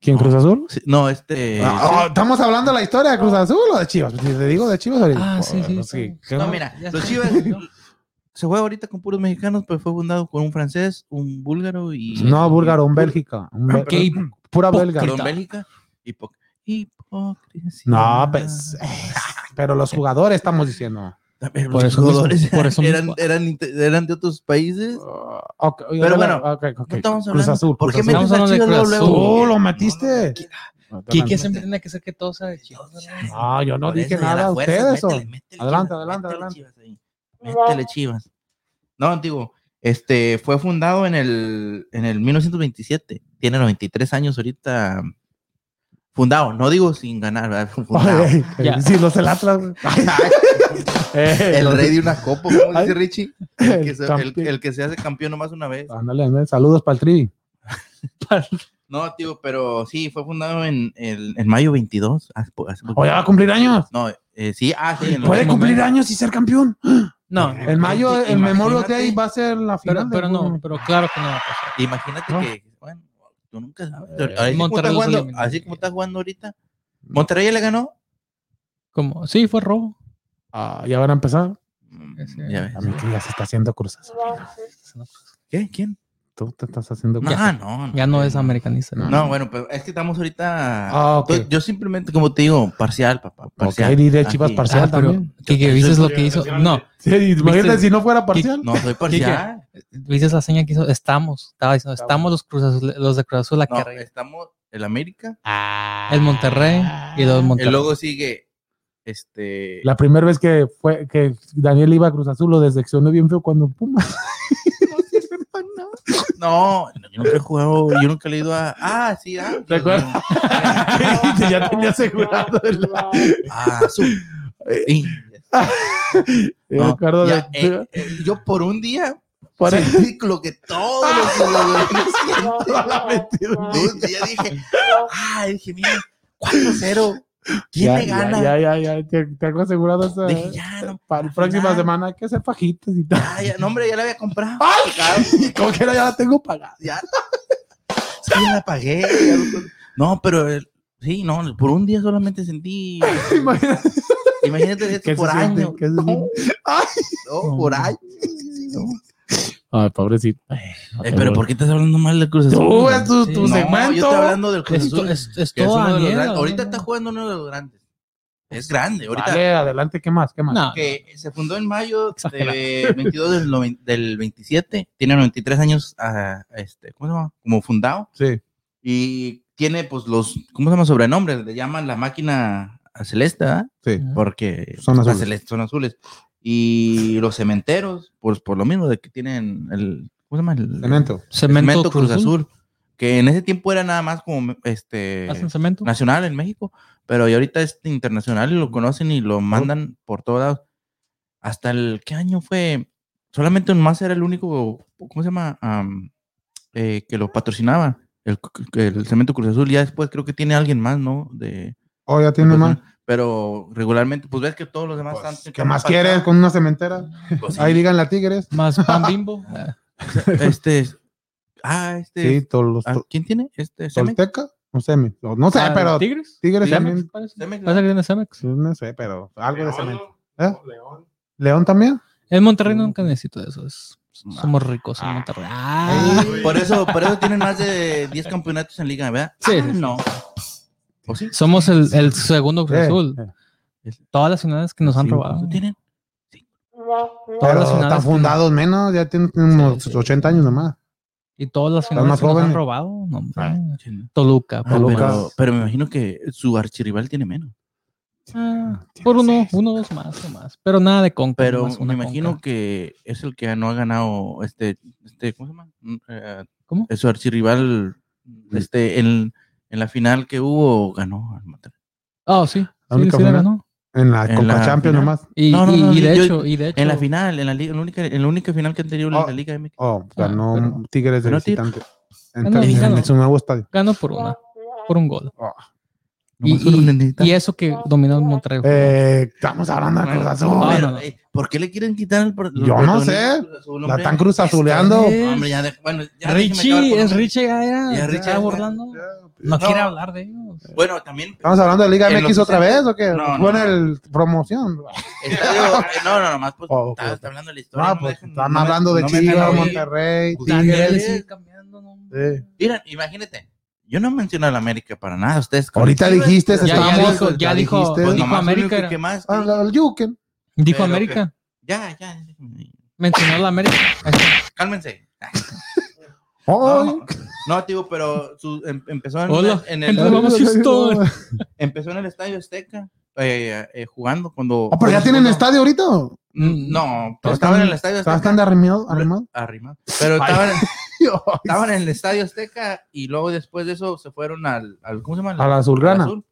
¿Quién Cruz Azul? Sí, No, este. Ah, oh, estamos hablando de la historia de Cruz Azul o de Chivas. Si te digo de Chivas ahorita. Ah, sí, sí, pues, sí. ¿qué No, onda? mira, Ya los está. Chivas se juega ahorita con puros mexicanos, pero fue fundado con un francés, un búlgaro y. No, búlgaro, un Bélgica. un Bel- Qué Pura hipócrita. belga. Perdón, Bélgica. hipo- Hipocresía. No, pues. eh, Pero los jugadores estamos diciendo. También Por los eso mismo, jugadores por eso eran, mismo. eran, inte- eran de otros países. Ah, ok, oye, Pero bueno, bueno, ok, ok. No estamos Cruz hablando. Azul. ¿Por Cruz qué me Azul. a Estamos hablando de Chivas luego, Cruz luego? Azul, lo No, no, metiste. Quique siempre tiene que ser que todo sea de Chivas. No, yo no Por dije eso, y a nada la a fuerza, ustedes. métele, o- métele, Adelante, Chivas, adelante, métele, adelante. Chivas ahí. Métele, Chivas. No, digo, este fue fundado en el en el 1927. Tiene 93 años ahorita fundado, no digo sin ganar, ¿verdad? fundado. Ay, ay, Ya. Sí, los del Atlas. güey. Eh, El los- rey de una copa, ¿cómo Ay. dice Richie? El que, El se, el- campeón. Ah. el que se hace campeón nomás una vez. Ándale, ándale, saludos para el tri. No, tío, pero sí, fue fundado en, el- en mayo 22. hace po- hace poco. Oye, va a cumplir años. No, eh, sí, ah, sí. en Puede algún cumplir momento. años y ser campeón. No, En mayo, el Imagínate. Memorial Day va a ser la final. pero, pero del- no, pero claro que no va a pasar. Imagínate No. que, bueno, tú nunca sabes. Así, como Eh, Monterrey está los jugando, eliminó. así como está jugando ahorita. Monterrey ya le ganó. Como, sí, fue robo. Ah, ya van a empezar. Mm, Ese- Ya ves. A mí que ya se está haciendo cruzas. ¿Qué? ¿Quién? Tú te estás haciendo cruzas. Ah, no, no. Ya no es americanista. No. No, bueno, pero es que estamos ahorita. Ah, ok. Yo- Yo simplemente, como te digo, parcial, papá. Ok, Parcial. diré Chivas Así. parcial Ah, pero también. Quique, ¿viste lo que hizo? No, Sí, imagínate si no fuera parcial. No, soy parcial. ¿viste la seña que hizo? Estamos, estaba diciendo, estamos los, Cruz Azul- los de Cruz Azul, la No, que rega- estamos el América. el Monterrey y Ah. los El Monterrey. logo sigue. Este. La primera vez que fue que Daniel iba a Cruz Azul lo decepcionó bien feo cuando Puma. No, yo nunca he jugado, yo nunca he ido a. Ah, sí, ah. ¿Te acuerdas? ya tenía asegurado. el- Ah, su. Sí. el No, acuerdo de- ya, eh, eh, yo por un día Por- sentí lo que todos los jugadores toda la mentira. sienten. Ya dije, ah, dije, mira, 4-0. ¿Quién Ya, le ya, gana? Ya, ya, ya, te, te hago asegurado esa- Dije, ya, no. para la próxima final. semana hay que hacer fajitas y tal. Ah, ya, no, hombre, ya la había comprado. Claro, ¡Ay! Como que era, ya la tengo pagada. ya. Sí, ya la pagué. ya lo- No, pero eh, sí, no, por un día solamente sentí. Imagínate Imagínate esto que por año. ¿Qué se siente? No, por año. Ay, pobrecito. Eh, pero ¿por qué estás hablando mal del Cruz Azul? Tú, es tu, tu No, yo segmento. estoy hablando del Cruz Es, Azul. to- es, es que es todo uno de los Daniel, grandes. ¿no? Ahorita está jugando uno de los grandes. Es grande. Ahorita Dale, adelante, ¿qué más? ¿Qué más? No, que se fundó en mayo de 22 del, noven- del 27. Tiene 93 años ah, este, ¿cómo se llama? como fundado. Sí. Y tiene, pues, los, ¿cómo se llama? Sobrenombres. Le llaman la máquina celeste, ¿verdad? Sí. Ah. Porque Son la azules. celeste- son azules. Y los cementeros, pues por lo mismo de que tienen el. ¿Cómo se llama? El, Cemento. Cemento Cemento Cruz Azul. Que en ese tiempo era nada más como este ¿Hacen cemento? nacional en México, pero y ahorita es internacional y lo conocen y lo mandan por todos lados. Hasta el qué año fue solamente un más era el único, ¿cómo se llama? Am, eh, que lo patrocinaba el, el cemento Cruz Azul. Ya después creo que tiene alguien más, ¿no? De Oh, ya tiene más. pero regularmente, pues ves que todos los demás están. ¿Qué más quieres con una cementera? Pues sí, Ahí digan la Tigres. Más pan bimbo. Ah, este, ah, este, Sí, todos los ah, ¿quién tiene? Este, Cemex. Tolteca. No sé, mi- no no sé, ah, pero ¿Tigres? Tigres Cemex. también. Parece Cemex, parece que tiene Cemex. sí, No sé, pero algo de León, cemento. ¿no? ¿Eh? León. ¿León también? En Monterrey nunca necesito eso. es- somos ricos en Monterrey. Ah, Ah, Por eso, por eso tienen más de 10 campeonatos en liga, ¿verdad? Sí, Ah, sí, sí. no. ¿O sí? somos el, el segundo Cruz Eh, Azul. eh. Todas las finales que nos han Sí, robado. pues, ¿Tienen? Todas las Pero finales están que nos- fundados menos, ya tienen unos Sí, sí. 80 años nomás. Y todas las Están finales más que nos han jóvenes. robado. No, hombre. Chin. Toluca. Ah, Toluca. pero, pero me imagino que su archirrival tiene menos. Ah, por uno, uno, dos más, o más. Pero nada de conca. Pero nomás me una imagino conca. que es el que no ha ganado este, este ¿cómo se llama? Mm, eh, ¿Cómo? es su archirrival este, en, en la final que hubo, ganó al Monterrey. Ah, sí. La Sí, única sí, le manera. ganó. En la En Copa la Champions final. nomás. Y, No, no, y- no, y de yo- hecho, y de hecho. En la final, en la liga, en la única, en la única final que han tenido en Oh. la liga MX. Oh, ganó Ah, pero- Tigres de Ganó visitante. Ganó, Entonces, ganó. en su nuevo estadio. Ganó por una. Por un gol. Oh. Y, Nomás uno y- necesita. y eso que dominó el Monterrey. Eh, estamos hablando de Cruz Azul. Ah, Pero, no, no. eh, ¿Por qué le quieren quitar el pro- los Yo no protagonistas sé. al Cruz Azul, La hombre? están cruzazuleando. Esta es- Hombre, ya de- bueno, ya déjeme acabar Richie, con- es Richie ya, Ya ya, Richie ya ya- burlando. No No. quiere hablar de ellos. Bueno, también ¿Estamos hablando de Liga En MX los otra vez o qué? No, no, Pone no. el promoción. Estadio- eh, no, no, nomás pues, Oh, está, ok, ok. está hablando de la historia. Ah, no me pues, dejan- están no me- hablando de no me dejan Pues, Chivas, hablar. Monterrey, Daniel Tigres. sigue cambiando, ¿no? Sí. Mira, imagínate, yo no menciono a la América para nada. Ustedes con Ahorita Chivas, dijiste, pero- Ya, ya estamos- dijo, ya ya dijo, dijiste. pues, dijo nomás lo único América. que más- Ah, la- el Yuken. Dijo Pero América. Ya, ya. Mencionó la América. Ahí está. Cálmense. Oh, No, no, tío, pero su- em- empezó en, Hola. en el, Entonces ay. Entonces vamos Houston. empezó en el Estadio Azteca eh, eh, jugando cuando. Oh, pero ya tienen estadio ahorita. Mm, No, pero Todos estaban están- en el Estadio ¿Están Azteca. están de arrimado? arrimado? Arrimado. Pero estaban, estaban en el Estadio Azteca y luego después de eso se fueron al, al ¿cómo se llama? A la azulgrana. Azul.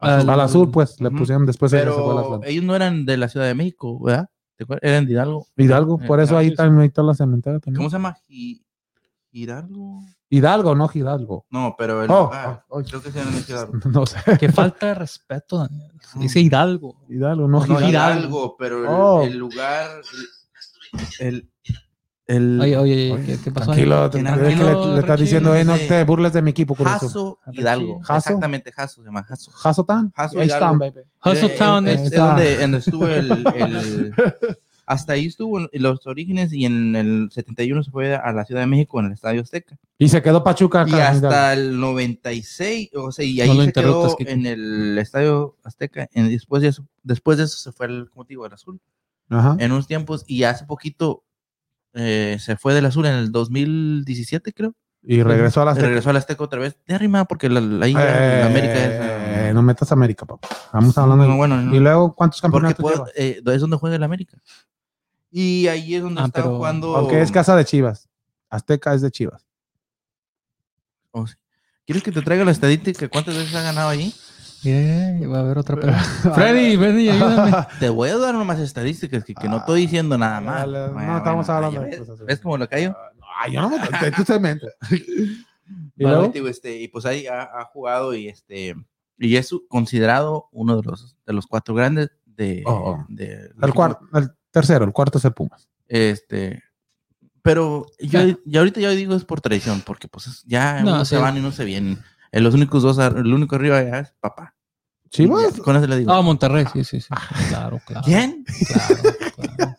Al, al azul, pues, le Ujú. pusieron después el Pero eh, ellos no eran de la Ciudad de México, ¿verdad? ¿Te acuerdas? Eran de Hidalgo. Hidalgo, por eso ahí Gracias. también ahí está la cementera también. ah, ¿Cómo se llama? Gi- Hidalgo. Hidalgo, no Hidalgo. No, pero el Oh, lugar. oh, oh. Creo que se llama Hidalgo. No sé. Que falta de respeto, Daniel. Dice Hidalgo. Hidalgo, no, No, Oh, Hidalgo. Hidalgo, pero el, Oh. el lugar. El. el Oye, oye, oye, ¿qué, qué pasó? ahí? Tranquilo, Tranquilo, tranquilo, que le, le estás Richie, diciendo, eh, no dice- te burles de mi equipo, Cruz Azul. Jaso Hidalgo. Jaso. Exactamente, Jaso se llama Jaso. Hasotán. Jaso Ahí Hidalgo. están, baby. Hustle Eh, Town es, es- es está. donde, donde estuvo el, el- Hasta ahí estuvo en los orígenes y en el 71 se fue a la Ciudad de México en el Estadio Azteca. Y se quedó Pachuca Y acá, Hidalgo. hasta el 96, o sea, y ahí No lo se quedó interrumpas, Kiko. en el Estadio Azteca. En, después, de eso, después de eso se fue al, como te digo, al Azul. Ajá. En unos tiempos, y hace poquito eh, se fue del Azul en el 2017, creo. Y regresó a las. Regresó al Azteca otra vez. De arriba, porque la, la Eh, India, la América es. eh, no metas a América, papá. Vamos hablando. de- No, bueno, no. Y luego, ¿cuántos Porque campeonatos puede- lleva? eh, es donde juega el América. Y ahí es donde Ah, estaba pero- jugando. Aunque es casa de Chivas. Azteca es de Chivas. Oh, sí. ¿Quieres que te traiga la estadística? ¿Cuántas veces ha ganado allí? Bien, va a haber otra pelea. Freddy, Freddy, ayúdame. Te voy a dar nomás estadísticas que, que no Ah, estoy diciendo nada más. dale, no, Bueno, estamos bueno, hablando ya de ves, cosas. ¿Ves cómo lo callo? Ay, yo no me tú se mente. Y Vale, luego, digo, este, y pues ahí ha, ha jugado y este y es su- considerado uno de los de los cuatro grandes de, Oh, oh. de- el, cuar- el tercero, el cuarto es el Pumas. Este, pero yo, Ya. yo ahorita yo digo es por traición, porque pues es- ya No, unos se sí. van y no se vienen. Eh, los únicos dos, ar- el único arriba ya es papá. ¿Chivas? Y ya, Con eso le digo. Ah, Monterrey, sí, sí, sí. Claro, claro. ¿Quién? Claro, claro.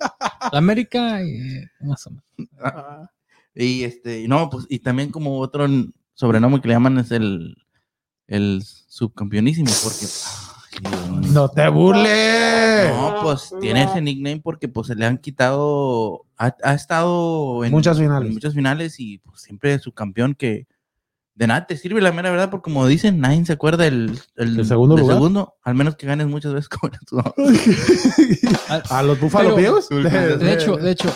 La América, eh, más o menos. Y este, y no, pues, y también como otro n- sobrenombre que le llaman es el, el subcampeonísimo, porque ay, Dios mío. No te burles. No, pues tiene ese nickname porque pues se le han quitado, ha, ha estado en Muchas en finales. muchas finales y pues, siempre su campeón que de nada te sirve la mera verdad, porque como dicen, nadie se acuerda el, el, ¿El segundo del lugar? segundo, al menos que ganes muchas veces como tú. Ah, ¿A los Buffalo Pero- ¿eh? Bills? De hecho, de hecho.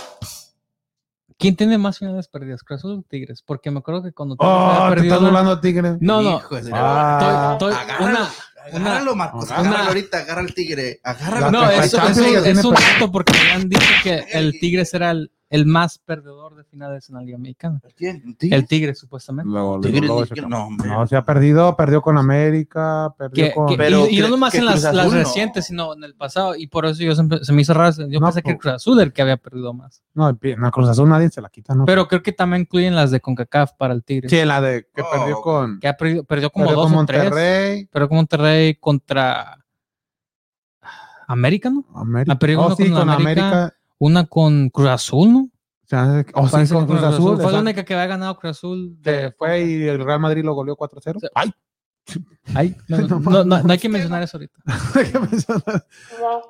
¿Quién tiene más finales perdidas? ¿Cruz Azul o Tigres? Porque me acuerdo que cuando Tigres Oh, había te perdido estás una- burlando, Tigre. No, no. Hijo de su- Ah. Estoy- estoy- Agárralo. una- Agárralo, Marcos. una- Agárralo ahorita, agarra al tigre. Agárralo. No, La es, Champions es un- ya tiene es un per- dato porque me han dicho que el Tigres era el, el más perdedor de finales en la Liga Mexicana. ¿Quién? El Tigres, supuestamente. Luego, luego, Tigres luego ni se- siquiera- no, hombre. No, se ha perdido, perdió con América, perdió Que- con... que- Pero y, y no que- nomás que en las, Cruz las Azul no. recientes, sino en el pasado. Y por eso yo siempre- se me hizo raro. Yo No, pensé que pues. el Cruz Azul era el que había perdido más. No, en la Cruz Azul nadie se la quita, ¿no? Pero creo que también incluyen las de CONCACAF para el Tigres. sí, la de que Oh, perdió con... Que ha perdido, perdió como perdió dos con o tres. Monterrey, Pero como Monterrey contra América, ¿no? América. Ah, perdió Oh, uno sí, con con América. América. Una con Cruz Azul, ¿no? O sea, oh, sí, Parece con que Cruz Azul. Fue la exacto. única que había ganado Cruz Azul. Se de- fue y el Real Madrid lo goleó 4-0. Sí. Ay, Ay, no, No no, no, no, no hay que mencionar eso ahorita. ¿qué pensó?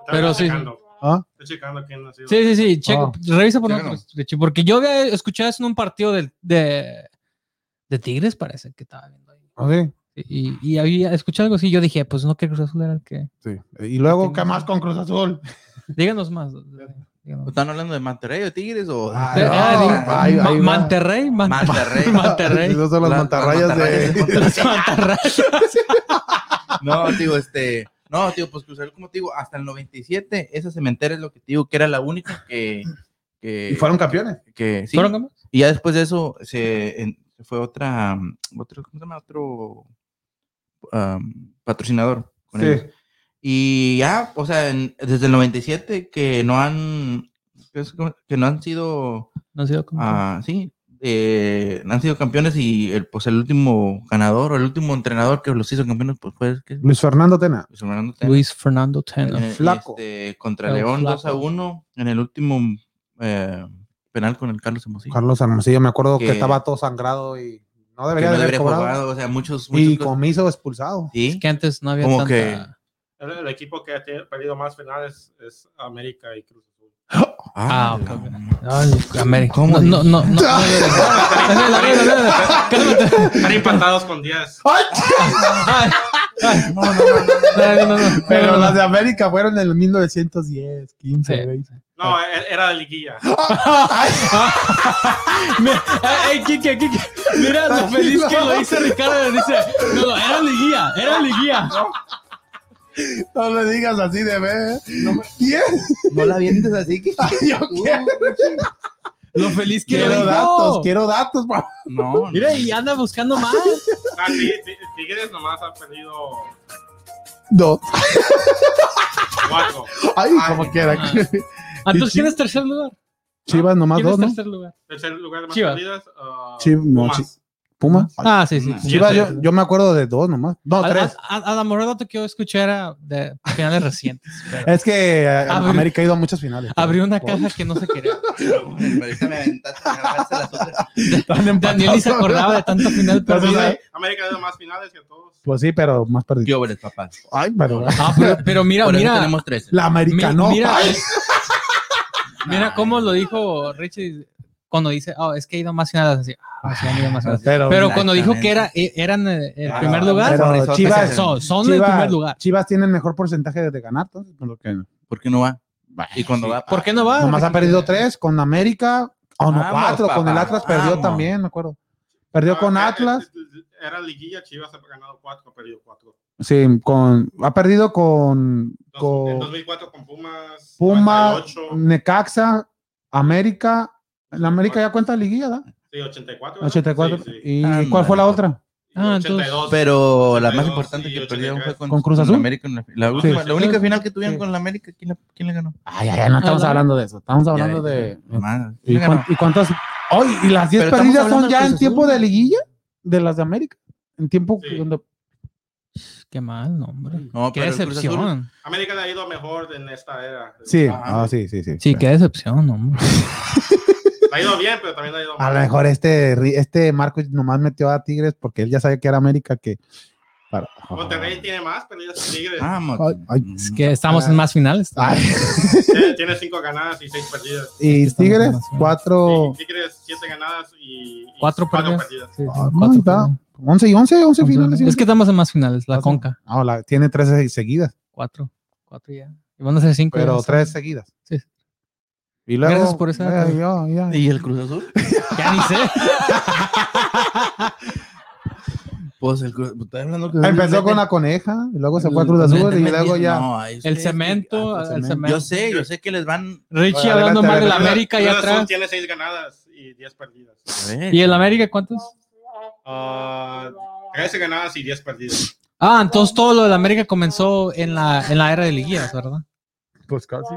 Pero sí. Checando. ¿Ah? Estoy checando quién ha sido. Sí, sí, sí. checa- Ah. Revisa por Chécalo. nosotros, Richie, porque yo había escuchado eso en un partido del- de, de, Tigres, parece que estaba viendo ahí. Ah, sí. Y, y había escuchado algo así. Yo dije, pues no, que Cruz Azul era el que. Sí. Y luego, ¿qué más con Cruz Azul? Díganos más. díganos. ¿Están hablando de Monterrey o Tigres o Ah, Eh, no, ah, diga- ahí- Ma- ahí va. Monterrey, Mon- Monterrey? Monterrey. Esos son los Las- mantarrayas las de... mantarrayas de Las mantarrayas. No, digo, este. No, digo, pues Cruz Azul, como te digo, hasta el 97, esa cementera es lo que te digo, que era la única que. que Y fueron campeones. que, sí. ¿Fueron campeones? Y ya después de eso, se en- fue otra. um, Otro, ¿Cómo se llama? Otro. um, patrocinador. con ellos. Sí. Y ya, o sea, en- desde el 97 que no han. que es como- Que no han sido. No han sido campeones. ah, sí. eh, han sido campeones y el, pues el último ganador o el último entrenador que los hizo campeones pues fue ¿qué? Luis Fernando Tena. Luis Fernando Tena. Luis Fernando En Tena. el- Flaco. este, contra El León Flaco. 2 a 1 en el último eh, penal con el Carlos Hermosillo. Carlos Hermosillo, me acuerdo que Que- estaba todo sangrado y no debería que no de haber debería cobrado. jugado, o sea, muchos, muchos Y cosas- comiso expulsado. sí, Es que antes no había Como tanta. que- El, el equipo que ha te- perdido más finales es América y Cruz Azul. Ah, Ah, ok, cabrón. ok. Ay, América. ¿Cómo No, no, no. no, no. Están empatados con 10. No, no, no, no, no, no, no. Pero No, no, las no. de América fueron en el 1910, 15, Sí. 20. No, e- era la liguilla. Mira, Ey, Kike, Kike. Mira lo feliz que lo dice Ricardo. Dice, no, no, era liguilla, era liguilla. No le digas así de ver. No la vientes así que. Lo feliz que Quiero lo dijo. datos, quiero datos. pa- No, no. Mira, y anda buscando más. Ah, Tig- Tig- Tigres nomás ha perdido No. cuatro. Ay, como quiera. Ah. Entonces, ¿quién es tercer lugar? Chivas nomás ¿Quién es dos, ¿no? tercer lugar? Tercer lugar de más Chivas. perdidas. ah, Chiv- no, Pumas. Chi- Pumas. Ah, sí, sí. Sí, Chivas, sí. yo, yo me acuerdo de dos nomás. No, A, tres. a- a- a lo mejor el dato que yo escuché era de finales recientes. pero Es que eh, Abrió- América ha ido a muchas finales. pues, Abrió una caja que no se quería. Ahorita me aventaste, me agarraste las otras. Daniel ni se acordaba de tanta final Entonces, perdida. ahí- América ha tenido más finales que todos. Pues sí, pero más perdido. ¿Qué hubo, papás? Ay, pero Ah, pero, pero mira, Por eso mira, tenemos 13. la América mira, no. mira, Ay, mira cómo lo dijo Richie cuando dice, oh, es que he ido más finales así. "Ah, sí, han ido más finales". pero Pero cuando dijo Exactamente. que era, e- eran eh, el Ah, primer pero lugar, Sonrisota Chivas- se- son, son el Chivas- primer lugar. Chivas tienen mejor porcentaje de ganar. entonces, por lo que- ¿Por qué no va? Y cuando va. ¿Por qué no va? Nomás ha perdido tres con América. O no, Ah, Vamos, cuatro. Con el papá, Atlas perdió vamos. también, me acuerdo. Perdió Ah, con eh, eh, Atlas. Era liguilla, Chivas ha ganado cuatro, ha perdido cuatro. Sí, con. Ha perdido con. Dos- En Con 2004 con Pumas. Puma, mm, 98, Necaxa, América. La América ya cuenta liguilla, ¿verdad? sí, 84. ¿verdad? 84. Sí, sí. ¿Y Ah, cuál fue la madre. otra? Ah, 82. Pero la más 82 importante y que 83. perdieron fue con, ¿Con Cruz Azul? América, la, la última- la única final que tuvieron Sí. con la América, ¿quién, la- quién le ganó? Ay, ay, ay, no estamos Ah, la- hablando de eso. Estamos Ya hablando ves, de. nomás, ¿quién ¿Y, le ganó? cuán- y cuántas? Ay, ¿Y las 10 Pero estamos perdidas hablando son del ya en Cruz Azul. tiempo de liguilla? De las de América. En tiempo Sí. que- donde- Qué mal, no, hombre. No, Qué pero el Cruz Azul- decepción. América le ha ido mejor en esta era. Sí, Ajá. ah, sí, sí, sí. Sí, qué decepción, hombre. Le ha ido bien, pero también le ha ido A mal. lo mejor este, ri- este Marcos nomás metió a Tigres porque él ya sabía que era América que. para- Ah. Monterrey tiene más perdidas que Tigres. Vamos. Ay, ay, Es que estamos en más finales. Ay, Tiene- Tiene cinco ganadas y seis perdidas. y Tigres, Estamos cuatro. Y Tigres siete ganadas y, y Cuatro perdidas. perdidas. Sí, sí, Ah, cuatro está. perdidas. 11 y 11, 11 finales. Es que estamos en más finales, la Pasa. Conca, Ah, la- tiene 13 seguidas, cuatro, cuatro ya. Y van a ser cinco. pero ya, tres seguidas. Sí. Y luego, Gracias por esa- eh, yo- ya. ¿Y el Cruz Azul? Ya ni sé. Pues el Cruz Azul. hablando que Empezó con la coneja, y luego se fue a Cruz Los Azul, y meten- luego ya. No, ahí sí El es- cemento, ah, pues, el cemento. Yo sé, yo sé que les van. Richie Bueno, hablando adelante, mal del adelante. América allá Cruz Azul atrás. Tiene 6 ganadas y 10 perdidas. A ver. ¿Y el América cuántos? Ah, 13 ganadas y 10 perdidas. Ah, entonces todo lo del América comenzó en la, en la era de liguillas, ¿verdad? Pues casi.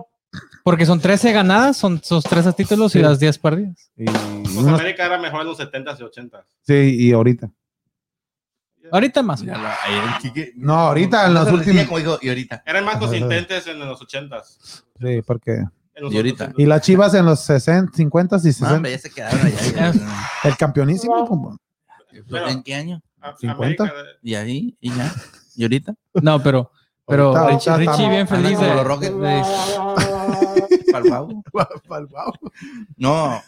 Porque son 13 ganadas, son sus 13 títulos y las 10 perdidas. Y, Pues unos- América era mejor en los 70s y 80s. sí, y ahorita. Ahorita más. Ya la- ahí el Quique- No, ahorita, en Eso los le decía últimos. como dijo, y ahorita. Eran más consistentes en los 80s. Sí, porque. En los Y ahorita. 80s. Y las chivas en los 60, 50 y 60. No, hombre, ya se quedaron allá. ya. El campeonísimo. pum, Pero- ¿En qué año? A- 50. América- Y ahí, y ya. ¿Y ahorita? No, pero, pero Ahorita- Richie, ahorita Richie estamos- bien Andan feliz como los de, Rockets. de- Pa'l guau. No.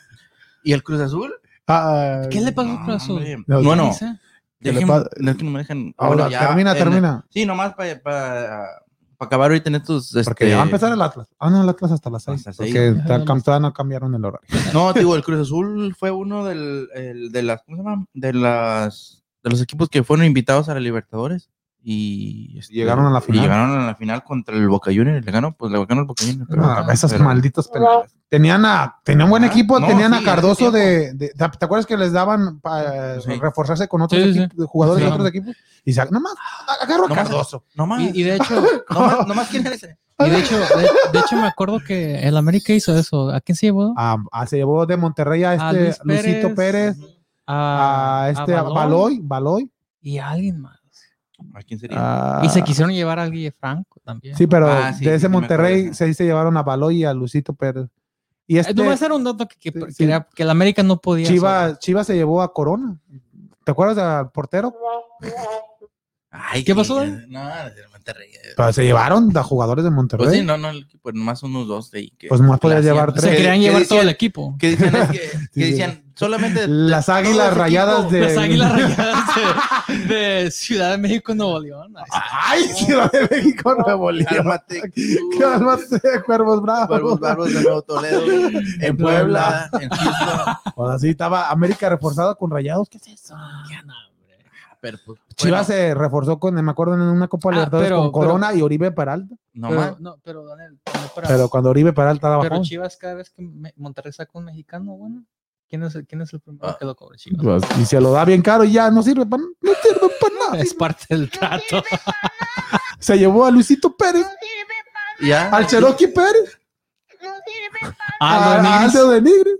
¿Y el Cruz Azul? Ah, ¿Qué le pasó al Pues, Cruz Azul? hombre. No, Bueno, ¿Qué dice? ¿Qué le déjenme- pasa? no es que no me dejan. ahora, Ah, bueno, ya termina, en- termina. Sí, nomás para acabar ahorita en estos. Porque este, ya va a empezar el Atlas. Ah, no, el Atlas hasta las 6. Hasta seis. Porque tal- cam- todavía no cambiaron el horario. No, te digo, el Cruz Azul fue uno del, el- de las, ¿cómo se llama? De las, de los equipos que fueron invitados a la Libertadores y este, Llegaron a la y final. llegaron a la final contra el Boca Juniors. Le ganó, pues le ganó el Boca Juniors. pero- Ah, esos pero- malditos penales. Tenían a, tenían buen Ah, equipo, no, tenían a sí, Cardoso hace de, de- ¿te te acuerdas que les daban para Sí. reforzarse con otros Sí, sí, equipos- jugadores Sí. de otros equipos? Y se, nomás, agarro a Nomás- Cardoso. No más, Y, y de hecho, no más, no más, ¿quién es ese? y de hecho, de, de hecho me acuerdo que el América hizo eso. ¿A quién se llevó? Ah, ah, se llevó de Monterrey a A este Luis Pérez. Luisito Pérez, a, este a Balón Baloy, Baloy. y a alguien más. ¿A quién sería? Ah, Y se quisieron llevar a Guille Franco también. Eh, Sí, pero Ah, sí, de sí, ese sí me acuerdo de Monterrey esa. se, se llevaron a Baloy y a Lucito Pérez. Y Eh, este no, ese era un dato que, que, Sí, que sí. era- que el América no podía. Chivas, Chivas se llevó a Corona. ¿Te acuerdas del portero? Ay, ¿Qué pasó, que- eh? No, de Monterrey. eh. Pero se llevaron a jugadores de Monterrey. Pues sí, no, no, el equipo, nomás unos dos de ahí. Que, Pues nomás podía la hacían. llevar hacer. Se ¿Qué- querían qué llevar todo decían? el equipo. Que decían, es que, que sí. decían, solamente Las todo águilas ese rayadas equipo, de. Las Águilas Rayadas de, de Ciudad de México, Nuevo León. Ah, Ahí está. ¡Ay, Ciudad de México, Nuevo León! Cálmate. ¡Cálmate, cuervos bravos! Barbos, barbos de Nuevo Toledo. En Puebla. En Houston. Ahora sí, estaba América reforzada con rayados. ¿Qué es eso? Ya no, hombre. Pero, pues, Chivas se reforzó con, me acuerdo, en una Copa Ah, Libertadores pero- con Corona y Oribe Peralta. no más. Pero, no, pero, Daniel, Daniel, para- Pero cuando Oribe Peralta daba pero Chivas, cada vez que me- Monterrey saca un mexicano, bueno, ¿quién es el, quién es el primero Ah. que lo cobra? Chivas. Y se lo da bien caro y ya no sirve para no sirve para nada. Es parte del trato. Se llevó a Luisito Pérez, Ya. al Cherokee Pérez, Ah, no, a- a Nigris. Aldo de Nigre.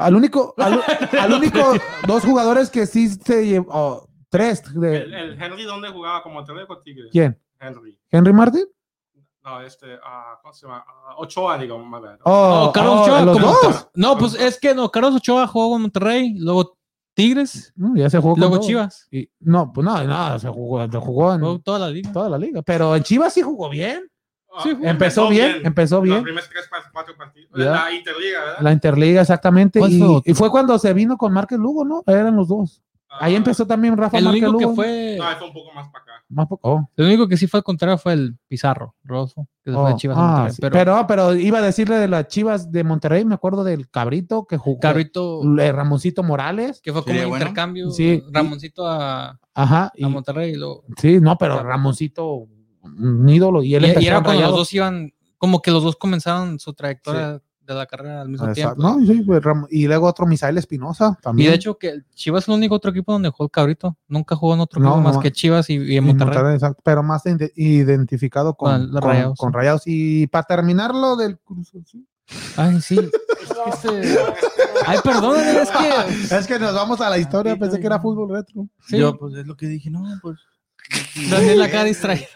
Al único, al, al único dos jugadores que sí se llevó, oh, tres de El, el Henry, ¿dónde jugaba? ¿Como Monterrey o con Tigres? quién? Henry. Henry Martin? No, este, ah, ¿cómo se llama? Ah, Ochoa, digo, my bad. Oh, No, Carlos oh, Ochoa. los como- dos. No, pues es que no, Carlos Ochoa jugó con Monterrey, luego Tigres, Mm, ya se jugó con luego dos. Chivas. Oh. Y- no, pues nada, nada, se jugó, se jugó en Jugó toda la liga. toda la liga. Pero en Chivas sí jugó bien. Ah, sí, jugó. Empezó bien, empezó Los bien. primeros tres, pa- cuatro partidos. Ya. La Interliga, ¿verdad? La Interliga, exactamente. ¿Cuál Y, fue otro? y fue cuando se vino con Márquez Lugo, ¿no? Eran los dos. Ahí Ah, empezó también Rafa El Márquez único que Lugo. fue, No, ahí fue un poco más para acá. Más po- oh, el único que sí fue al contrario fue el Pizarro, Rodolfo, que se fue oh, de Chivas a ah, Monterrey, sí. Pero, pero, pero, iba a decirle de las Chivas de Monterrey, me acuerdo del Cabrito que jugó. Cabrito, eh, Ramoncito Morales. que fue como Sería un bueno. intercambio, Sí, y- Ramoncito a, a Ajá. y- Monterrey y luego. sí, no, pero Ramoncito, un ídolo. Y él Y, y empezó era en cuando los Rayados. dos iban, como que los dos comenzaron su trayectoria de la carrera al mismo Ah, Exacto, tiempo. no, sí, pues, Ram- y luego otro Misael Espinosa Y también. de hecho que el Chivas es el único otro equipo donde jugó el cabrito. Nunca jugó en otro No, equipo más no. que Chivas y, y en Y Monterrey. Monterrey, exacto, pero más ide- identificado con, Con los con- Rayados. con Rayados. Y para terminar lo del Cruz Azul. Ay, sí. Es que este- Ay, perdón, es que. Es que nos vamos a la historia, Ay, pensé ay, que era ay. fútbol retro. sí. Yo, pues es lo que dije, no, pues. Daniel acá distraído.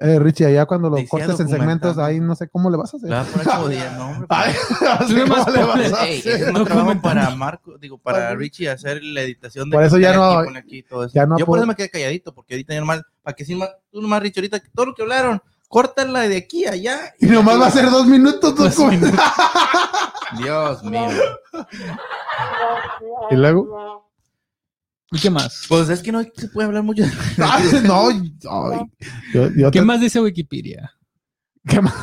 Eh, Richie, allá cuando lo Decía cortes en documental. segmentos, ahí no sé cómo le vas a hacer. La por como día, no, hombre. Ah, Ay, no sé Nomás cómo le vas a ponle, Ey, hacer. es un trabajo para Marco, digo, para Richie hacer la editación de Por eso ya ponle no- aquí, ponle aquí, todo eso. ya no Yo por puedo- eso me quedé calladito, porque ahorita ya nomás, para que sí, más- tú nomás, Richie, ahorita todo lo que hablaron, córtala de aquí a allá. Y nomás va a ser dos minutos Pues documental. Dios mío. Y luego, ¿Y qué más? Pues es que no se puede hablar mucho. Ah, no, ay, yo- yo ¿Qué te- más dice Wikipedia? ¿qué más?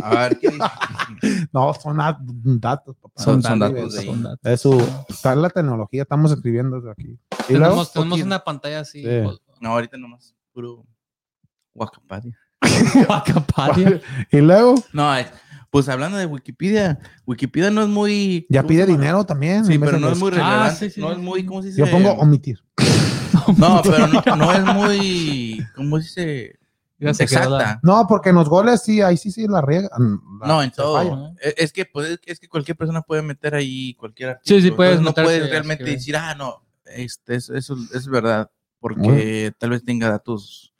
A ver, ¿qué dice? No, son a- datos, papá. Son- son datos. datos de ahí. Son datos. Es su, está la tecnología, estamos escribiendo desde aquí. Y luego, Tenemos, tenemos poquito. una pantalla así. Sí. pues, No, ahorita nomás puro Wacapadia. Wikipedia. Y luego, No, es- pues hablando de Wikipedia, Wikipedia no es muy. Ya ¿cómo pide se llama? Ah, dinero también. Sí, en vez pero de no es los- muy relevante. sí, sí, no sí, es sí. muy, ¿cómo se dice? Yo pongo omitir. No, pero no, no es muy. ¿Cómo se dice? Ya se quedó la- Exacta. No, porque en los goles sí, ahí sí, sí la riega. la- No, en todo. falla, ¿no? Es es que, pues, es que cualquier persona puede meter ahí cualquier Sí, sí, artículo. puedes Entonces, No meterse puedes a realmente escribir. decir, ah, no, este, es- eso es verdad, porque Bueno. tal vez tenga datos.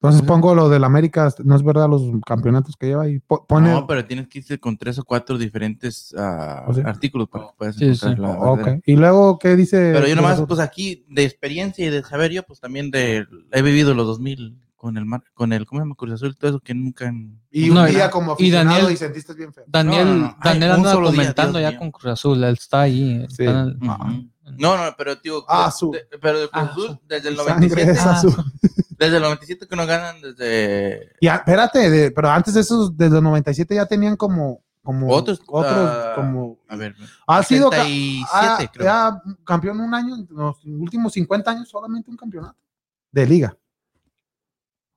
Entonces pongo lo del América, no es verdad los campeonatos que lleva y po- pone. No, pero tienes que irse con tres o cuatro diferentes ah, ¿Ah, sí? artículos para que puedas Sí, sí. encontrar la Oh, verdadera. ok. Y luego, ¿qué dice? Pero yo Cruz nomás, Azul? pues aquí, de experiencia y de saber, yo pues también de, he vivido los 2000 con el, mar, con el ¿cómo se llama? Cruz Azul y todo eso que nunca... en- Y un No, y- día como y aficionado y, Daniel- sentiste bien feo. Daniel, No, no, no. Ay, Daniel un anda solo día, comentando Dios ya mío. con Cruz Azul. Él está ahí. está Sí. en el- Ujú. No, no, pero tío, Ah, de- azul. de- pero de Cruz Ah, Azul, desde el Sangre 97, es azul. desde el 97 que no ganan desde Y a- espérate, de- pero antes de esos, desde el 97 ya tenían como. como Otros, otros ah, como. a ver, Ha sido. ca- 87 ah, creo. ya campeón un año, en los últimos 50 años solamente un campeonato de liga.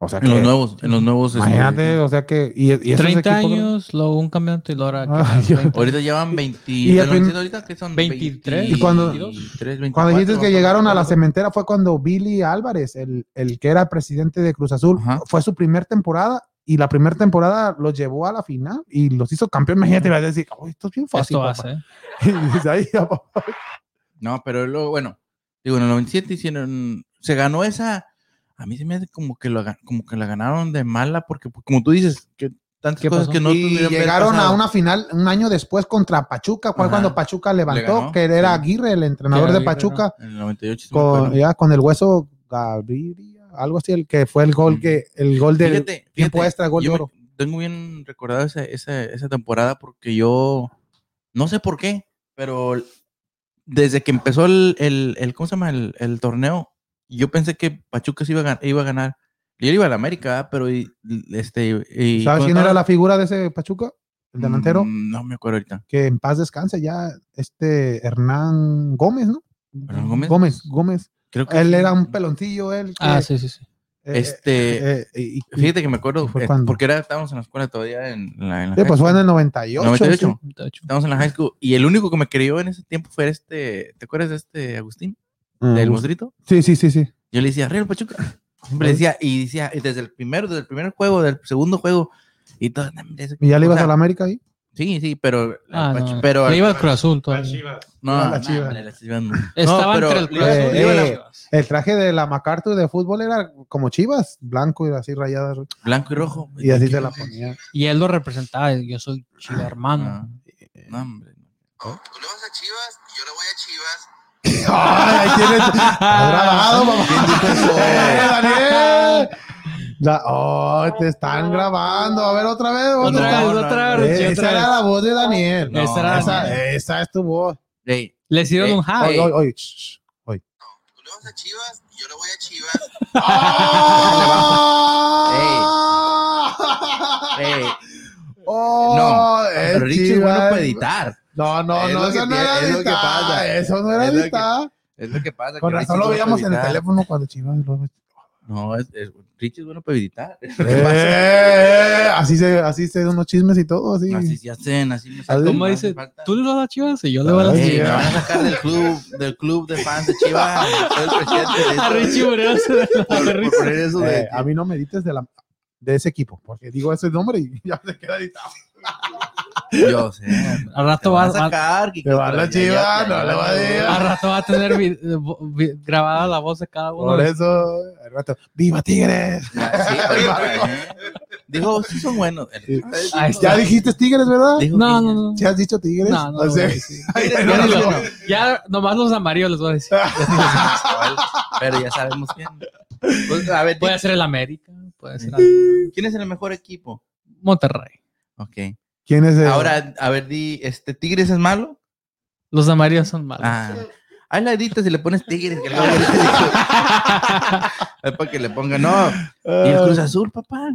O sea que. En los nuevos, en los nuevos este, Imagínate, o sea que. Y, y esos 30 equipos- años, luego un campeonato y luego ahora. Ay, yo- Ahorita llevan 20. Y el del 97 prim- ahorita que son 23. Y cuando- 23, Cuando 24, dijiste más que o llegaron a la menos. cementera fue cuando Billy Álvarez, el, el que era presidente de Cruz Azul, Ajá. fue su primer temporada y la primera temporada los llevó a la final y los hizo campeón. Imagínate, vas a decir, "Ay, esto es bien fácil. Esto papá". hace. ¿eh? Y desde ahí, papá, No, pero luego, bueno, digo, en el 97 hicieron, se ganó esa, a mí se me hace como que, lo, ga- como que la ganaron de mala, porque pues, como tú dices, que tantas ¿Qué cosas pasó? que no y tuvieron que haber llegaron a pasado. una final un año después contra Pachuca. Fue Ajá. cuando Pachuca levantó, ganó, que era sí. Aguirre, el entrenador Que de Aguirre, Pachuca, En el 98. sí me con, acuerdo. ya, con el hueso Gaviria, algo así, el que fue el gol que el gol de Mm. Fíjate, fíjate, tiempo extra, gol de yo me- oro. tengo bien recordado esa, esa, esa temporada porque yo, no sé por qué, pero desde que empezó el, el, el- ¿cómo se llama? El, el torneo, yo pensé que Pachuca se iba a, gan- iba a ganar. Yo iba a la América, ¿verdad? pero y- este... ¿Sabes y cuando quién era estaba- la figura de ese Pachuca? El delantero. Mm, No me acuerdo ahorita. que en paz descanse ya este Hernán Gómez, ¿no? ¿Hernán Gómez? Gómez, Gómez. Creo que Él sí. era un peloncillo, él. que, Ah, sí, sí, sí. eh, Este, eh, eh, y- y- fíjate que me acuerdo, ¿Y fue eh, cuándo? porque era, estábamos en la escuela todavía, en la, en la sí, high pues fue en school. el 98. 98. sí. Está hecho. Estábamos en la high school y el único que me creyó en ese tiempo fue este, ¿te acuerdas de este Agustín? Ah, Del monstruito. Sí, sí, sí, sí. Yo le decía, Real Pachuca. Hombre, decía, y decía, y desde el primero, desde el primer juego, del segundo juego, y todo. "No, hombre, ese- ¿Y ya le o ibas sea, a la América ahí? Sí, sí, pero. Ah, el Pachu- no. pero Le iba al Cruz Azul Las todavía. Chivas. no, iba a la no, Chivas. hombre, la Chivas no. No, Estaba pero entre el le Cruz iba- Azul eh, y las eh, Chivas. El traje de la MacArthur de fútbol era como chivas, blanco y así rayado. Blanco y rojo. Y así te la ponía. Y él lo representaba. Yo soy chiva hermano. No, no, hombre. Tú le vas a Chivas, yo le voy a Chivas. ¡Ay, ahí tienes! Está grabado, mamá! ¡Eh, Daniel! La- ¡Oh, te están grabando! A ver, otra vez. Otra otra vez, no, otra no, vez, Eh, otra esa era vez. la voz de Daniel. No, Esa era la esa, voz. esa es tu voz. Ey, Le hicieron Eh, un Ah, Oye, eh. high. oye, oye, shh, shh, oye. Tú le vas a Chivas, yo le voy a Chivas. ¡Ah! ey, ¡Oh! es pero Richie es chiva, bueno para es- editar. No, no, Es no, lo eso que no tiene- era es lo que editar, pasa. Eso no era Es lo que- editar. Es lo que pasa. Con que Richie razón es lo bueno para veíamos en el editar. teléfono cuando chivas. lo- No, es, es- Richie es bueno para editar. Eh, así se, así se unos chismes y todo, así. Así se hacen, así me ¿Cómo sacan, no dice? hace falta. Tú le vas a Chivas y yo le voy a las Ay, Ey, me Chivas. van a sacar del club, del club de fans de Chivas. Soy el presidente de A eso. Richie Moreno se le va a por, la por risa. poner eso de- Eh, a mí no me edites de la de ese equipo, porque digo ese nombre y ya se queda editado. Yo sé. Te Al rato va, van a va- sacar. Te va la chiva, no le va a decir. al rato va a tener vi- eh, vi- grabada la voz de cada uno. Por eso, al rato, ¡Viva Tigres! Dijo, sí son buenos. Ahí está. Ya dijiste Tigres, ¿verdad? Dijo No, que- no, no. ¿Sí has dicho Tigres? No, no, O sea, no, ay, Ya, no, ni no, lo- no. ya nomás los amarillos les voy a decir. Pero ya sabemos quién. Pues, a ver, Puede ser el América, puede ser di- ¿quién es el mejor equipo? Monterrey. Ok. ¿Quién es el? Ahora, a ver, di, este, ¿Tigres es malo? Los amarillos son malos. Ah, Ahí la editas y le pones tigres. que luego ahorita- Es para que le pongan, no. Y el Cruz Azul, papá.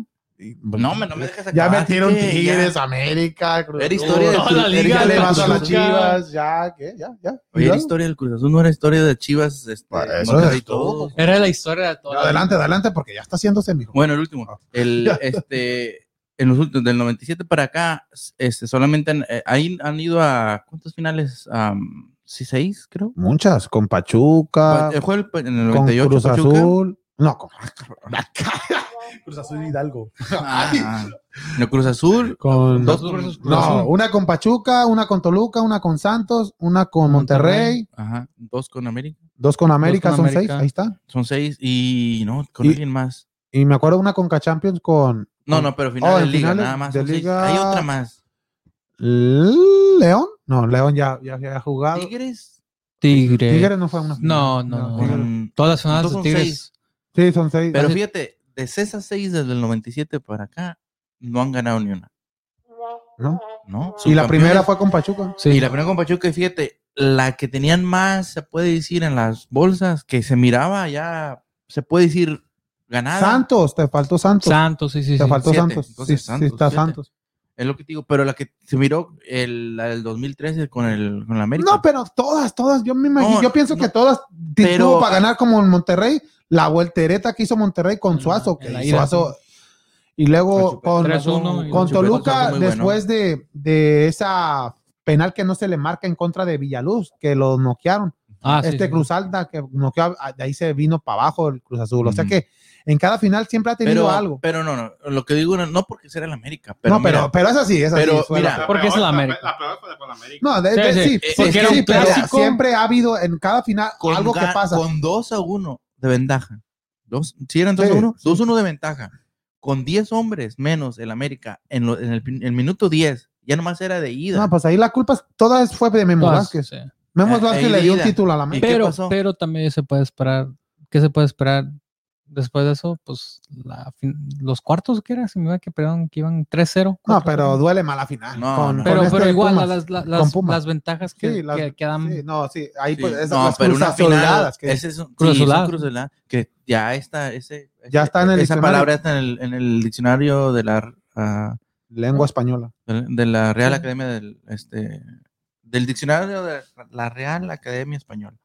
No, me, no me dejas Ya acabar, metieron sí, ya. Tigres, América, Cruz Era historia del Azul. Cruz- la era liga Ya historia de le del vas a las Cruz Azul. chivas, ya, ¿qué? Ya, ya. Oye, era historia del Cruz Azul, no era historia de Chivas. Este, Para Ah, eso Monterrey, es todo. todos. Era la historia de toda Adelante, adelante, porque ya está haciéndose, mijo. Bueno, el Ah. último. El, este, en los últimos, del 97 para acá, este, solamente han- eh, ahí han ido a, ¿cuántos finales? Am, sí, seis, creo. Muchas, con Pachuca, el juego en el Ah, con 98 Cruz Pachuca. Azul. No, con Cruz Azul Hidalgo. Ah, en el Cruz Azul. Con Dos versus Cruz No, Azul. una con Pachuca, una con Toluca, una con Santos, una con Monterrey, Ajá, dos con América. dos con América, con son América. seis, ahí está. Son seis y no, con Y- alguien más. Y me acuerdo una Conca Champions con No, no, pero final Oh, de en liga, finales nada más. de son seis. liga- Hay otra más. León. No, León ya, ya, ya había jugado. Tigres. Tigre. Tigres no fue una. No, no, no. Tigres. Mm, Todas las sonadas Entonces de son Tigres. Sí, son seis. Pero fíjate, de esas seis desde el 97 para acá, no han ganado ni una. ¿no? Y ¿no? la Subcampeones. primera fue con Pachuca. Sí. Y la primera con Pachuca, y fíjate, la que tenían más, se puede decir, en las bolsas, que se miraba ya, se puede decir, ganada. Santos, te faltó Santos. Santos, sí, sí. te sí. faltó siete, Santos. entonces sí, Santos, sí, está siete. Santos. Es lo que te digo, pero la que se miró, el, la del 2013 con el con la América. No, pero todas, todas. Yo me imagino, No, yo pienso no. que todas Pero- pero, para ganar como en Monterrey, la voltereta que hizo Monterrey con En la- Suazo, Mm, en que la ida, Suazo. Y luego Pachuca. con, 3-1 y con Pachuca Toluca, fue muy bueno. después de, de esa penal que no se le marca en contra de Villaluz, que lo noquearon. Ah, sí, este sí. Cruz Alta que noqueó, a- de ahí se vino para abajo el Cruz Azul. O sea Ujú. que en cada final siempre ha tenido Mm. pero, algo. pero no, no, lo que digo, no, no porque será el América, pero no, pero, mira, pero es así, es así. pero suelo. mira, Porque es el América. La peor fue la con América. No, de, Sí, de- sí. sí, Eh, sí, porque era sí, un pero clásico. siempre ha habido en cada final con algo que ga- pasa. Con 2 a 1 de ventaja. Dos, ¿Sí eran 2 Sí, a 1? sí. 2 a 1 de ventaja. Con 10 hombres menos el América en, lo- en el, pin- el minuto 10. Ya nomás era de ida. No, pues ahí la culpa es- toda es- fue de Memo Todas, Vázquez. sí. Memo Eh, Vázquez eh, le dio un ida. título a la ¿Y América. qué pero, pasó? pero también se puede esperar. ¿Qué se puede esperar después de eso? Pues la fin- los cuartos que era, se me iba que perdón, que iban 3-0. No, 4-0. pero duele más la final. No, con- no. con pero, este pero igual Pumas. las, las, con las, Pumas. las ventajas que, Sí, las- que, que dan. Sí, no, sí, ahí Sí, pues esas no, las pero una final. cruzazoleadas que- ese es un- sí, Cruzolada. son cruzoladas, Que ya está, ese, Ya está en el esa diccionario. palabra está en el, en el diccionario de la, ah, Lengua española. de la Real Sí. Academia del, este, del diccionario de la Real Academia Española.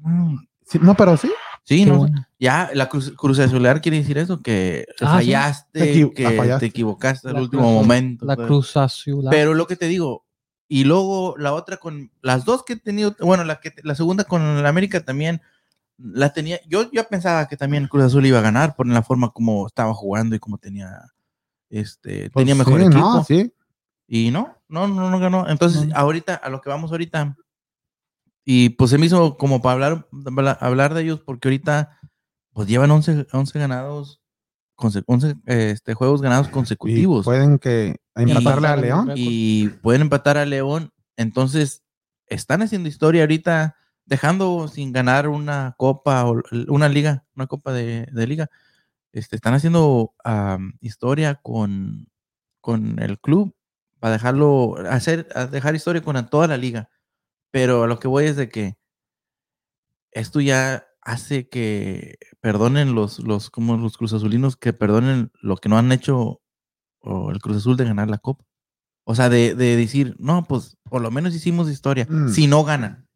Mm. Sí, no, pero sí. Sí, Qué no, bueno. Ya, la cruz, cruz azular quiere decir eso, que Ah, fallaste, Te equi- que ah, fallaste. te equivocaste al La último cruz- momento. La pues. Cruz Azul. Pero lo que te digo, y luego la otra con las dos que he tenido, bueno, la, que, la segunda con la América también, la tenía, yo ya pensaba que también Cruz Azul iba a ganar por la forma como estaba jugando y como tenía, este, Pues tenía sí, mejor equipo. No, sí. Y no, no, no, no ganó. Entonces, No. ahorita, a lo que vamos ahorita, y pues se me hizo como para hablar, para hablar de ellos, porque ahorita, pues llevan 11, 11 ganados, conse- 11 este, juegos ganados Y consecutivos. Y, pueden que empatarle a León. pueden empatar a León. Entonces, están haciendo historia ahorita, dejando sin ganar una copa, o l- una liga, una copa de, de liga. Este, están haciendo am, historia con, con el club para dejarlo, hacer, a dejar historia con a toda la liga. Pero a lo que voy es de que esto ya hace que perdonen los, los como los Cruz Azulinos, que perdonen lo que no han hecho o el Cruz Azul de ganar la Copa. O sea, de, de decir, no, pues por lo menos hicimos historia, Mm. si no ganan.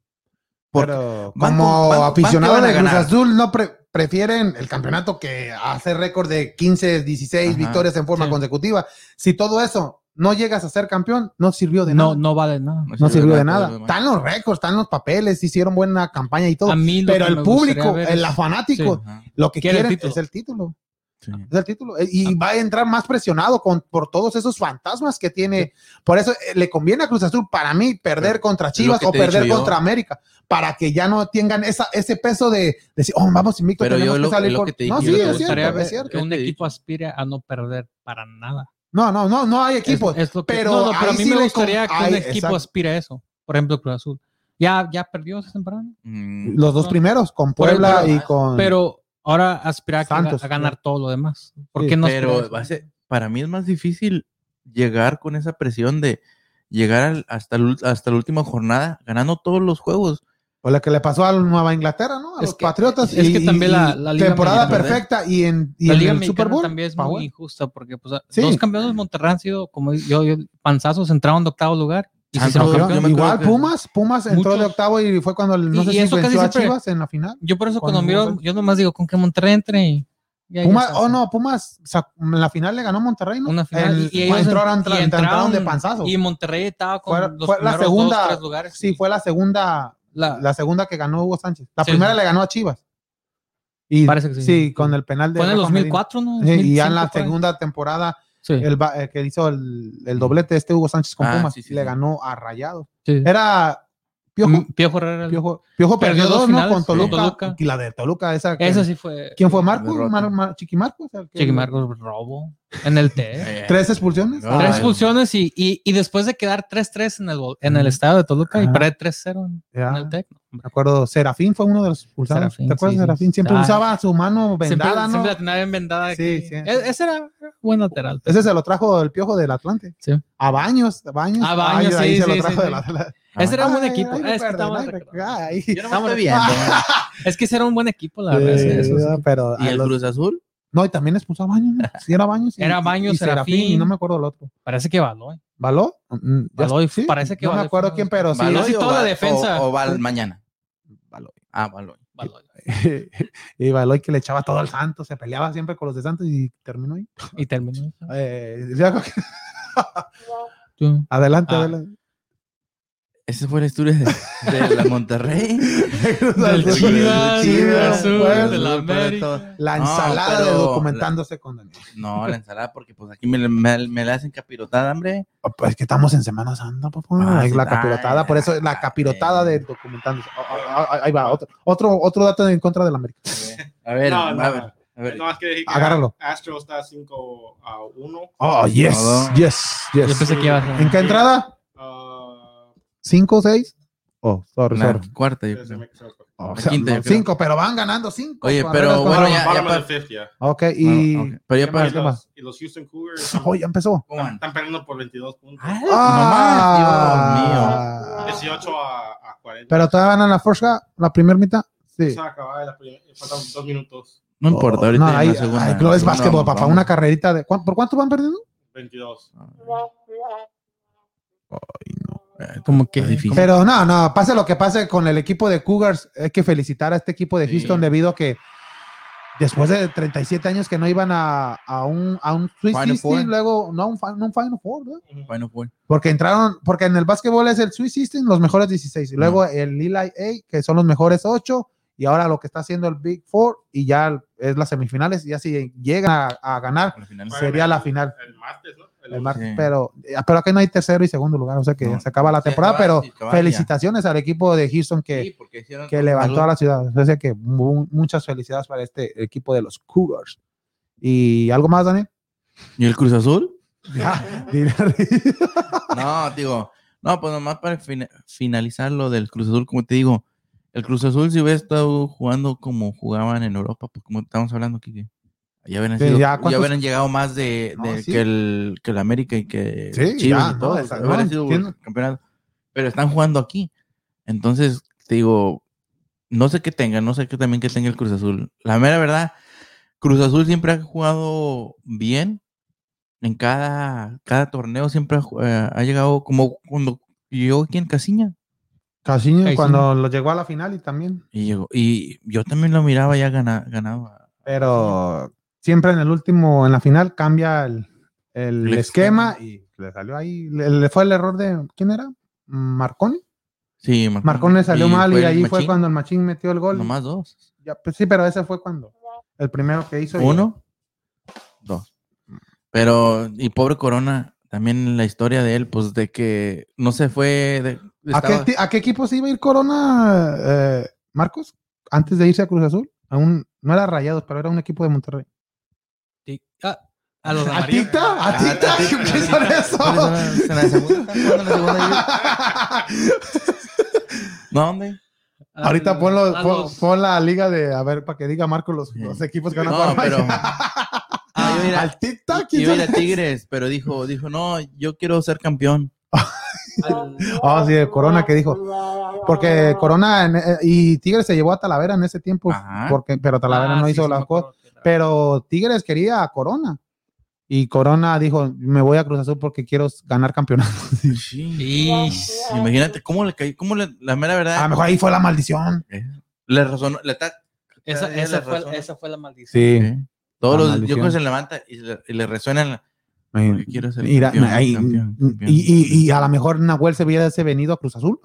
Porque Pero van como con- van- van que aficionado van a de Cruz ganar. Azul, no pre- prefieren el campeonato que hacer récord de 15, 16 Ajá. victorias en forma Sí. consecutiva. Si todo eso no llegas a ser campeón, no sirvió de no, nada. no vale nada. No sirvió de todo nada. lo demás. Están los récords, están los papeles, hicieron buena campaña y todo. A mí lo Pero que el me gustaría público, ver el es- la fanático, Ajá, lo que Quiere el quieren título. es el título. sí. Es el título. E- Ah. Y va a entrar más presionado con, por todos esos fantasmas que tiene. Por eso eh, le conviene a Cruz Azul, para mí, perder Pero, contra que Chivas te o he dicho perder yo. contra América, para que ya no tengan esa, ese peso de decir, oh, vamos invicto, Pero tenemos yo que lo- salir lo con-". que te No, dije, ah, sí, yo te es gustaría cierto, ver- es cierto. que un Este equipo aspire a no perder para nada. No, no, no, no hay Es- equipo. Es, lo que- pero no, no, pero a ahí mí sí me le gustaría con- que ahí, un equipo exacto. aspire a eso. Por ejemplo, Cruz Azul. Ya, ya perdió esa temporada. Mm, Los dos No. primeros, con Por el- Puebla pero- y con... Pero ahora aspira a, que- Ah. Santos, a ganar todo lo demás. ¿Por Sí, qué no aspira a Pero eso? va a ser- para mí es más difícil llegar con esa presión de llegar al- hasta, el ul- hasta la última jornada ganando todos los juegos Pues la que le pasó a Nueva Inglaterra, ¿no? A Es los que- Patriotas. es que y- también y- la- la y Liga temporada Mexicana, perfecta y en, y la en Liga el Super Mexicana Bowl. también es pa' muy bueno. injusta porque pues, Sí. dos campeones de Monterrey han sido, como yo, yo panzazos, entraron de octavo lugar. Y Ah, sí se no, Yo- lo yo me campeón. acuerdo igual que- Pumas, Pumas entró Muchos. de octavo y fue cuando el- no Y- sé y si eso casi venció a siempre- Chivas en la final. Yo por eso Cuando cuando miro, Monterrey- yo nomás digo, con que Monterrey entre. y- y ahí Pumas, está. oh no, Pumas sac- en la final le ganó a Monterrey, ¿no? Una final, El- y- y ellos entraron, en- y entraron entraron- de panzazo. Y Monterrey estaba con Fue- los fue la primeros segunda- dos, tres lugares. Sí, fue la segunda, La- la segunda que ganó Hugo Sánchez. La Sí. primera le ganó a Chivas. Y Parece que sí. sí. con el penal de fue en el Rafa Medina. 2004, ¿no? Sí, y ya en 2005 la por ahí. segunda temporada Sí, el, ba- eh, que hizo el, el doblete este Hugo Sánchez con Ah, Pumas sí, sí, le sí. ganó a Rayado. sí. Era Piojo, Mm, Piojo Herrera. Piojo, Piojo perdió, Perdió dos dos, ¿no? finales Con con Toluca, Toluca. Y la de Toluca, esa. que- Eso sí fue. ¿Quién fue? ¿Marcos? Derrota. Mar- Mar- ¿Chiquimarcos? El que- Marcos Robo en el T. Eh, ¿Tres expulsiones? No, Ah, Tres expulsiones y, y, y después de quedar 3-3 en el, bol- en el Ujú. estado de Toluca y Ajá. perder 3-0 en- ya. en el TEC. Me acuerdo, Serafín fue uno de los expulsados. Serafín, ¿Te acuerdas sí, de sí. Serafín? Siempre Ah. usaba su mano Siempre, vendada, ¿no? siempre la tenía bien vendada. Sí, aquí. sí. E- ese era buen lateral. pues. Ese se lo trajo el piojo del Atlante. Sí. A Baños, a Baños. A Baños, Ahí- ahí sí, se sí, lo trajo sí, del sí. Atlante. Ese era un buen Ay, equipo. ay, Ah, es, que recuerden, estaba- ay, recuerden. Ay. yo nomás estoy viendo. es que ese era un buen equipo, la verdad. Sí, ese- eso sí. pero ¿Y a el los- Cruz Azul? no, y también expulsó a Baños. ¿no? Sí, era Baños. y- Era y- Baños, y Serafín. Serafín. Y no me acuerdo el otro. Parece que Baló. ¿eh? ¿Való? Mm, ya- Baló y- sí, parece que No me Baló y acuerdo fue- quién, pero sí. Baló. ¿Baloy casi o toda la Ba- defensa. O, o Val- mañana. Ah, Baloy. Baló. y Baloy que le echaba todo al Santos. Se peleaba siempre con los de Santos y terminó ahí. Y terminó. Eh, ya- Tú. adelante, Ah. adelante. Ese fue la historia de, de la Monterrey. Del Del Chivas, Chivas, del pues, Azul, de la del Puebla, América. La No, ensalada pero de la- documentándose con Daniel. No, la ensalada, porque pues aquí me, me, me la hacen capirotada, hombre. Ah, Pues que estamos en Semana Santa, papá. Ah, Ahí sí, Ah, la ay, capirotada, por eso ay, la capirotada de ay. documentándose. Ah, ah, ah, Ahí va, otro, otro, otro dato en contra del América. A ver, No, a no, ver, a ver. No, es que dije que Agárralo. Astro está 5 a 1. Oh, yes, Ah. yes, Yo yes. pensé que iba a ser. ¿En qué entrada? Ah, ¿Cinco, seis? Oh, sorry, Una sorry. cuarta, yo se creo. me- se me fue. Oh, la o sea, quinta, yo no, creo. cinco, pero van ganando cinco. Oye, Para pero ver, bueno, para- ya- Bottom pa- of the fifth, ya. Ok, y. Bueno, ok. Pero ya para... Y ¿qué más? los, y los Houston Cougars Oh, están, ya empezó. ¿Cómo van? están perdiendo por 22 puntos. Ah, Ah. 18 a, a 40. Pero todavía van a la fuerza, la primera mitad. Sí. Se acaba la primera- eh, faltan dos minutos. No importa, ahorita No, en ahí, la segunda. ahí, en lo la es segunda básquetbol, vamos, papá. vamos. Una carrerita de. ¿cuán- ¿Por cuánto van perdiendo? 22. Como que. Es Eh, difícil. Pero no, no, pase lo que pase con el equipo de Cougars, hay que felicitar a este equipo de Sí. Houston debido a que después de 37 años que no iban a, a un, a un Sweet Final 16, Four. luego no un, fi- no un Final Four, ¿verdad? Bueno, fue. Porque entraron, porque en el básquetbol es el Sweet 16, los mejores 16, y luego el Eli A, que son los mejores 8, y ahora lo que está haciendo el Big Four, y ya es las semifinales, y así llegan a, a ganar al final. Sí. Sería la final. El martes, ¿no? el martes, Sí. pero, pero acá no hay tercero y segundo lugar, o sea que No, se acaba la se temporada, acaba, pero sí, acaba ya. felicitaciones al equipo de Houston que Sí, porque hicieron que todo levantó a algo. la ciudad. O sea que mu- muchas felicidades para este equipo de los Cougars. ¿Y algo más, Daniel? ¿Y el Cruz Azul? Ya, dile. No, digo, no, pues nomás para fina- finalizar lo del Cruz Azul, como te digo, el Cruz Azul si hubiera estado jugando como jugaban en Europa, pues como estamos hablando aquí, que ya hubieran, Sí, sido- ya, ya ¿cuántos? hubieran llegado más de, No, de- sí. que el que el América y que Sí, eh, Chivas ya, y todo, no, esa- hubieran no, sido entiendo. campeonato. Pero están jugando aquí. Entonces, te digo, no sé qué tenga, no sé qué también que tenga el Cruz Azul. La mera verdad, Cruz Azul siempre ha jugado bien. En cada, cada torneo siempre ha, ju- eh, ha llegado como cuando llegó aquí en Casiña. Casinho Casinho. cuando lo llegó a la final y también. Y, llegó, y yo también lo miraba ya gana- ganado. a- Pero siempre en el último, en la final, cambia el, el El esquema y le salió ahí. Le, le fue el error de. ¿Quién era? Marconi. Sí, Marcón. Marconi le salió mal y el ahí fue Machín, cuando el Machín metió el gol. Nomás dos. Ya, pues sí, pero ese fue cuando. El primero que hizo. y- Uno, dos. Pero, y pobre Corona, también la historia de él, pues de que no se fue. de- ¿A qué, estaba- ti- a qué equipo se iba a ir Corona, eh, Marcos? Antes de irse a Cruz Azul. A un- no era Rayados, pero era un equipo de Monterrey. Ah, a los ¿A amarillos. Tita? Ah, ¿A Tita? ¿Qué son ¿Cuál eso? es la- en la segunda? ¿Están jugando en la segunda división? ¿No, ¿Dónde? A Ahorita los- ponlo, a pon, los- pon la liga de, a ver, para que diga Marcos los, los equipos que van a No, jugar. pero. Ah, yo iba a ir a- ¿Al Tic Tac? yo iba a ir a Tigres, pero dijo, dijo, no, yo quiero ser campeón. Ah, sí, el Corona que dijo. Porque Corona en- eh, y Tigres se llevó a Talavera en ese tiempo, Ajá. porque, pero Talavera Ah, no sí, hizo sí me las cosas. acuerdo que la- Pero Tigres quería a Corona. Y Corona dijo, me voy a Cruz Azul porque quiero ganar campeonato. Ish, pues Imagínate cómo le cayó, cómo le- la mera A lo verdad mejor ahí fue la maldición. le razonó, le ta- Esa, tenía esa, la fue, razón. esa fue la maldición. Sí. Todos La los, yo maldición. creo que se levanta y le, y le resuena la- Yo quiero ser Mira, campeón, ahí- mm, campeón, y- campeón. Y, y a lo mejor Nahuel se hubiese venido a Cruz Azul.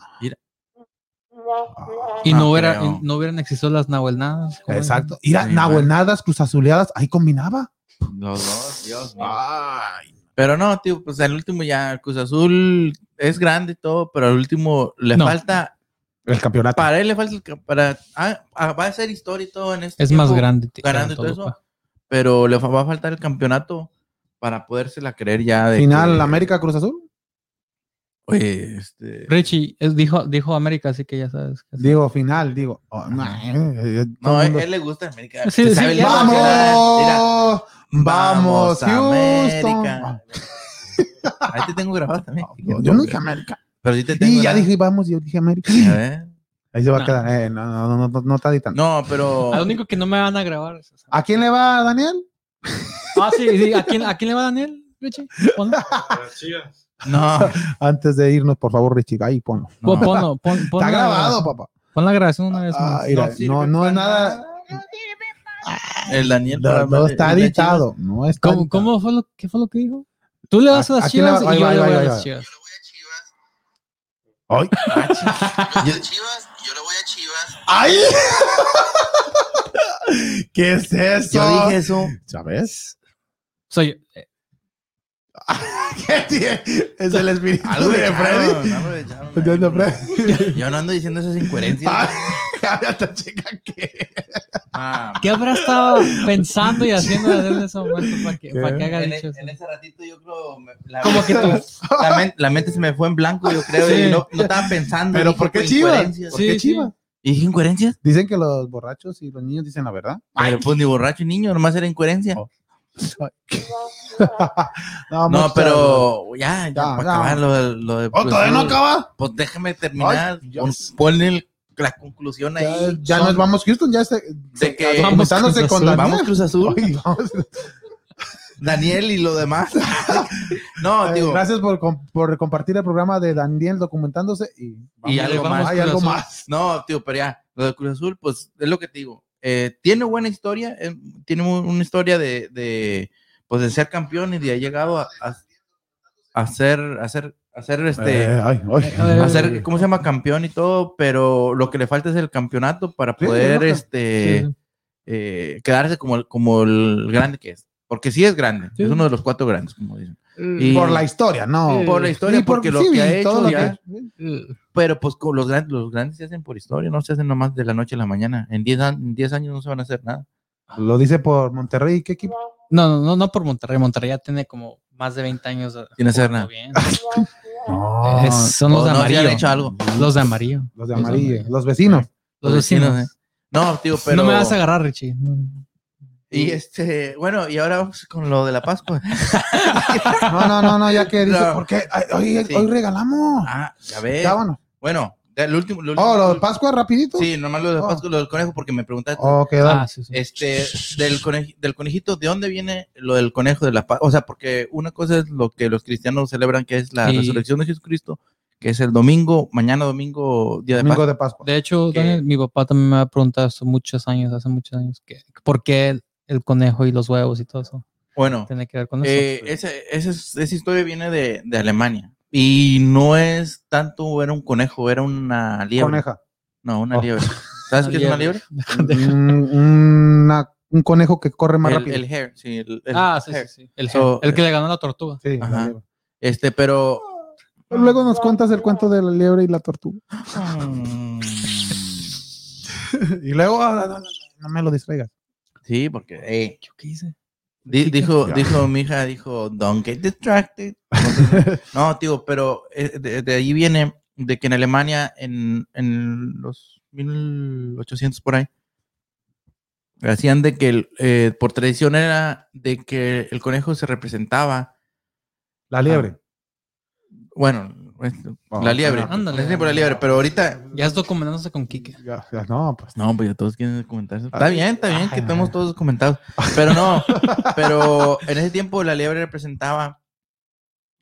Y No no, hubiera, creo. y no hubieran existido las nahuelnadas. como Exacto. Mira, Sí, Nahuel Nadas, Cruz Azuleadas, ahí combinaba. los dos, Dios mío. Ah, Ah. Pero no, tío, pues al último ya Cruz Azul es grande y todo, pero al último le No. falta, El campeonato. para él le falta, el ca- para, ah, ah, va a ser historia y todo en dicen. este Es más tiempo, grande. tío, ganando y todo Toluca. eso, pero le fa- va a faltar el campeonato para podérsela creer ya. De Final, que, América Cruz Azul. Oye, este, Richie es- dijo, dijo América, así que ya sabes. que- Digo, final, digo. oh, no, eh, eh, todo no, el él, mundo- él le gusta el América. Sí, Se sí, sabe el ya. nombre, mira, Vamos, vamos, Houston. América. Ahí te tengo grabado también. Yo, yo no dije América. Pero sí te tengo Y ya grabado. dije, vamos, yo dije América. A ver. Ahí se va No. a quedar. Eh, no, no, no, no, no está editando. No, pero. Al único que no me van a grabar. es esa. ¿A quién le va, Daniel? Ah, sí, sí, ¿A quién, a quién le va Daniel? Richie, ponlo. Las chivas. No. Antes de irnos, por favor, Richie, ahí ponlo. Pon- no. ponlo, pon- pon Está la- grabado, papá. Pon la grabación una vez Ah, más. mira, no, no es nada. El Daniel. No, Parra- no está el- el- editado. No está ¿Cómo, editado. cómo fue lo, ¿Qué fue lo que dijo? Tú le vas a ¿A- las a quién le chivas va- y ahí yo va, le ahí voy va, a ahí las va. chivas. Ay. Yo a Chivas, yo le voy a Chivas. ¡Ay! ¿Qué es eso? Yo dije eso. ¿Sabes? Soy, ¿Qué tiene? Es el espíritu Algo de de Freddy. Freddy. Algo de Charon, ¿De dónde, algo. Freddy? Yo no ando diciendo esas incoherencias. Ah, esta chica que. Ah, ¿Qué habrá estado pensando y haciendo en ese momento para que, ¿Qué? para que haga en, dicho e- eso? en ese ratito yo creo. me- la, Como que tú. la, men- la mente se me fue en blanco, yo creo. Sí. Y no, no estaba pensando. ¿Pero dije, por qué pues, chivas? incoherencias. ¿Por qué Sí, sí. chivas? ¿Y dije incoherencias? Dicen que los borrachos y los niños dicen la verdad. Pero pues ni borracho ni niño, nomás era incoherencia. Oh, no, No, muchas- pero ya, ya, Ya, para ya. acabar lo, de- lo de. Oh, pues, todavía no sí. acaba. Pues déjame terminar. Ay, Pon- Dios. ponle el- la conclusión ahí. Ya, ya Son- nos vamos, Houston. Ya se. De que Vamos, Comentándose Cruz con Azul. Daniel. vamos Cruz Azul, Ay, vamos. Daniel y lo demás. no, Eh, digo, gracias por, com- por compartir el programa de Daniel documentándose y, Y algo Vamos, más, hay Cruz algo Azul. más. no, tío, pero ya, lo de Cruz Azul, pues es lo que te digo. Eh, tiene buena historia, eh, tiene mu- una historia de, de, pues, de ser campeón y de haber llegado a, a, a ser, a ser, a ser, este, Eh, ay, ay. Eh, a ser, ¿cómo se llama? Campeón y todo, pero lo que le falta es el campeonato para Sí, poder, es lo que- este, eh, quedarse como, el- como el grande que es. Porque sí es grande, Sí. es uno de los cuatro grandes, como dicen. Y- Mm, por la historia, no. Sí. por la historia, Sí, por- porque lo sí, que ha todo hecho lo ya, que- pero pues con los grandes, los grandes se hacen por historia, no se hacen nomás de la noche a la mañana. En 10 an- en 10 años no se van a hacer nada. Lo dice por Monterrey, ¿qué equipo? No, no, no, no por Monterrey. Monterrey ya tiene como más de 20 años. de- Sin hacer nada. jugando bien. No, Es- son los O de no se han amarillo. hecho algo. Los de amarillo. los de Los amarillo, amarillo. los vecinos. Los vecinos. eh. No, tío, pero No me vas a agarrar, Richie. y este, bueno, y ahora vamos con lo de la Pascua. No, no, no, no, ya que dice, No. ¿por qué? Ay, Hoy, Sí. hoy regalamos. Ah, ya ves. Ya, bueno. Bueno, el último, lo último- Oh, lo de Pascua, rapidito. Sí, nomás lo de Oh. Pascua, lo del conejo porque me preguntaste Oh, qué dale. Ah, sí, sí. este, del, conej- del conejito, ¿de dónde viene lo del conejo de la paz? O sea, porque una cosa es lo que los cristianos celebran, que es la Sí. resurrección de Jesucristo, que es el domingo, mañana domingo, día de Domingo Pascua. de Pascua. De hecho, que- Daniel, mi papá también me ha preguntado hace muchos años, hace muchos años, que, ¿por qué el, el conejo y los huevos y todo eso Bueno, tiene que ver con eso? eh, ese- ese es- esa historia viene de, de Alemania. Y no es tanto, era un conejo, era una liebre. Coneja. No, una Oh. liebre. ¿Sabes Una qué es una liebre? liebre. Mm, una- un conejo que corre más El, rápido. el hare, sí. El, el ah, sí, hare. sí, sí. El, So- eh, el que le ganó la tortuga. Sí, la Ajá. liebre. Este, pero... Pero Luego nos cuentas el cuento de la liebre y la tortuga. Mm, Y luego, ah, no, no, no, no me lo distraigas. sí, porque... eh, ¿Yo qué hice? Di- Chica. dijo, Ya. dijo mi hija, dijo, don't get distracted. No, tío, pero eh, de, de ahí viene de que en Alemania, en, en los 1800 por ahí, hacían de que, el, eh, por tradición era de que el conejo se representaba, La liebre. bueno, La liebre. Ándale. La liebre, la liebre, pero ahorita. Ya es documentándose con Kike. Ya- ya- no, pues No, pues ya todos quieren comentarse. Está bien, está bien que estemos todos comentados. Pero no, pero en ese tiempo la liebre representaba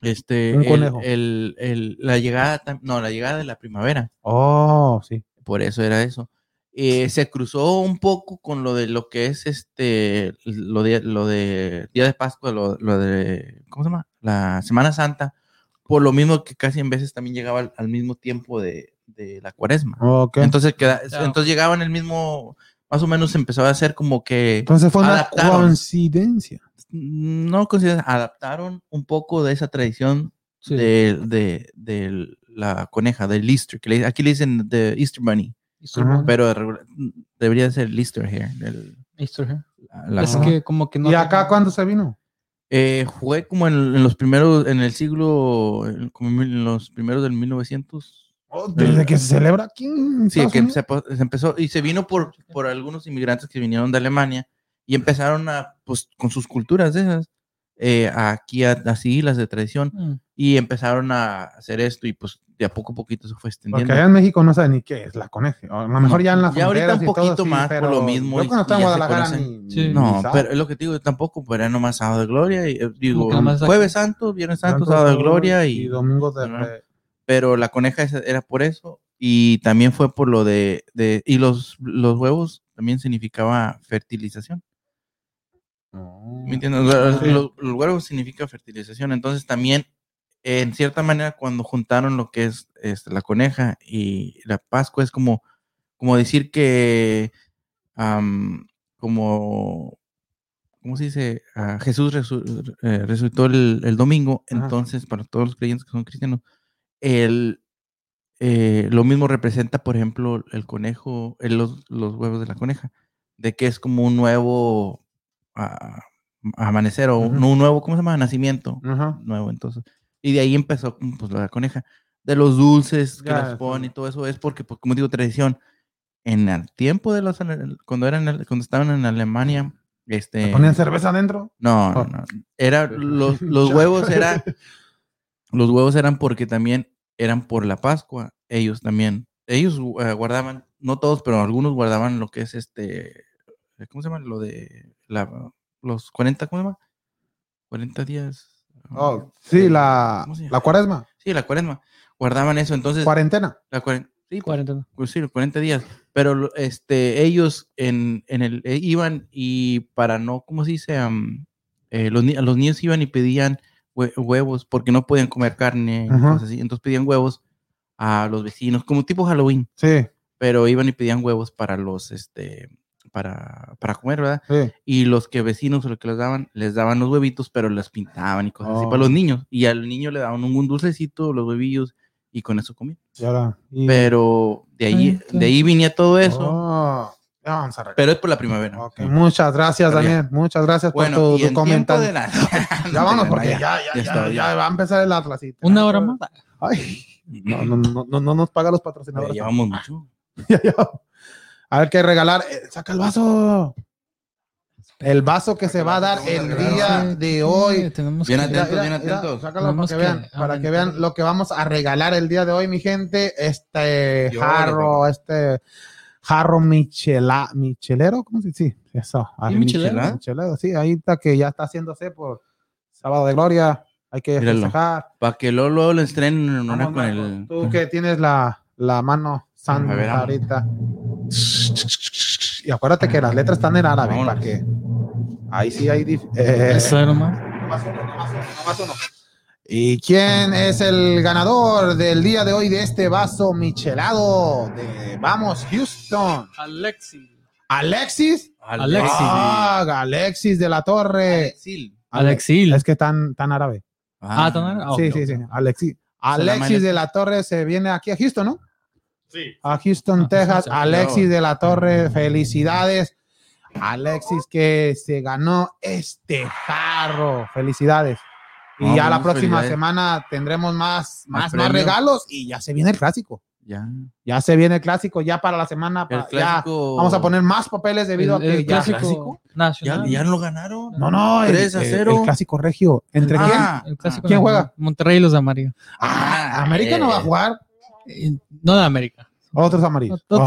este Un el- conejo. el- el- la llegada, tam- no, la llegada de la primavera. Oh, sí. Por eso era eso. Eh, se cruzó un poco con lo de lo que es este lo de lo de Día de Pascua, lo, lo de ¿cómo se llama? La Semana Santa, por lo mismo que casi en veces también llegaba al, al mismo tiempo de, de la Cuaresma. Ok. Entonces, Entonces, queda, Claro. entonces llegaban el mismo, más o menos empezaba a ser como que, fue una adaptaron. coincidencia. no consideran, adaptaron un poco de esa tradición Sí. de, de- de la coneja, del Easter, que le- aquí le dicen the Easter Bunny, Easter Ajá. Bunny, pero de regular- debería ser el Easter Hare. el- Easter Bunny. la- la- Es que como que no. ¿Y acá cuándo se vino? Eh, fue como en, en los primeros, en el siglo, en- como en los primeros del 1900. Oh, desde que se celebra aquí. en Sí, Estados que Unidos. se, po- se empezó y se vino por, por algunos inmigrantes que vinieron de Alemania y empezaron a, pues, con sus culturas de esas, eh, aquí a, a seguirlas de tradición Mm. y empezaron a hacer esto y pues de a poco a poquito se fue Porque extendiendo. allá en México no sabe ni qué es la coneje. A lo mejor No. ya en la Ya ahorita un poquito más por lo mismo y- Yo cuando estaba y en ya se Guadalajara conocen. ni- Sí. ni No, sabe. pero es lo que te digo, tampoco, pero era nomás sábado de gloria, y, eh, digo, que nomás aquí. jueves santo, viernes santo, sábado de gloria y domingo de Ajá. re- pero la coneja esa era por eso y también fue por lo de, de- y los, los huevos también significaba fertilización. ¿Me entiendes? O sea, Sí. Los, los huevos significa fertilización, entonces también en cierta manera cuando juntaron lo que es, este, la coneja y la Pascua es como, como decir que am, como ¿Cómo se dice? Ah, Jesús resu- eh, resucitó el, el domingo, Ajá. entonces para todos los creyentes que son cristianos, el, eh, lo mismo representa, por ejemplo, el conejo, el- los, los huevos de la coneja, de que es como un nuevo ah, amanecer o Ujú. no, un nuevo, ¿cómo se llama? Nacimiento Ajá. nuevo, entonces. Y de ahí empezó como, pues, la coneja. De los dulces que Ya, les ponen y sí. todo eso es porque, pues, como digo, tradición. En el tiempo de los ale- cuando eran ale- cuando estaban en Alemania, ¿Le este ponían cerveza adentro? no, no, Oh. no. Era los, los huevos era los huevos eran porque también eran por la Pascua, ellos también. Ellos eh, guardaban, no todos, pero algunos guardaban lo que es este ¿cómo se llama? Lo de la- los 40, ¿cómo se llama? 40 días. Oh, sí, la, eh, ¿Cómo se llama? la cuaresma, Sí, la cuaresma. Guardaban eso, entonces cuarentena. la cuaren- sí, pues, Cuarentena. pues sí, los 40 días. Pero lo- este, ellos en, en el, eh, iban y para no, ¿cómo se dice? Am, eh, los, ni- los niños iban y pedían hue- huevos porque no podían comer carne. y Ajá. cosas así. Entonces pedían huevos a los vecinos, como tipo Halloween. Sí, Pero iban y pedían huevos para los, este, para, para comer, ¿verdad? sí. Y los que vecinos o los que les daban, les daban los huevitos, pero los pintaban y cosas así Oh. para los niños. Y al niño le daban un dulcecito, los huevillos, y con eso comían. Y ahora. y- Pero de ahí, Ay, qué- de ahí venía todo eso. Oh, ya vamos a arreglar. Pero es por la primavera. Ok, Muchas gracias, Pero ya. Daniel. Muchas gracias Bueno, por y tu, en tu tiempo comentario. de la- Ya vámonos, de la- porque ya, ya. ya, ya ya, está, ya. ya va a empezar el Atlas. y- Una hora más. Ay, no, no, no, no, no nos paga los Ya patrocinadores. llevamos mucho. Ya, ya. A ver qué regalar. Eh, saca el vaso. El vaso que se va a dar el día de hoy. tenemos Bien que- atentos, Mira, bien mira, mira, atentos. sácalo para Vamos que, que vean, para que aumentar. vean lo que vamos a regalar el día de hoy, mi gente. Este Yo le jarro, este jarro michela, michelero, ¿cómo se dice? Sí, eso. Ah, michelero? michelero, sí, ahí está que ya está haciéndose por Sábado de Gloria. Hay que Míralo. festejar. Para que luego, luego lo estrenen en Vamos, una con Marco, el. Tú que tienes la, la mano santa A ver, vamos. ahorita. Y acuérdate que las letras están en árabe Vámonos. para que ahí sí hay dif- eh, Eso era nomás. Nomás uno, nomás uno, nomás uno. ¿Y quién es el ganador del día de hoy de este vaso michelado de Vamos Houston? Alexi. Alexis. Alexis. Ah, Alexis de la Torre. Alexil. Alexil. Es que tan, tan árabe. Ah, tan- ah, ok, sí, sí, ok. sí. Alexis. llama Alexis Alexis. de la Torre se viene aquí a Houston, ¿no? Sí. a Houston, Ah, Texas. sí, sí. Alexis de la Torre, felicidades. Alexis que se ganó este jarro. Felicidades. Y No, ya la pues, próxima felicidades. semana tendremos más, más, Más más premios. regalos y ya se viene el clásico. Ya. Ya se viene el clásico, ya para la semana, El para- ya clásico. vamos a poner más papeles debido El- a que el ya- clásico, Ya, nacional. ya lo ganaron. No, no, el, eh, 3 a el- 0. el clásico regio. ¿Entre Ah. quién? El clásico ¿Quién nacional. juega? Monterrey y los amarillos. Ah, América no va a jugar. Eh, No de América. Otros amarillos. Otro, Oh,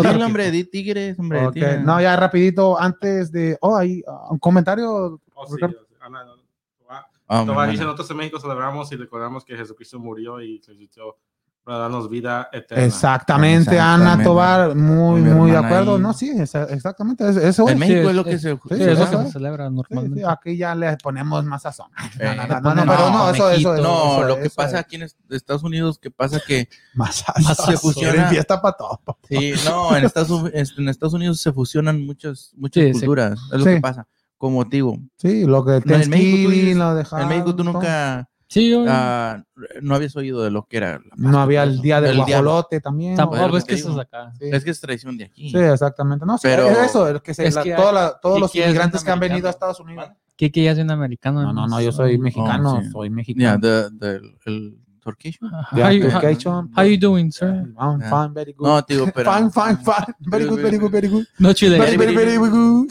otro ah, Dile, hombre, di Tigres, hombre. ok. Tigres. No, ya rapidito, antes de. Oh, ahí, ah, un comentario. Oh, sí, Ricardo. Ana, no, Toba- Ah, mi Toba hermano. dice, nosotros en México celebramos y recordamos que Jesucristo murió y resucitó para darnos vida eterna. Exactamente, Exactamente. Ana Tobar, muy, Con mi muy de hermana acuerdo. ahí. No, sí, esa- exactamente. es- Eso es. En México Sí, es lo sí, que se. Sí, Sí, es lo sí, que sí. se celebra Sí, sí, normalmente. aquí ya le ponemos más sazón. Eh, No, no, no, no, pero no, eso, eso, eso, No, eso, lo que eso pasa es. aquí en est- Estados Unidos, que pasa que Más Más se sazón. fusiona. Quieren fiesta para todo. sí, no, en Estados, Uni- este, en Estados Unidos se fusionan muchas muchas Sí, sí. culturas, es lo Sí. que pasa. Como te digo, Sí, lo que No, en México tú dices- Thanksgiving, lo de en México tú Halloween, nunca Sí, yo- ah, no habías oído de lo que era. la Mm. No había Pascua, el día del el diablo. guajolote también. Tampoco. ¿no? Tampoco lo pues, es que que te eso digo. es acá. Sí. Es que es tradición de aquí. Sí, exactamente. No, sí, Pero- es eso, el que se- Es la- que- toda la- todos que los quieres inmigrantes un que han americano. venido a Estados Unidos. Que que ya es de un americano. No, no, además. no, yo soy mexicano, Ah, Oh, sí. soy Ya, mexicano. de- del- el turquish. how, Yeah, you, how, turquish. Turcation. how you doing, sir? I'm Ya. Ah, fine, very good. No, te digo, pero. fine, fine, fine. Very good, very good, very good. No chile. Very, very, very good.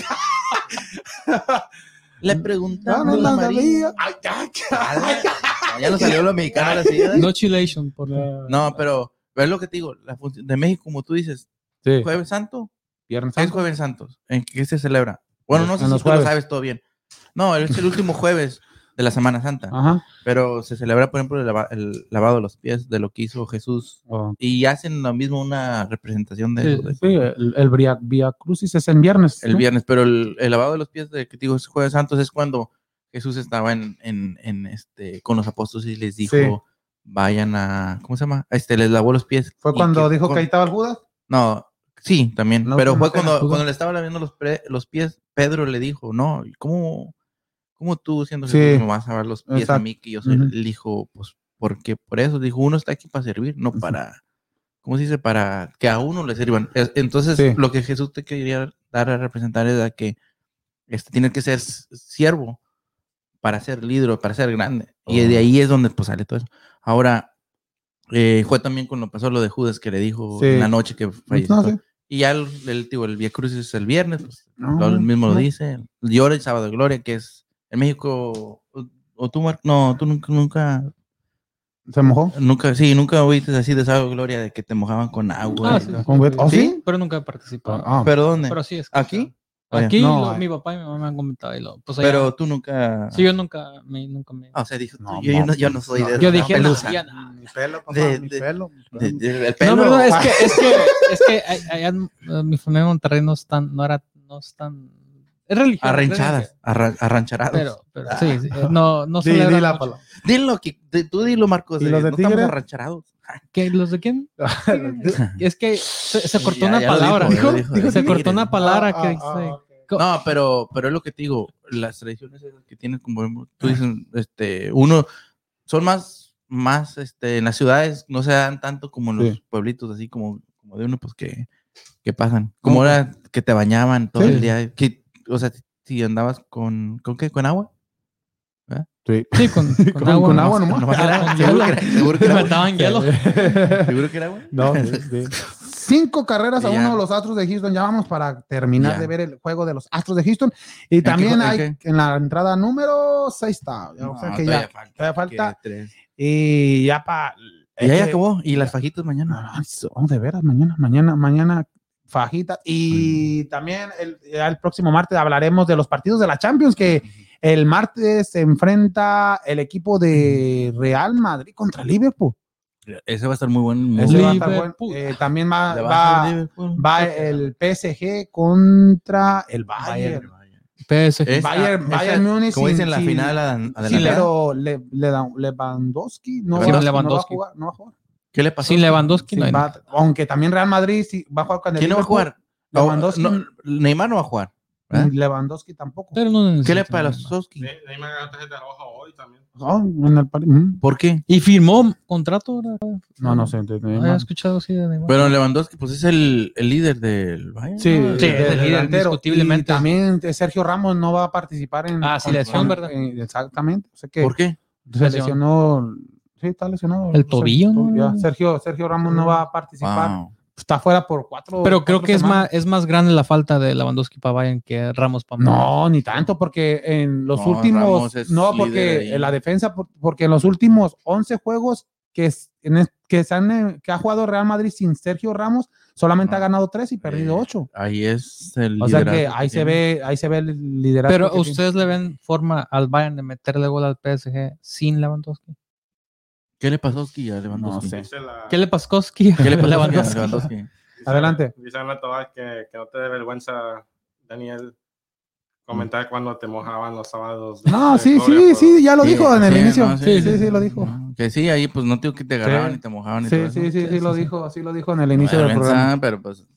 Le No, preguntaron Ah, no, a no, la María. no, ay, ay, ay. Ah, Ya nos salió lo mexicano ahora sí, ¿eh? No chilation. Por la... No, pero, pero es lo que te digo, la función de México, como tú dices, Sí, Jueves Santo, Viernes es Santo. Jueves Santos. ¿En qué se celebra? Bueno, no sé En si los tú jueves. lo sabes todo bien. No, es el último jueves de la Semana Santa. Ajá. Pero se celebra, por ejemplo, el, lava- el lavado de los pies de lo que hizo Jesús. Oh. Y hacen lo mismo una representación de, Sí, eso, de- sí, el, el Via, Via Crucis es en viernes. el ¿no? viernes. Pero el, el lavado de los pies de que digo es Jueves Santos es cuando Jesús estaba en, en- en este, con los apóstoles y les dijo, Sí. vayan a, ¿cómo se llama? Este, les lavó los pies. Fue y cuando dijo con- que ahí estaba el Judas. No, sí, también. No, pero no fue te la cuando, juzgo. cuando le estaba lavando los, pre- los pies, Pedro le dijo, no, ¿y ¿cómo, cómo tú siendo Sí. Jesús me vas a ver los pies a Exacto. mí que yo soy Ujú. el hijo? Pues porque por eso dijo, uno está aquí para servir, no Ujú. para, ¿cómo se dice? Para que a uno le sirvan. Es- Entonces, Sí. lo que Jesús te quería dar a representar es a que este, tienes que ser s- siervo para ser líder, o para ser grande. Y Oh. de ahí es donde pues, sale todo eso. Ahora, eh, fue también cuando pasó lo de Judas que le dijo Sí. en la noche que falleció. No, sí. Y ya el, el, tío, el Via Crucis es el viernes, pues, No, lo mismo lo no. dice. Llora el sábado de gloria, que es en México. O, o tú, Marc- no, tú nunca, nunca, ¿Se mojó? nunca, sí, nunca oíste así de sábado de gloria de que te mojaban con agua. Ah, y sí, todo. sí, ¿Con Beto? ¿Oh, sí, sí? Pero nunca he participado. Ah, ¿Pero dónde? Pero Pero, sí es ¿Aquí? Oye, Aquí no, lo- ay. mi papá y mi mamá me han comentado y lo, pues allá- tú nunca. sí, yo nunca me, nunca me. Ah, o sea, dijo, tú, No, yo, yo no, no, yo no soy de yo esa dije, no, pelusa. ya no. Mi pelo, papá, De- mi de- pelo. De- de- el No, pelo. pero no, es que, es que, es que a- allá en, eh, mi familia en Monterrey no es tan, no era, no es tan, es religiosa. Arranchadas, arra- arrancharados. Pero, pero sí, sí, eh, no, no celebran di la mucho. palabra. Dilo, que, de- tú dilo, Marcos. ¿Y de- los de no estamos Tigres? arrancharados. ¿Qué, ¿Los de quién? Es que se, se cortó Ya- una ya lo palabra. dijo, ya lo Dijo- dijo, dijo, de se Tigres. cortó una palabra que Ah, ah, ah, dice- ok. No, pero, pero es lo que te digo, las tradiciones esas que tienen, como hemos- tú dices, este, uno, son más, más, este, en las ciudades no se dan tanto como en los Sí. pueblitos, así como, como de uno, pues que, que pasan. Como ahora que te bañaban todo pues. Sí. el día, que, o sea, si andabas con, ¿con qué? ¿Con agua? Sí, con, con Con- agua. con agua nomás. Nomás era- Con seguro que hielo. era- seguro que Me era- mataban hielo. seguro que era agua. No, sí, sí. Cinco carreras a Ya. uno de los Astros de Houston. Ya vamos para terminar Ya. de ver el juego de los Astros de Houston. Y también qué jue- en hay qué? en la entrada número seis está. o sea No, que todavía ya. falta. todavía que falta. tres. Y ya este, para. Y ya, ya acabó. Y las fajitas No, mañana. no, no, de veras, mañana, mañana, mañana, fajita. Y también el, ya el próximo martes hablaremos de los partidos de la Champions, que el martes se enfrenta el equipo de Real Madrid contra Liverpool. Ese va a estar muy buen. muy Ese va a buen- estar bueno. Liverpool. Eh, también va, le va a va, hacer Liverpool. va el PSG contra el Bayern. PSG. Esa- Bayern, esa- Bayern Múnich Como sin- dicen, la sin- final adelan- Sí, adelantada. pero Le- Le- Lewandowski no va, Sin no va Lewandowski. a jugar. No va a jugar. ¿Qué le pasó? Sin Lewandowski Sí, no hay va- aunque también Real Madrid sí, va a jugar con el ¿Quién no va a Liverpool. jugar? Lewandowski. No, ¿eh? no, Neymar no va a jugar. ¿verdad? Lewandowski tampoco. Pero no ¿Qué le necesitan pasa a nada. Lewandowski? Ne- Neymar ganó tarjeta roja hoy también. Oh, en el pari- mm, ¿Por qué? Y firmó contrato. ahora? No, no sé. de- de- Había escuchado así de Neymar. Pero Lewandowski, pues es el, el líder del Bayern. Sí, ¿no? sí, de- de- es el líder, delantero. indiscutiblemente. Y también eh, Sergio Ramos no va a participar en. Ah, sí, con- lesión, con- ¿verdad? eh, exactamente. O sea que ¿Por qué? se lesionó. sí, está lesionado. El tobillo, ¿no? ya. Sergio, Sergio Ramos no va a participar. Wow. Está fuera por cuatro. Pero creo cuatro que es semanas. más, es más grande la falta de Lewandowski para Bayern que Ramos para No, ni tanto, porque en los No, Ramos últimos. es No, líder ahí. porque en la defensa, por- porque en los últimos 11 juegos que, es- en es- que, se han, eh, que ha jugado Real Madrid sin Sergio Ramos, solamente No. ha ganado 3 y perdido Eh, 8. Ahí es el O sea que liderazgo ahí se tiene. ve, ahí se ve el liderazgo. Pero que ustedes le ven forma al Bayern de meterle gol al PSG sin Lewandowski. ¿Qué le pasó a ya No Lewandowski? sé. Dice la- ¿Qué le pasó a ¿Qué ¿Qué le pasó a Lewandowski? Lewandowski? dice- Adelante. Dice Ana Tobar que, que no te dé vergüenza, Daniel, comentar cuando te mojaban los sábados. de- No, de sí, gloria sí, por- sí, ya lo dijo en el sí, inicio. no, sí, sí, sí, lo dijo. No, Que sí, ahí pues no digo que te agarraban Sí. y te mojaban y Sí, todo sí, eso. sí, sí, lo dijo, sí lo dijo en el inicio del Vergüenza, programa. Pero pues,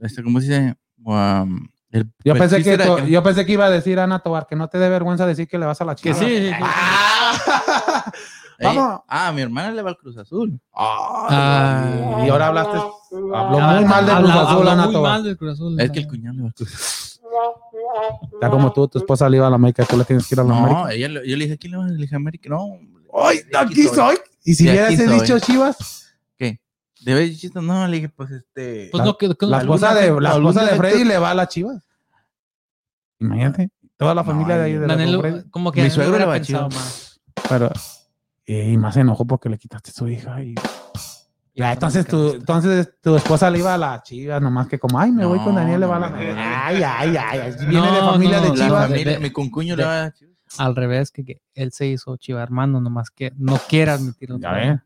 este, ¿cómo se dice? Um, el Yo pensé, chiste pues que, era to- yo pensé que iba a decir Ana Tobar que no te dé vergüenza decir que le vas a la Que chica. sí. sí, sí. Ey, vamos. Ah, mi hermana le va al Cruz Azul. Ah. y ahora hablaste, habló Ah, muy mal de Cruz habla- Azul, habló Ana muy Tobar. mal del Cruz Azul. Es que el cuñado le va al Cruz Azul. Está como tú, tu esposa le iba a la América, tú le tienes que ir a la América. No, ella, le- yo le dije, ¿quién le va? Le dije, América. No. ¡Ay, de aquí soy! Y si de hubieras aquí ese soy. dicho Chivas, ¿Qué? ¿De vez chiste? No, le dije, pues este. Pues no, que, que- la alguna- esposa de, la algún esposa de defecto- Freddy le va a la Chivas. Imagínate, toda la No, familia de ahí de la Danilo- Freddy. como que Mi Danilo suegro hubiera le va a pensado Chivas. más. Pero, eh, y más se enojó porque le quitaste su hija. Y, Ya, entonces, tu, entonces tu esposa le iba a la Chivas, nomás que como, ay, me voy con No, Daniel, le va a no, la no. Ay, ay, ay, ay, Viene de No, familia no, de La Chivas, familia, de- mi concuño de- le va a Chivas. Al revés, que, que él se hizo chiva hermano, nomás que no quiere admitirlo. Ya ven,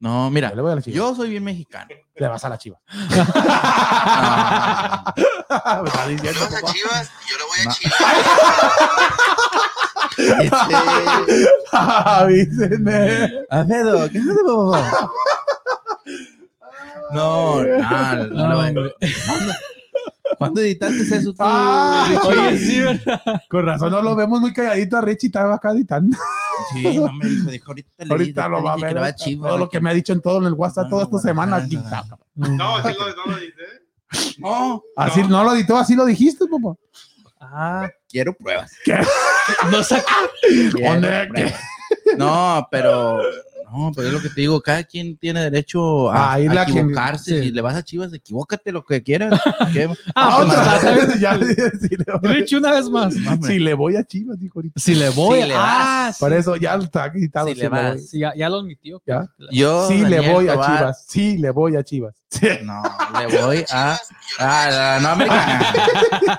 No, mira, yo le voy a la Chivas. yo soy bien mexicano. Le vas a la Chivas. Ah, Me está diciendo, vas a papá. Chivas? Yo Ma- le voy a Chivas. este, Avísenme. Alfredo, ¿qué haces, papá? No, no, no, No, no, güey. ¿Cuándo editaste eso tú? Ah, Richie? Con razón no lo vemos muy calladito a Richie, estaba acá editando. Sí, no me dijo, dijo, ahorita le Ahorita dije, lo te va a dije ver. que le va a Chivas, todo lo de que me ha dicho en todo en el WhatsApp, No, toda esta bueno, semana. no, no, aquí. No, sí lo, no lo dice. No, Así no lo editó, así lo dijiste, papá. Ah, quiero pruebas. no sé. quiero ¿Dónde? pruebas. No, pero no, pero es lo que te digo, cada quien tiene derecho a, A ir a a quien- equivocarse. sí. Si le vas a Chivas, equivócate lo que quieras. ¿Qué? Ah, Ah, pues, otra está- vez, ya le- sí le voy- Rich, una vez más. No, hombre. Si le voy a Chivas, dijo ahorita. Si le voy, le ah, sí, Por eso ya está quitado. Si sí le vas. voy. sí, ya, ya lo admitió. Ya. Yo Sí le Daniel voy a Tobar- Chivas. Sí le voy a Chivas. Sí. No, le voy a Ah, no, América.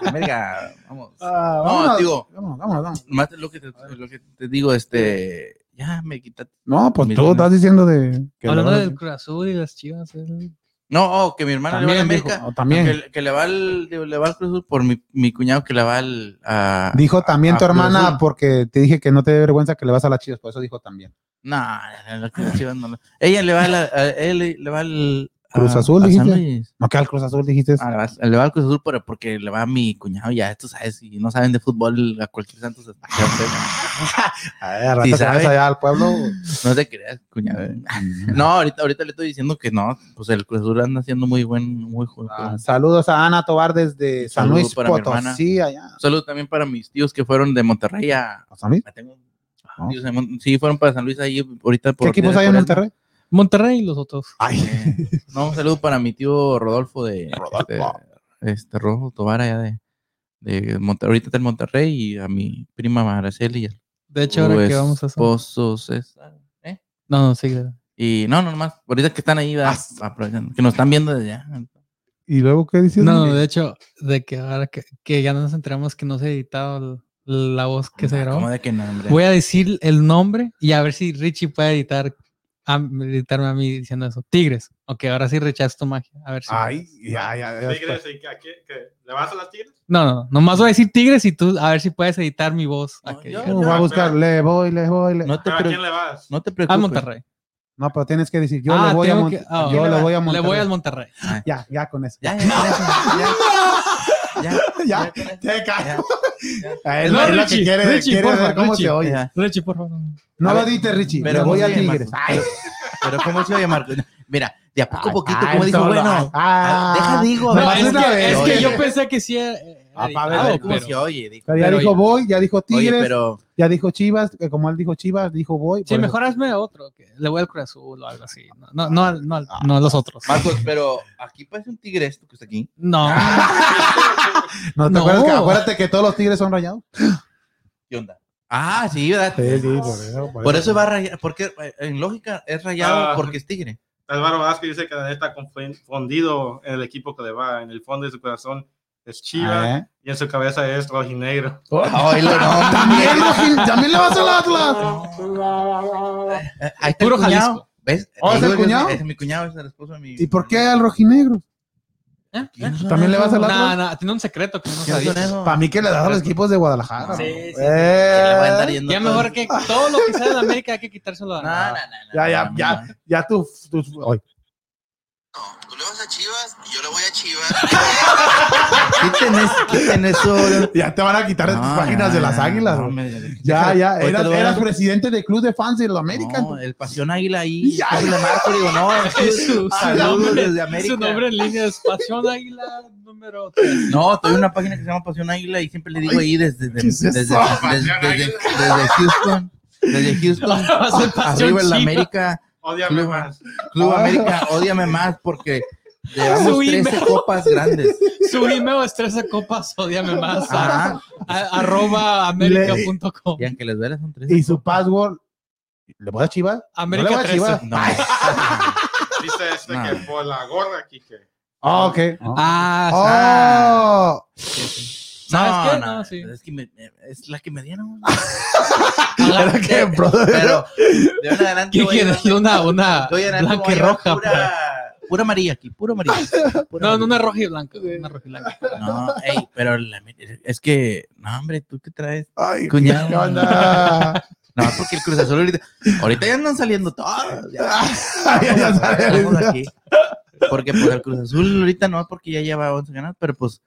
América, vamos. Ah, No, digo, Vámonos, vámonos, vámonos. más lo que te, lo que te digo, este, ya me quitaste. No, pues Mira, tú no. estás diciendo de. que Hablando le- del Cruz Azul y las chivas. él- No, oh, que mi hermana le va a También, América. dijo, o también. Que, que le va al, le va al Cruz Azul por mi, mi cuñado que le va al. a- Dijo también a- tu a Cruz hermana Azul. porque te dije que no te dé vergüenza que le vas a la Chivas, por eso dijo también. No, a la Cruz Chivas no. lo- Ella le va a la- a- él le va al. a- Cruz Azul, a San dijiste. Luis. No, que al Cruz Azul dijiste. Ah, le va- le va al Cruz Azul pero porque le va a mi cuñado, ya, tú sabes, si no saben de fútbol, a cualquier Santos. Ay, al rato sí que sabe. vayas allá al pueblo. No te creas, cuñado. No, ahorita, ahorita le estoy diciendo que no. Pues el Cruz Azul anda haciendo muy buen, muy buen Ah, juego. saludos a Ana Tobar desde San Saludo Luis para mi Potosí, allá. Saludos también para mis tíos que fueron de Monterrey a. ¿A San Luis? a- tengo- tíos de Mon- Sí, fueron para San Luis ahí ahorita. ¿Qué por- equipos hay en por- Monterrey? Monterrey y los otros. Ay, Eh, no, un saludo para mi tío Rodolfo de. Rodolfo. Este, este, Rodolfo Tobar allá de. de Monterrey, ahorita está en Monterrey y a mi prima Maraceli y a De hecho, ahora que vamos a hacer. esposo César. ¿eh? No, no, sí. claro. Y no, no, nomás, ahorita que están ahí, ¿verdad? aprovechando, que nos están viendo desde allá. ¿Y luego qué dices? No, no, de hecho, de que ahora que, que ya nos enteramos que no se ha editado el- la voz Ah, que se ¿Cómo grabó. de que no, hombre? Voy a decir el nombre y a ver si Richie puede editar a, editarme a mí diciendo eso. Tigres. Ok, ahora sí rechazo tu magia. A ver si. Ay, ya, ya. ya está. Tigres, ¿y qué- a qué- qué? ¿Le vas a las Tigres? No, no, no, nomás voy a decir Tigres y tú a ver si puedes editar mi voz. a No, que yo- llegue. Uh, va a buscar, le voy, le voy, le... No, No te, ¿Pero a pre- quién le vas? no te preocupes. A Monterrey. pero tienes que decir, yo Ah, le voy a tengo Mon- que- ah, yo ok. le voy a Monterrey. Le voy al Monterrey. Ya, ya con eso. Ya, ya, ya, ya, Ya, ya, te ya, Ah, Es No, lo, es lo Richie, que quiere, Richie, quiere porfa, ver cómo Richie. se ya, oye. ya. Richie, por favor. No A lo ver, dite, Richie. pero le ¿cómo voy se al llama? Tigres. Ay, Pero cómo se oye Marco. Mira, de a poco a poquito, ay, Ah, como dijo, solo, bueno. ah, ay, deja digo, no, a ver, es oye. que- es que oye. yo pensé que sí era, eh, Ah, editado, para ver cómo pero- se oye. dijo. Ya Pero dijo ya- voy, ya dijo Oye, Tigres, pero ya dijo Chivas, que como él dijo Chivas, dijo voy. Sí, por mejor hazme a otro. que le voy al Cruz Azul o algo así. No, no, no, al- no, al- Ah. no a los otros. Marcos, pero aquí parece un tigre esto que está aquí. No. Ah. eso. No, ¿te No. acuerdas que, acuérdate que todos los Tigres son rayados. ¿Qué onda? Ah, sí, ¿verdad? por eso. Por eso va a rayar, porque eh, en lógica es rayado Ah. porque es tigre. Álvaro Vázquez dice que la neta está confundido en el equipo que le va. En el fondo de su corazón es ¿Eh? Chivas Ah, y en su cabeza es rojinegro. Ay, lo- no, También, Rogil, también le vas al Atlas. Ahí está Puro el cuñado. Jalisco. ¿Ves? Oh, ¿es Digo el que cuñado? Es, mi cuñado, es el esposo de mi. ¿Y por qué al rojinegro? ¿Eh? ¿Eh? ¿También le vas al Atlas? No, no, tiene un secreto que no ¿Quiénes son sabía. esos? Para mí que le das a los equipos de Guadalajara. Sí, ¿no? sí, sí. Que le voy a andar Eh, yendo Ya todo. mejor que todo lo que sea de América hay que quitárselo a. No, no, no, no, Ya, ya, no, no, ya. no. Ya tú. tú- ay. Tú le vas a Chivas y yo le voy a Chivas. Quiten eso, quiten eso. Ya te van a quitar estas No, páginas no, de las no, águilas. no, güey. me- Ya, ya. Ahorita Eras, lo voy a- eras presidente del club de fans de la América. No, el Pasión Águila ahí. Ya. Doble marco, digo, no. Es su, su Saludos nombre, desde su nombre América. en línea es Pasión Águila número 3. No, estoy en una página que se llama Pasión Águila y siempre le digo ahí desde, desde, ¿qué es desde, eso? desde- desde- desde Houston. Desde Houston. Va a ser Pasión Ah, Arriba el Chiva. América. Odiame Club. más. Club América, ódiame más porque llevamos Su 13 email. copas grandes. Su email es 13 copas, odiame más. a- Ajá. a- arroba américa.com. Y aunque les duele son 13. Y su password. ¿Le voy a Chivas? América No le voy a 13. Chivas. No. Dice este No. que por la gorra, Kike. Ah, ok. Ah, Oh, ¿Sabes qué? No, No, no, sí. Ah, Es, que me- es la que me dieron. Ahora que, brother. Pero de ahora en adelante. ¿Qué voy a quieres? llevar- Una, una voy a llevar blanca y como roja. pues. Pura, pura amarilla aquí, pura amarilla. Pura No, no, una amarilla. roja y blanca. Una roja y blanca. No, ey, pero la- es que, no, hombre, tú qué traes, ay, cuñado. ¿qué onda? No, porque el Cruz Azul ahorita, ahorita ya andan saliendo todos. Ya, ya, ya sale. Vamos aquí. Porque pues el Cruz Azul ahorita no, porque ya lleva 11 ganadas, pero pues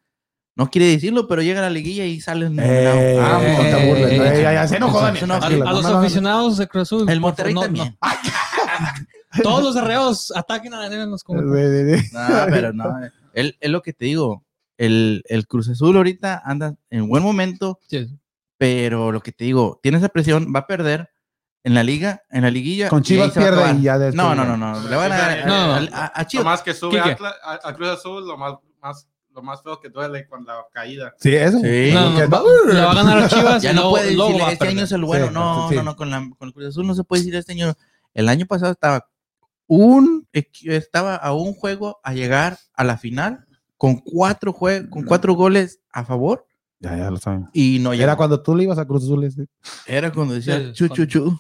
no quiere decirlo, pero llega a la liguilla y sale un Eh, Ah, no te burles, eh, eh, ya, ya, se enojó, se Daniel. enojó. A, Tranquilo, a no, los no, no, no. aficionados de Cruz Azul. El por Monterrey favor, no, también. no. Todos los arreos ataquen a Daniel en los Eh, comentarios. eh, eh. No, pero no. eh, él- Es lo que te digo. El, el Cruz Azul ahorita anda en buen momento, Sí. pero lo que te digo, tiene esa presión, va a perder en la liga, en la liguilla. Con y ahí Chivas se va a pierde acabar. y ya después- No, no, no, no. Le van a ganar No, no, a, a- a Lo Chivas. más que sube Kike. Atlas- a, a Cruz Azul, lo más, más, lo más feo que duele con la caída. Sí, eso. Sí. No, no, Que- va- le va a ganar a Chivas. Ya y no, luego- puede luego decir va a este año perder. es el bueno. Sí, no, sí. no, no, con, la, con el Cruz Azul no se puede decir este año. El año pasado estaba un equi- estaba a un juego a llegar a la final con cuatro jue- con cuatro goles a favor Ya, ya lo saben. y no llegó. Era cuando tú le ibas a Cruz Azul. este. Era cuando decía Sí, chu, chu, cuando-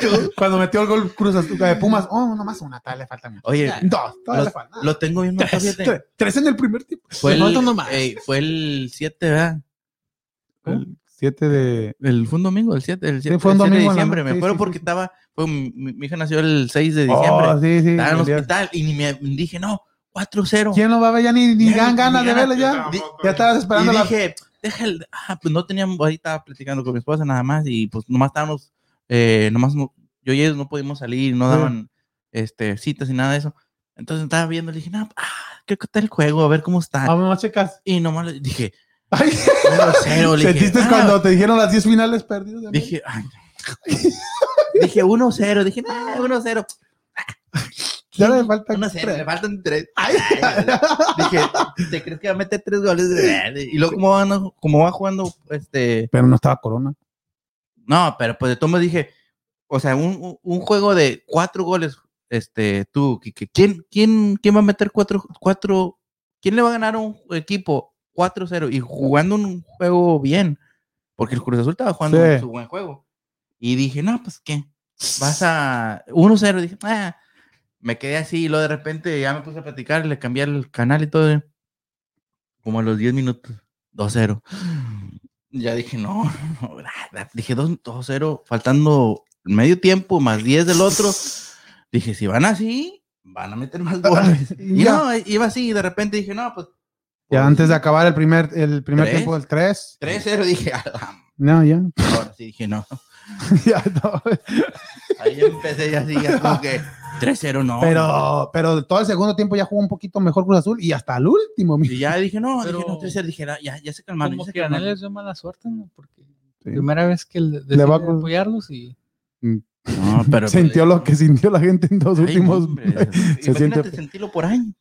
chu. Cuando metió el gol Cruz Azul de Pumas. Oh, nomás una, todavía le faltan. Oye, Dos, todavía Los- le faltan. lo tengo bien marcado, Tres, fíjate. tres, tres en el primer tiempo. Fue Te el, falta uno más. ey, fue el 7, ¿verdad? El Siete de. El, fue un domingo, el 7, el 7, fue un de domingo en la diciembre. noche, me sí, acuerdo sí, porque sí. estaba, fue, mi, mi hija nació el 6 de diciembre. Oh, sí, sí. estaba en el Dios. hospital y ni me dije, no, 4-0. ¿Quién lo va a ver? Ya ni, ni Ya, dan ni ganas de ganas, verlo ya. Di- Tampoco- Ya estabas Y esperando la. dije, deja el. Ah, pues no teníamos. Ahí estaba platicando con mi esposa nada más. Y pues nomás estábamos. eh, nomás no- yo y ellos no pudimos salir. No Sí. daban este, citas y nada de eso. Entonces estaba viendo. Le dije, no, ah, creo que está el juego. A ver cómo está. Vamos, más checas. Y nomás le dije, Ay, 1-0. le dije, ¿Sentiste ah, cuando te dijeron las 10 finales perdidas? de Dije, ay, dije 1-0. Dije, "Ah, no, 1-0. América? ya le faltan. 1-0. tres. Me faltan 3. dije, ¿te crees que va a meter 3 goles? Y luego, ¿cómo va, cómo va jugando este. Pero no estaba Corona. No, pero pues de todo modo dije, o sea, un, un- un juego de cuatro goles, este, tú, Quique, ¿quién, quién, quién va a meter cuatro, cuatro, quién le va a ganar a un equipo 4-0 y jugando un juego bien? Porque el Cruz Azul estaba jugando Sí. su buen juego. Y dije, no, pues qué, vas a 1-0, dije, ah, me quedé así y luego de repente ya me puse a platicar, le cambié el canal y todo, como a los 10 minutos, 2-0. Ya dije, no, no, no, nada. dije 2-0, faltando medio tiempo, más 10 del otro. Dije, si van así, van a meter más goles. Y Ya. no, iba así, y de repente dije, no, pues Ya antes de acabar el primer, el primer ¿Tres? tiempo del 3. 3-0, dije, "A la No, ya. m-". ahora sí, dije, no. ya no. Ahí empecé ya así, ya como que, 3-0, no. Pero, pero todo el segundo tiempo ya jugó un poquito mejor Cruz Azul y hasta el último, mi. Y ya dije, no, Pero- dije, no, 3-0, dije, "Ah, ya, ya se calmaron. Como ya se que a calmaron". nadie les dio mala suerte, ¿no? Porque primera vez que le, Le va deciden con- apoyarlos y No, pero. pues, Sintió lo que sintió la gente en los Ay, últimos. hombre, imagínate siente- sentirlo por año.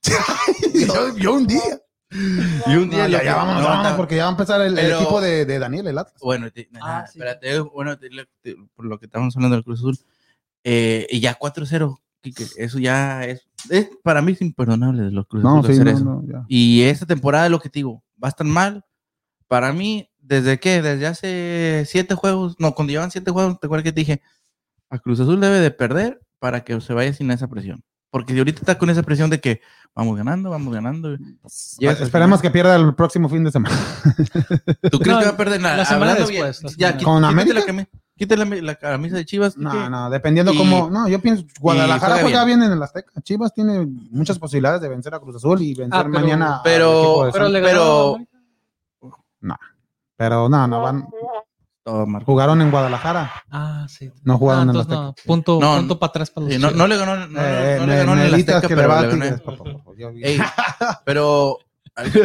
yo, yo un día. Y un No, lo ya, que- ya vámonos, no, vámonos, no, porque ya va a empezar el, el Pero- equipo de, de Daniel, el Atlas. Bueno, te- nada, sí. espérate, eh, bueno, te- le- te- por lo que estábamos hablando del Cruz Azul, eh, y ya 4-0, Quique, eso ya es, es- para mí es imperdonable de los Cruz Azul hacer eso. Y esta temporada es lo que te digo, va a estar mal. Para mí, ¿desde qué? Desde hace siete juegos, no, cuando llevan siete juegos, ¿te acuerdas que te dije? A Cruz Azul debe de perder para que se vaya sin esa presión. Porque si ahorita está con esa presión de que vamos ganando, vamos ganando. llegas al Esperemos que pierda el próximo fin de semana. ¿Tú crees No, que va a perder nada? la semana Hablando después, bien, la ya, semana quí- ¿Con quítate América? La cami- quítale la, la camisa de Chivas. No, Quique. no, dependiendo Y- cómo. No, yo pienso Guadalajara juega juega bien. en el Azteca. Chivas tiene muchas posibilidades de vencer a Cruz Azul y vencer Ah, pero- mañana. al pero- equipo de pero Santos. le pero- ganaron a América. pero no, no van. Todo mal. Jugaron en Guadalajara. Ah, sí. No Ah, jugaron en el entonces Azteca. no, punto, No, punto para atrás para los Sí, no, Chivas. no le ganó, Ah, no, no- Eh, no me- le ganó en el me evitas Azteca, que le pero va a le ganó en- Tigres, por favor. Yo vi- Eh, Ey, pero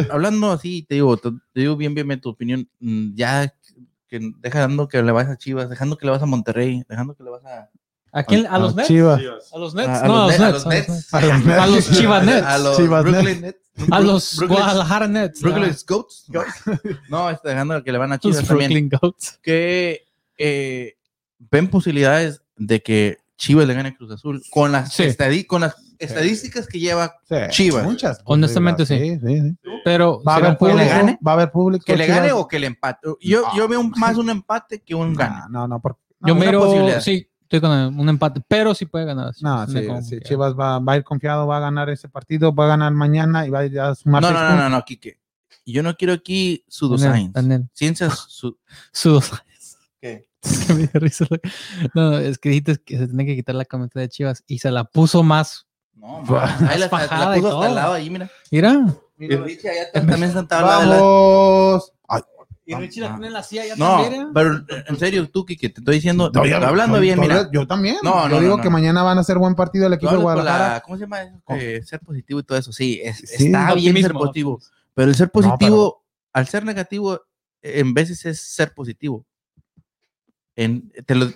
hablando así, te digo, te, te digo bien, bien, bien tu opinión. mm, Ya que dejando que le vas a Chivas, dejando que le vas a Monterrey, dejando que le vas a. ¿A quién? ¿A los Ah, Nets? Chivas. Chivas. ¿A los Nets? Ah, a- a no, a los Ne- a Nets. los Nets. A los A los Nets. Chivas Nets. A los Chivas Brooklyn Nets. A los Brooklyn- Guadalajara Nets. Brooklyn ah, Goats. No, este, dejando que le van a los Chivas también. Brooklyn Goats. Que eh, ven posibilidades de que Chivas le gane a Cruz Azul con las, Sí. estadi- con las estadísticas que lleva. Sí, Chivas. Muchas. posibilidades. Honestamente, sí. sí, sí. Pero Va a será haber un juego- público. le gane? Va a haber público. Que le gane Chivas. o que le empate. Yo, yo veo un- más un empate que un gane. No, no, no. por- no, Yo una miro, posibilidad. sí, estoy con un empate, pero sí puede ganar. No, Me sí, como sí, que- Chivas va, va a ir confiado, va a ganar ese partido, va a ganar mañana y va a ir a sumar. No, seis no, no, puntos. no, no, Quique. Yo no quiero aquí Daniel, pseudoscience. Daniel, Ciencias su- sus- Es que me dio risa lo- No, es que dijiste que se tiene que quitar la camioneta de Chivas y se la puso más. No, man. Ahí la, la, Fajada y puso hasta todo. el lado ahí, mira. Mira. Y Richie allá atrás también sentado al lado de la- Vamos. Ay, Y Richie la tiene en la silla ya No, pero eh, en serio, tú, Quique, te estoy diciendo, te estoy hablando yo- bien, yo- mira. Yo también. No, yo no, digo no, que no. mañana van a ser buen partido el Yo equipo de hablo por la- Guadalajara. ¿Cómo se llama eso? Con- Eh, ser positivo y todo eso. Sí, es- Sí. está bien ser Optimismo. positivo. Pero el ser pero- positivo, al ser negativo, eh, en veces es ser positivo. En, te lo,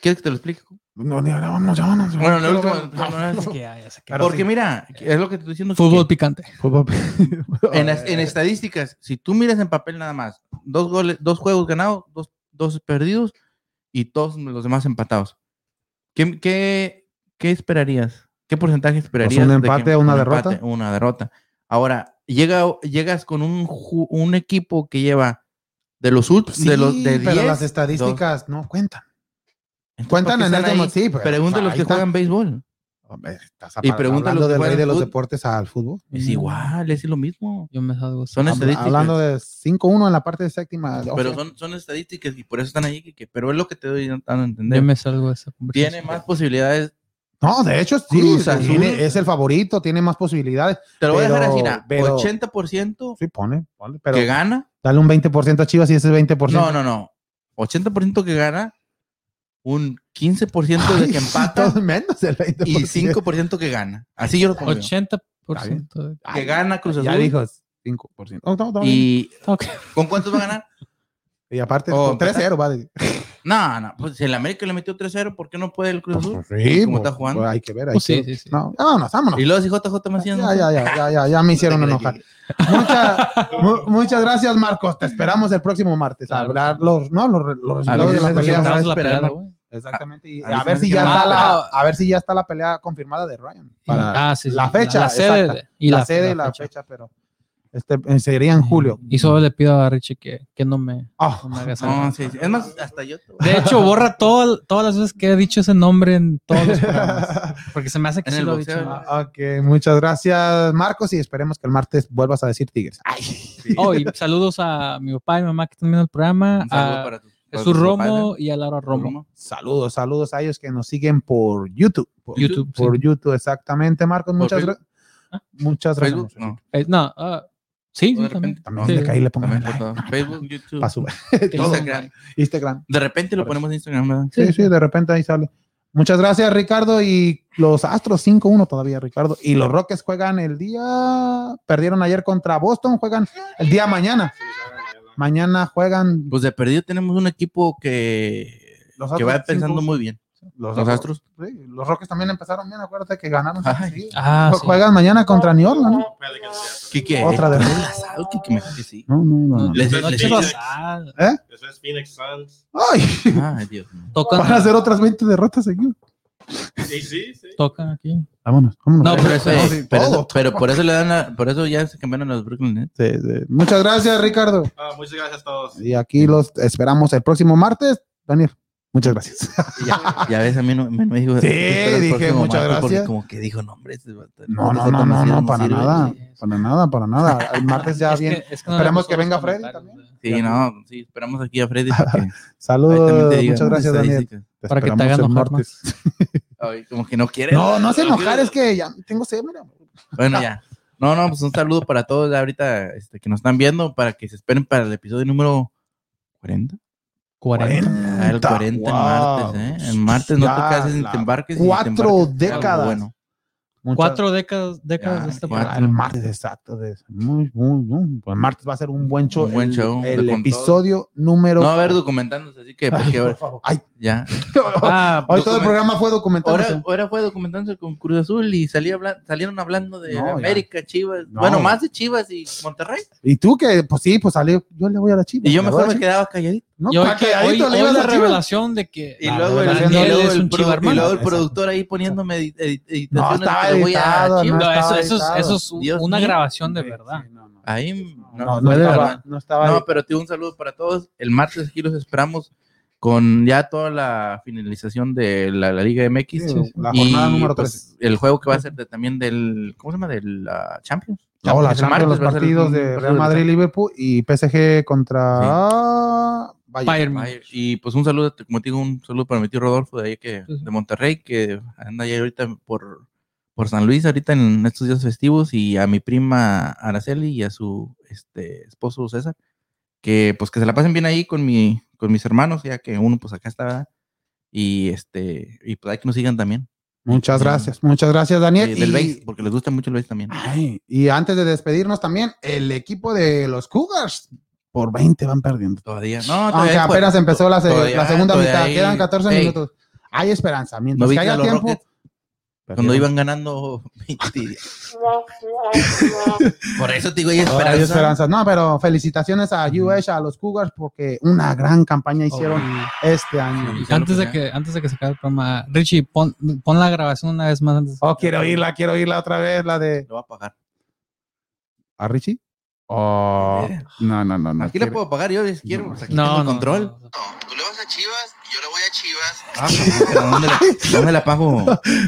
¿Quieres que te lo explique? No, ni ahora vamos, ya vamos. Bueno, lo Quiero último. ver- no, no, no, Que ya- ya se quedó. Claro, Porque sí. Pues, mira, es lo que te estoy diciendo. Fútbol Quique. picante. Fútbol. en, las- en estadísticas, si tú miras en papel nada más, dos goles, dos juegos ganados, dos, dos perdidos y todos los demás empatados. ¿Qué, qué, qué esperarías? ¿Qué porcentaje esperarías? un de empate o una un derrota. empate, una derrota. Ahora, llega, llegas con un, ju- un equipo que lleva de los últimos, Sí, de los de pero 10, las dos- estadísticas no cuentan. entonces, Cuentan ¿por en qué están este ahí? mo- sí, pero- Pregúntale a los ahí que está. juegan béisbol. Hombre, estás Y hab- pregúntale hablando los que del rey juegan de los fut- deportes al fútbol. Es Mm. igual, es lo mismo. Yo me salgo. Son Hab- estadísticas. Hablando de 5-1 en la parte de séptima. o pero sea, son, son estadísticas y por eso están ahí, Quique, pero es lo que te doy dando a Yo ¿eh? entender. me salgo de esa conversación. Tiene más posibilidades. No, de hecho, sí, Cruz Azul. tiene- es el favorito, tiene más posibilidades. Te lo voy a dejar Pero- así, mira, pero- 80% Sí, pone, pone, pero que gana. dale un 20% a Chivas y ese 20%. No, no, no. 80% que gana, un 15% de que empata Todo menos el 20%. y 5% que gana. Así yo lo pongo. 80%. de- Que gana Cruz Ya Azul. dijo 5%. No, no, no, y, ¿Y Ok. con cuántos va a ganar? aparte, Oh, con 3-0, va. de- No, no. Pues si el América le metió 3-0, ¿por qué no puede el Cruz Azul? Sí, ¿Cómo pues, está jugando? pues, hay que ver. Hay Pues sí, que- sí, sí. No, ya vámonos, vámonos. Y luego si JJ Ya, me hacían. ya, ya, ya, ya, ya me hicieron enojar. Mucha- mu- muchas gracias, Marcos. Te esperamos el próximo martes a Claro. hablar los, no, los, re- los A resultados ver de si la se pelea. resultados. Estamos la esperando. pelada, güey. Exactamente. Y A- a, a ver ver si si me ya queda está la, nada. a ver si ya está la pelea confirmada de Ryan. Para Ah, sí, sí. la fecha La sede. exacta. y la, sede y la fecha, pero este, sería en julio. Y solo le pido a Richie que, que no me, Ah, no me haga saber. No, sí, sí. Es más, hasta yo. te voy a- De hecho, borra todo, el- todas las veces que he dicho ese nombre en todos los programas. Porque se me hace que En sí el lo he boxeo, dicho. ¿no? ah, ok, muchas gracias, Marcos, y esperemos que el martes vuelvas a decir Tigres. Ah, Ay, Oh, y saludos a mi papá y mamá que están viendo el programa. Un saludo A para tus- para Jesús tus Ah, Romo papás, y a Laura ¿eh? Romo. saludos, saludos a ellos que nos siguen por YouTube. Por YouTube, Por YouTube, exactamente, Marcos. Muchas Facebook? Ah, gracias. Muchas gracias. Facebook, no. Eh, no, ah, De sí, sí, también. repente. También Sí. de que ahí le pongan También like, por todo. Facebook, YouTube, pa' subir. Instagram. Instagram. De repente lo ponemos en Instagram, ¿verdad? Sí, sí, de repente ahí sale. Muchas gracias, Ricardo. Y los Astros 5-1 todavía, Ricardo. Y los Rockets juegan el día. Perdieron ayer contra Boston, juegan el día mañana. Sí, ya, ya, ya. Mañana juegan Pues de perdido tenemos un equipo que, los que va Astros pensando 5-1. muy bien. Los, Los Astros. sí, los Rockets también empezaron bien, acuérdate que ganaron. Ay. Sí. Ah, sí. Juegan mañana contra New Orleans. ¿no? Espérate que sea, ¿Qué, qué? Otra de Lazado, que- que me- que sí. No, no, no. no. Les- No les- te vas- les- Eso es Phoenix Suns. Ay, Ay, Dios mío. Tocan, van a hacer otras 20 derrotas seguidas. Sí, sí, sí. tocan aquí. Vámonos, vámonos. No, pero eso Pero, sí, pero todo. eso- pero por eso le dan la- por eso ya se cambiaron los Brooklyn Nets. Sí, sí. Muchas gracias, Ricardo. Ah, muchas gracias a todos. Y aquí los esperamos el próximo martes. Daniel, muchas gracias. Ya, ya ves, a mí no me, me dijo. Sí, espera el dije, próximo muchas martes, porque gracias. Como que dijo, no, hombre, este vato- No, no, nosotros no, no, sirve, no, para sirve. nada. sí, sí. Para nada, para nada. El martes ya Es que- bien. es no Esperamos recuerdo que venga los Freddy comentarios, Sí, no, sí, esperamos aquí a Freddy. porque ahí también Saludos, te digan Uh, muchas las gracias, Daniel. estadísticas. Te Para que te esperamos haga el enojar martes. pues. Ay, como que no quiere. No, no se No enojar, es que ya tengo sed, mira. Bueno, ya. No, no, pues un saludo para todos ahorita este, que nos están viendo, para que se esperen para el episodio número 40. 40. Ah, el 40 en martes, ¿eh? El martes no Ya, te cases ni la- te embarques. y cuatro te embarques. décadas. Algo Bueno, Muchas- Cuatro décadas, décadas Ya, de este ya. Ah, programa. el martes, exacto. de- Muy, muy, muy. Pues El martes va a ser un buen show. Un buen el, show, el de con episodio número. no va a haber documentándose, así que, porque ahora- Ay, ya. Ah, hoy todo el document- programa fue documentado. Ahora, ahora fue documentándose con Cruz Azul y salía habla- salieron hablando de No, ya. América, Chivas. No. Bueno, más de Chivas y Monterrey. Y tú que, pues sí, pues salió. Yo le voy a la chiva. Y yo le mejor voy a me la Chivas. quedaba calladito. No, y hoy, pa' que- calladito Ah, hoy- le hoy ibas la a Chivas. revelación de que Y La luego el, revelación y de luego él es el un produ- Chiva y luego hermano. el Exacto. productor ahí poniéndome edi- edi- No, editaciones estaba que le voy a editado. Chivas. No, eso, estaba eso, es- editado. eso es un- Dios una mío. grabación de Sí, verdad. sí, no, no. Ahí No, no, no, no estaba. estaba, no estaba No, ahí. pero te digo un saludo para todos. El martes aquí los esperamos con ya toda la finalización de la, la Liga MX. Sí, la Y, jornada número pues, 3. El juego que va a ser de- también del. ¿Cómo se llama? Del ah, Champions. No, la El Champions, martes los va a ser partidos un de partido Real Madrid, Liverpool y PSG Sí. contra Bayern. Bayern. Ay, Y pues un saludo, como te digo, un saludo para mi tío Rodolfo de ahí que, Sí, sí. de Monterrey, que anda ahí ahorita por, por San Luis, ahorita en estos días festivos, y a mi prima Araceli y a su este, esposo César, que pues que se la pasen bien ahí con, mi, con mis hermanos, ya que uno pues acá está, ¿verdad? y este, y pues ahí que nos sigan también. Muchas Sí. gracias, muchas gracias, Daniel. eh, del Y- BASE, porque les gusta mucho el BASE también. Ay, y antes de despedirnos también, el equipo de los Cougars por 20 van perdiendo. Todavía, no, todavía Aunque hay juego. Ah, apenas empezó la, se- Todavía- la segunda todavía mitad, hay- quedan 14 Ey, minutos. Hay esperanza, ¿No mientras que viste a haya los tiempo. pues, Rockets? Cuando iban ganando 20. Por eso te digo, hay Todavía esperanza. hay esperanza. No, pero felicitaciones a UH, a los Cougars, porque una gran campaña hicieron este año. Oh, Sí. Y antes de que antes de que se acabe el programa, Richie, pon, pon la grabación una vez más antes. Oh, quiero oírla, quiero oírla otra vez, la de... Lo va a pagar. ¿A Richie? Oh, Eh. no, no, no, no. Aquí la Quiere- puedo pagar yo si quiero. pues aquí No, tengo el no, control. no, no. Tú le vas a Chivas y yo le voy a Chivas. Ah, pues, pero ¿dónde, la, ¿Dónde la pago?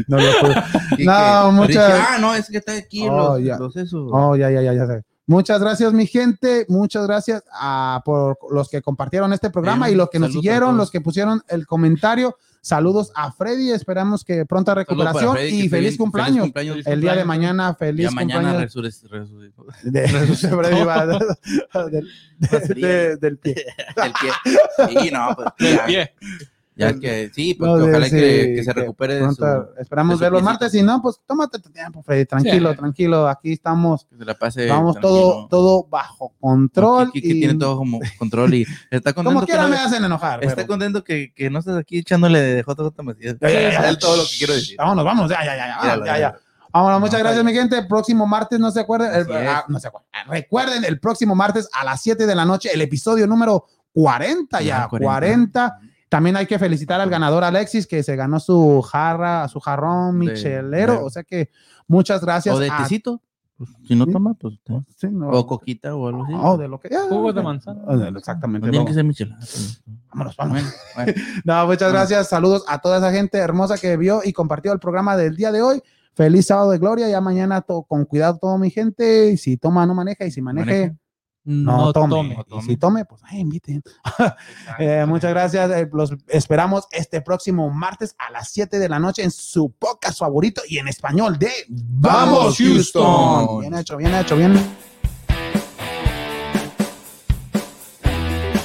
No, lo puedo. Y No, que- muchas- Dije, ah, no, es que está aquí Oh, los, ya. los esos. Oh, ya, ya, ya, ya sé. Muchas gracias, mi gente. Muchas gracias a, por los que compartieron este programa Eh, y los que nos saludos siguieron, para los que pusieron el comentario. Saludos a Freddy. Esperamos que pronta Saludos para recuperación Freddy, que y esté feliz bien, cumpleaños. cumpleaños. El día de mañana, feliz Ya mañana cumpleaños resurre- resucitó. de, de Freddy va- del, de- del pie. Del pie. Sí, no, pues. ya. Ya Del- que sí, pues No, que de- ojalá sí, que, que que se recupere de su. Pronto, esperamos de su verlo el piecito. martes. Si no, pues tómate tu tiempo, Freddy. Tranquilo, Sí. tranquilo. Aquí estamos. Que se la pase. Vamos todo, tranquilo. todo bajo control. Aquí, que y tiene todo como control y está contento. como que quiera no- me hacen enojar. Está pero- contento que, que no estás aquí echándole de JJ Macías. Ya, ya, ya, ya. Es todo lo que quiero decir. Vámonos, vamos, ya, ya, ya, ya, Míralo, ya, ya. míralo. Vámonos, muchas No, gracias, está mi gente. Próximo martes, no se acuerden, el- Así es. ah, no se acuerden. Ah, Recuerden, el próximo martes a las 7 de la noche, el episodio número 40 ya, Ya, 40. 40. También hay que felicitar al ganador Alexis, que se ganó su jarra, su jarrón De- michelero. de- o sea que muchas gracias. O de a- tecito. Pues, si no Sí. toma, pues. ¿no? Sí, no. O coquita o algo así. No, de Ah, lo que. ah, Jugo de manzana. ah, Exactamente. No luego. tiene que ser michelada. Vámonos, vámonos. Bueno, bueno. No, muchas gracias. Saludos a toda esa gente hermosa que vio y compartió el programa del día de hoy. Feliz sábado de gloria. Ya mañana to- con cuidado todo mi gente. Y si toma, no maneja. Y si maneje, Maneje. no, No, tome. tome. Y si tome, pues ay, inviten. Eh, muchas gracias. Eh, los esperamos este próximo martes a las 7 de la noche en su podcast favorito y en español de Vamos, Houston. Bien hecho, bien hecho, bien.